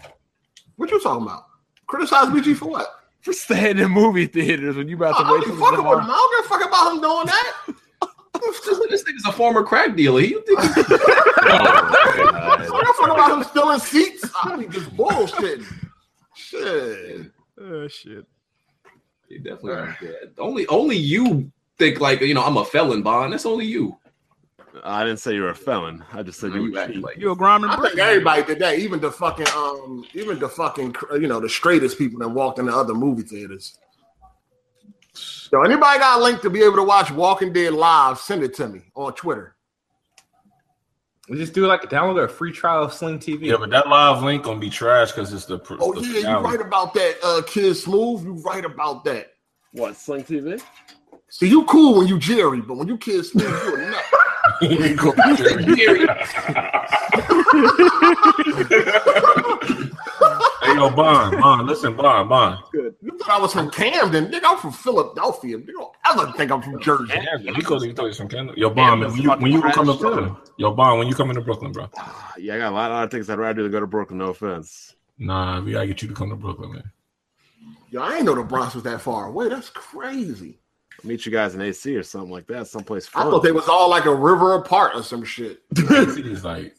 Speaker 3: What you talking about? Criticize BG for what?
Speaker 8: for staying in movie theaters when you about
Speaker 5: Ah,
Speaker 8: to
Speaker 3: I
Speaker 8: wait
Speaker 3: don't be
Speaker 8: till
Speaker 3: fucking with him.
Speaker 8: tomorrow.
Speaker 3: I don't give a fuck about him doing that.
Speaker 4: this, this nigga's a former crack dealer. You <laughs> think? he's-
Speaker 3: I don't give a fuck about him stealing seats. I be just bullshitting. Shit.
Speaker 2: Oh shit.
Speaker 4: You definitely don't do that. only only you think like you know I'm a felon, Bond. That's only you.
Speaker 5: I didn't say you were a felon. I just said you
Speaker 4: You
Speaker 5: were
Speaker 4: act
Speaker 5: cheap.
Speaker 4: like
Speaker 2: You a grime and
Speaker 3: I think
Speaker 2: brick?
Speaker 3: everybody did that. Even the fucking um, even the fucking you know the straightest people that walked into other movie theaters. So anybody got a link to be able to watch Walking Dead live? Send it to me on Twitter.
Speaker 11: we just do like download a free trial of Sling TV.
Speaker 1: Yeah, but that live link gonna be trash because it's the. pr-
Speaker 3: Oh
Speaker 1: the
Speaker 3: yeah, you
Speaker 1: finale. <laughs>
Speaker 3: <laughs> right about that, uh, Kid Smooth. You right about that.
Speaker 5: What, Sling TV?
Speaker 3: See, you cool when you Jerry, but when you Kid Smooth, you a nut.
Speaker 1: <laughs> hey yo, Bond, Bond, listen, Bond, Bond.
Speaker 3: You thought I was from Camden, nigga. I'm from Philadelphia. You don't ever think I'm from Jersey.
Speaker 1: He couldn't even tell you some candle. Yo, Bond, man, when you when you gonna come to Brooklyn, yo, Bond, when you coming to Brooklyn, bro?
Speaker 5: Yeah, I got a lot of other things I'd rather do than go to Brooklyn. No offense.
Speaker 1: Nah, we gotta get you to come to Brooklyn,
Speaker 3: <laughs>
Speaker 1: man.
Speaker 3: Yo, I ain't know the Bronx was that far away. That's crazy.
Speaker 5: I'll meet you guys in AC or something like that, someplace
Speaker 3: I
Speaker 5: fun.
Speaker 3: thought they was all like a river apart or some shit.
Speaker 1: He's like,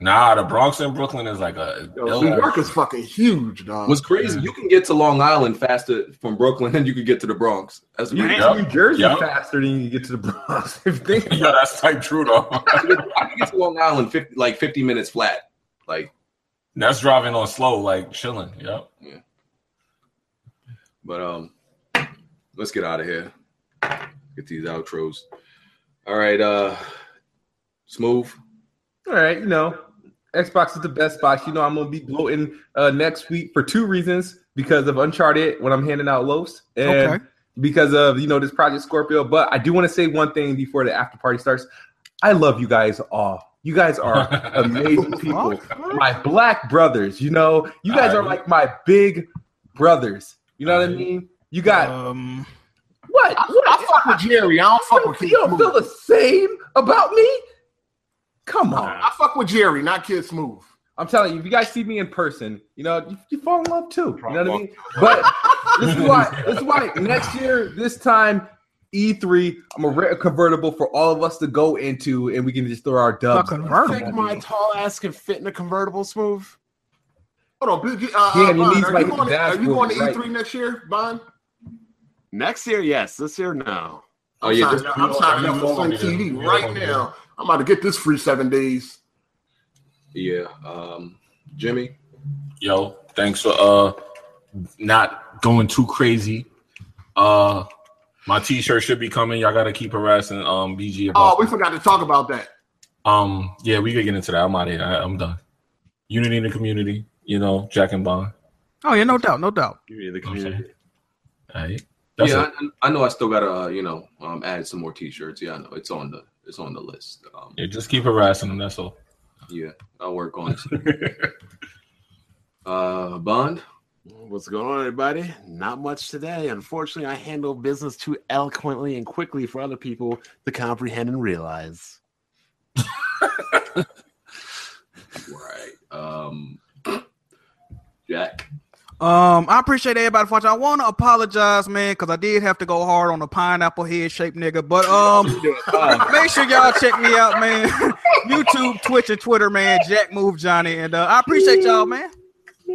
Speaker 1: nah, the Bronx and Brooklyn is like a.
Speaker 3: Yo, New York is fucking huge, dog.
Speaker 4: What's crazy? You can get to Long Island faster from Brooklyn than you could get to the Bronx. That's
Speaker 11: You
Speaker 4: weird.
Speaker 6: <laughs>
Speaker 11: get
Speaker 1: Yup.
Speaker 11: to New Jersey
Speaker 1: Yup.
Speaker 11: faster than you get to the Bronx. If they,
Speaker 1: <laughs> Yeah, that's like true though. <laughs>
Speaker 4: I can get to Long Island 50, like 50 minutes flat. Like,
Speaker 1: that's driving on slow, like chilling. Yep.
Speaker 4: but um, let's get out of here. Get these outros. All right, uh, smooth.
Speaker 11: all right, you know, Xbox is the best box. You know, I'm gonna be gloating uh, next week for two reasons: because of Uncharted when I'm handing out loafs, and
Speaker 2: Okay.
Speaker 11: because of you know this Project Scorpio. But I do want to say one thing before the after party starts. I love you guys all. You guys are amazing people. my black brothers. You know, you guys are
Speaker 1: Alright.
Speaker 11: like my big brothers. You know what I
Speaker 1: Alright.
Speaker 11: mean? You got
Speaker 2: Um,
Speaker 11: what?
Speaker 3: I, I fuck with Jerry. I don't fuck with
Speaker 11: You don't
Speaker 3: Kid
Speaker 11: feel
Speaker 3: Smooth.
Speaker 11: the same about me? Come on. I
Speaker 3: fuck with Jerry, not Kid Smooth.
Speaker 11: I'm telling you, if you guys see me in person, you know, you, you fall in love too. You know what I mean? <laughs> But this is why this is why next year, this time, E3, I'm gonna rent a convertible for all of us to go into and we can just throw our dubs.
Speaker 5: Think my tall ass can fit in a convertible smooth?
Speaker 3: Hold on, Big- uh,
Speaker 11: Yeah,
Speaker 3: uh,
Speaker 11: and he
Speaker 3: Bond,
Speaker 11: needs,
Speaker 3: are,
Speaker 11: like,
Speaker 3: you going to, are you
Speaker 11: dashboard,
Speaker 3: going to
Speaker 11: right.
Speaker 3: E3 next year, Bond?
Speaker 8: Next year, yes. This year, no.
Speaker 4: Oh, yeah,
Speaker 3: Sign
Speaker 4: this-
Speaker 3: it up. I'm signing up for Sling
Speaker 1: Yeah.
Speaker 3: TV right now. I'm about to get this free seven days.
Speaker 4: Yeah. Um, Jimmy.
Speaker 1: Yo, thanks for uh not going too crazy. Uh my t-shirt should be coming. Y'all gotta keep harassing um BG
Speaker 3: Oh,
Speaker 1: about
Speaker 3: we forgot to talk about that.
Speaker 1: um yeah, we could get into that. I'm out of here. I, am done. Unity in the community, you know, Jack and Bond.
Speaker 2: Oh yeah, no doubt, no doubt.
Speaker 5: The
Speaker 1: community. All right. That's
Speaker 4: yeah,
Speaker 1: it.
Speaker 4: I, I know. I still gotta, uh, you know, um, add some more T-shirts. Yeah, I know. It's on the, it's on the list. Um,
Speaker 1: Yeah, just keep harassing them, that's all.
Speaker 4: yeah, I'll work on it.
Speaker 1: <laughs>
Speaker 4: uh, Bond.
Speaker 5: What's going on, everybody? Not much today. Unfortunately, I handle business too eloquently and quickly for other people to comprehend and realize.
Speaker 4: Right. Um, <clears throat> Jack.
Speaker 2: Um, I appreciate everybody for watching. I want to apologize, man, because I did have to go hard on the pineapple head shaped nigga. But um, <laughs> make sure y'all check me out, man. <laughs> YouTube, Twitch, and Twitter, man. Jack Move Johnny, and uh, I appreciate y'all, man.
Speaker 4: <laughs>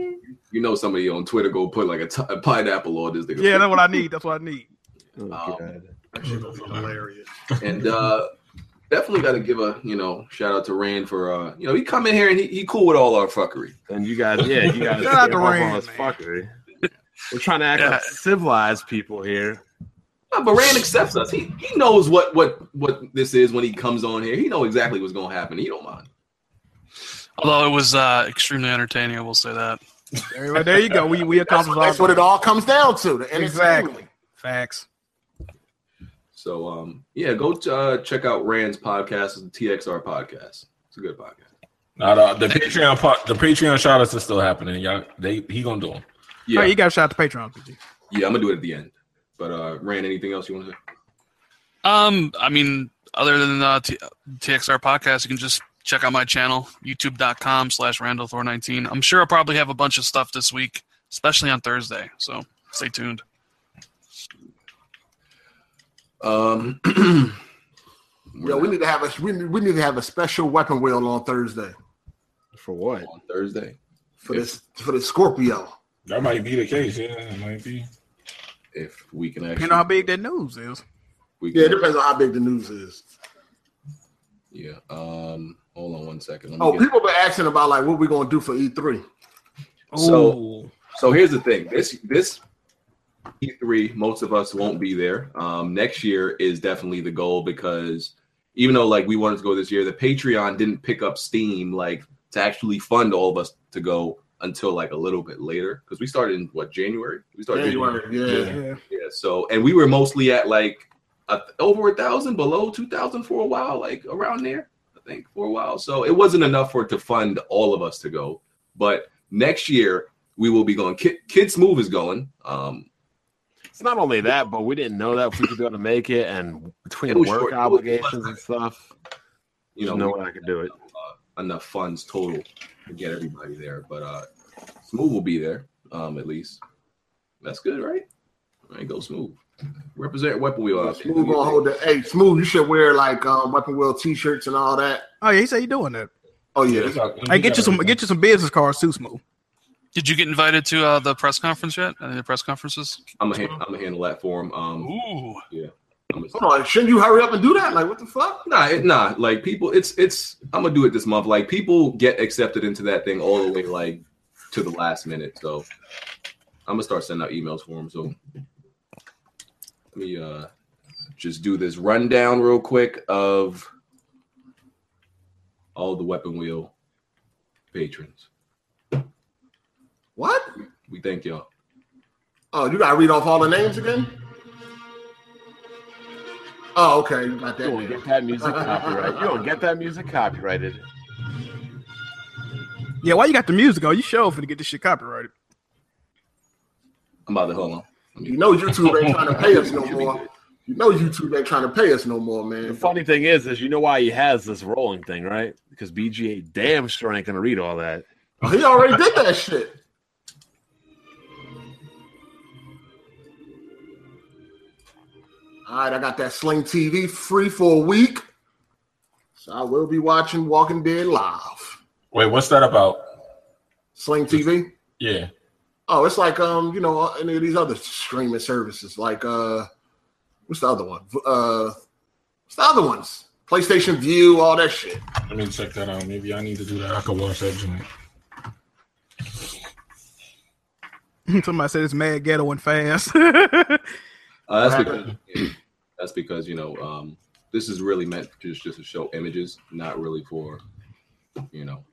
Speaker 4: You know somebody on Twitter go put like a, t- a pineapple on this nigga.
Speaker 2: Yeah, that's what I need. That's what I need.
Speaker 4: Um,
Speaker 5: Hilarious.
Speaker 4: and uh, definitely got to give a you know shout out to Rand for uh, you know he come in here and he, he cool with all our fuckery.
Speaker 5: And you guys, yeah, you
Speaker 2: <laughs>
Speaker 5: guys
Speaker 2: Shout out to
Speaker 5: give up on
Speaker 2: Rand,
Speaker 5: us
Speaker 2: man.
Speaker 5: fuckery. We're trying to act like civilized people here.
Speaker 4: No, Uh, but Rand accepts us. He he knows what what what this is when he comes on here. He knows exactly what's gonna happen. He don't mind.
Speaker 7: Although it was uh, extremely entertaining, I will say that.
Speaker 2: There, well, there you go. We we
Speaker 3: That's,
Speaker 2: accomplished
Speaker 3: what, that's what it all comes down to. The
Speaker 2: Exactly.
Speaker 3: entertainment.
Speaker 2: Facts.
Speaker 4: So um yeah, go uh, check out Rand's podcast, the TXR podcast. It's a good podcast.
Speaker 1: Not uh, the Patreon part, the Patreon shout outs is still happening. Y'all they he gonna do them.
Speaker 4: Yeah,
Speaker 2: Hey, you got a shout out to Patreon, PG.
Speaker 4: yeah, I'm gonna do it at the end. But uh Rand, anything else you want to say?
Speaker 7: Um, I mean, other than the T- TXR podcast, you can just check out my channel, youtube.com slash randallthor19. I'm sure I'll probably have a bunch of stuff this week, especially on Thursday. So stay tuned.
Speaker 3: <clears throat>
Speaker 4: Um,
Speaker 3: Yo, we need to have a we need, we need to have a special weapon wheel on Thursday
Speaker 5: For what?
Speaker 4: on Thursday.
Speaker 3: for this for the Scorpio.
Speaker 1: That might be the case, yeah. It might be.
Speaker 4: If we can actually,
Speaker 2: You know how big that news is.
Speaker 4: we
Speaker 3: Yeah, it
Speaker 4: can,
Speaker 3: depends on how big the news is.
Speaker 4: yeah. Um, hold on one second. Let me
Speaker 3: Oh,
Speaker 4: get-
Speaker 3: people been asking about like what we gonna do for E E3.
Speaker 4: So- So here's the thing. This this E3, most of us won't be there. Um, next year is definitely the goal because even though like we wanted to go this year, the Patreon didn't pick up steam like to actually fund all of us to go until like a little bit later because we started in what January. We started January.
Speaker 3: January,
Speaker 2: yeah.
Speaker 3: yeah.
Speaker 4: Yeah. So and we were mostly at like a, over a thousand, below two thousand for a while, like around there, I think for a while. So it wasn't enough for it to fund all of us to go. But next year we will be going. Kid, Kids Move is going. Um,
Speaker 5: It's not only that, but we didn't know that if we could be able to make it, and
Speaker 4: It
Speaker 5: between
Speaker 4: was
Speaker 5: work
Speaker 4: short.
Speaker 5: obligations and stuff,
Speaker 4: you know, Uh,
Speaker 5: no one I could do it.
Speaker 4: enough funds total to get everybody there. But uh, Smooth will be there um, at least. That's good, right? All right, go Smooth. Represent Weapon Wheel. out there.
Speaker 3: Smooth gonna hold the hey smooth. You should wear like um, weapon wheel t-shirts and all that.
Speaker 2: Oh yeah, he said you doing that.
Speaker 3: Oh yeah,
Speaker 1: It's not-
Speaker 2: Hey, get you some get you some business cards too, Smooth.
Speaker 7: Did you get invited to uh, the press conference yet? Any of the press conferences?
Speaker 4: I'm gonna hand- I'm gonna handle that for him. Um,
Speaker 7: Ooh.
Speaker 4: I'm gonna-
Speaker 3: Hold on, shouldn't you hurry up and do that? Like, what the fuck?
Speaker 4: Nah, it, nah. Like people, it's it's. I'm gonna do it this month. Like people get accepted into that thing all the way like to the last minute. So I'm gonna start sending out emails for them. So let me uh just do this rundown real quick of all the Weapon Wheel patrons.
Speaker 3: What?
Speaker 4: We thank y'all.
Speaker 3: Oh, you gotta read off all the names again. Oh, okay, you got
Speaker 5: You
Speaker 3: that. now.
Speaker 5: don't get that music copyrighted. You don't get that music copyrighted.
Speaker 2: Yeah, why you got the music on? You sure finna get this shit copyrighted. <laughs>
Speaker 4: I'm about to hold on.
Speaker 3: You know YouTube ain't trying to pay us no more. You know YouTube ain't trying to pay us no more, man.
Speaker 5: The funny thing is, is you know why he has this rolling thing, right? Because BGA damn sure ain't gonna read all that.
Speaker 3: Oh, He already did that shit. All right, I got that Sling TV free for a week, so I will be watching Walking Dead live.
Speaker 1: Wait, what's that about?
Speaker 3: Sling TV.
Speaker 1: Yeah.
Speaker 3: Oh, it's like um, you know, any of these other streaming services, like uh, what's the other one? Uh, what's the other ones? PlayStation View, all that shit.
Speaker 1: Let me check that out. Maybe I need to do that. I could watch that joint.
Speaker 2: Somebody said it's mad ghetto and fast. <laughs> That's
Speaker 4: Uh, that's because that's because you know um, this is really meant just just to show images, not really for you know.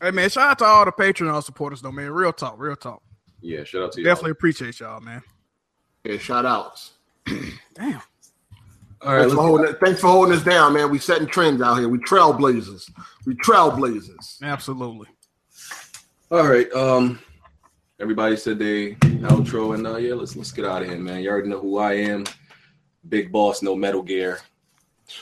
Speaker 2: Hey man, shout out to all the Patreon supporters though, man. Real talk, real talk.
Speaker 4: Yeah, shout out to you.
Speaker 2: Definitely appreciate y'all, man.
Speaker 3: Yeah, shout outs.
Speaker 2: Damn.
Speaker 4: All right,
Speaker 3: thanks, for holding, thanks for holding us down, man. We setting trends out here. We trailblazers. We trailblazers.
Speaker 2: Absolutely.
Speaker 4: All right, um, everybody said they outro, and uh, yeah, let's let's get out of here, man. You already know who I am, big boss, no Metal Gear.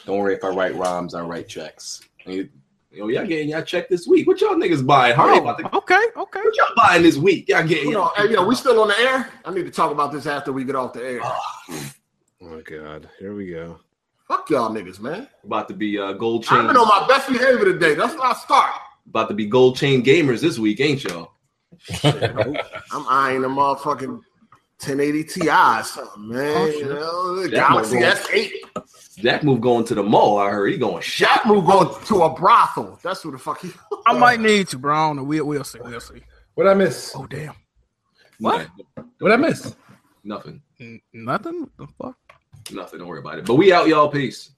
Speaker 4: Don't worry if I write rhymes, I write checks. And you, you know, y'all getting y'all check this week. What y'all niggas buying? Hurry up, what
Speaker 2: Okay, okay.
Speaker 4: y'all buying this week? Y'all getting
Speaker 3: You know, hey, yo, we still on the air. I need to talk about this after we get off the air.
Speaker 5: Oh my god, here we go.
Speaker 3: Fuck y'all niggas, man.
Speaker 4: about to be uh, gold
Speaker 3: I've
Speaker 4: chain.
Speaker 3: been on my best behavior today. That's how I start.
Speaker 4: About to be gold chain gamers this week, ain't y'all?
Speaker 3: I'm eyeing a motherfucking 1080 Ti or something, man. you know, the
Speaker 4: That
Speaker 3: Galaxy
Speaker 4: motherfucker.
Speaker 3: S8.
Speaker 4: Jack move going to the mall. I heard he going shop.
Speaker 3: That move going to a brothel. That's what the fuck he.
Speaker 2: I might need to, bro. I don't know. We'll, we'll see. We'll see.
Speaker 11: What I miss?
Speaker 2: Oh damn.
Speaker 4: What?
Speaker 11: What I miss?
Speaker 4: Nothing.
Speaker 2: N- nothing? What the fuck?
Speaker 4: Nothing. Don't worry about it. But we out, y'all. Peace.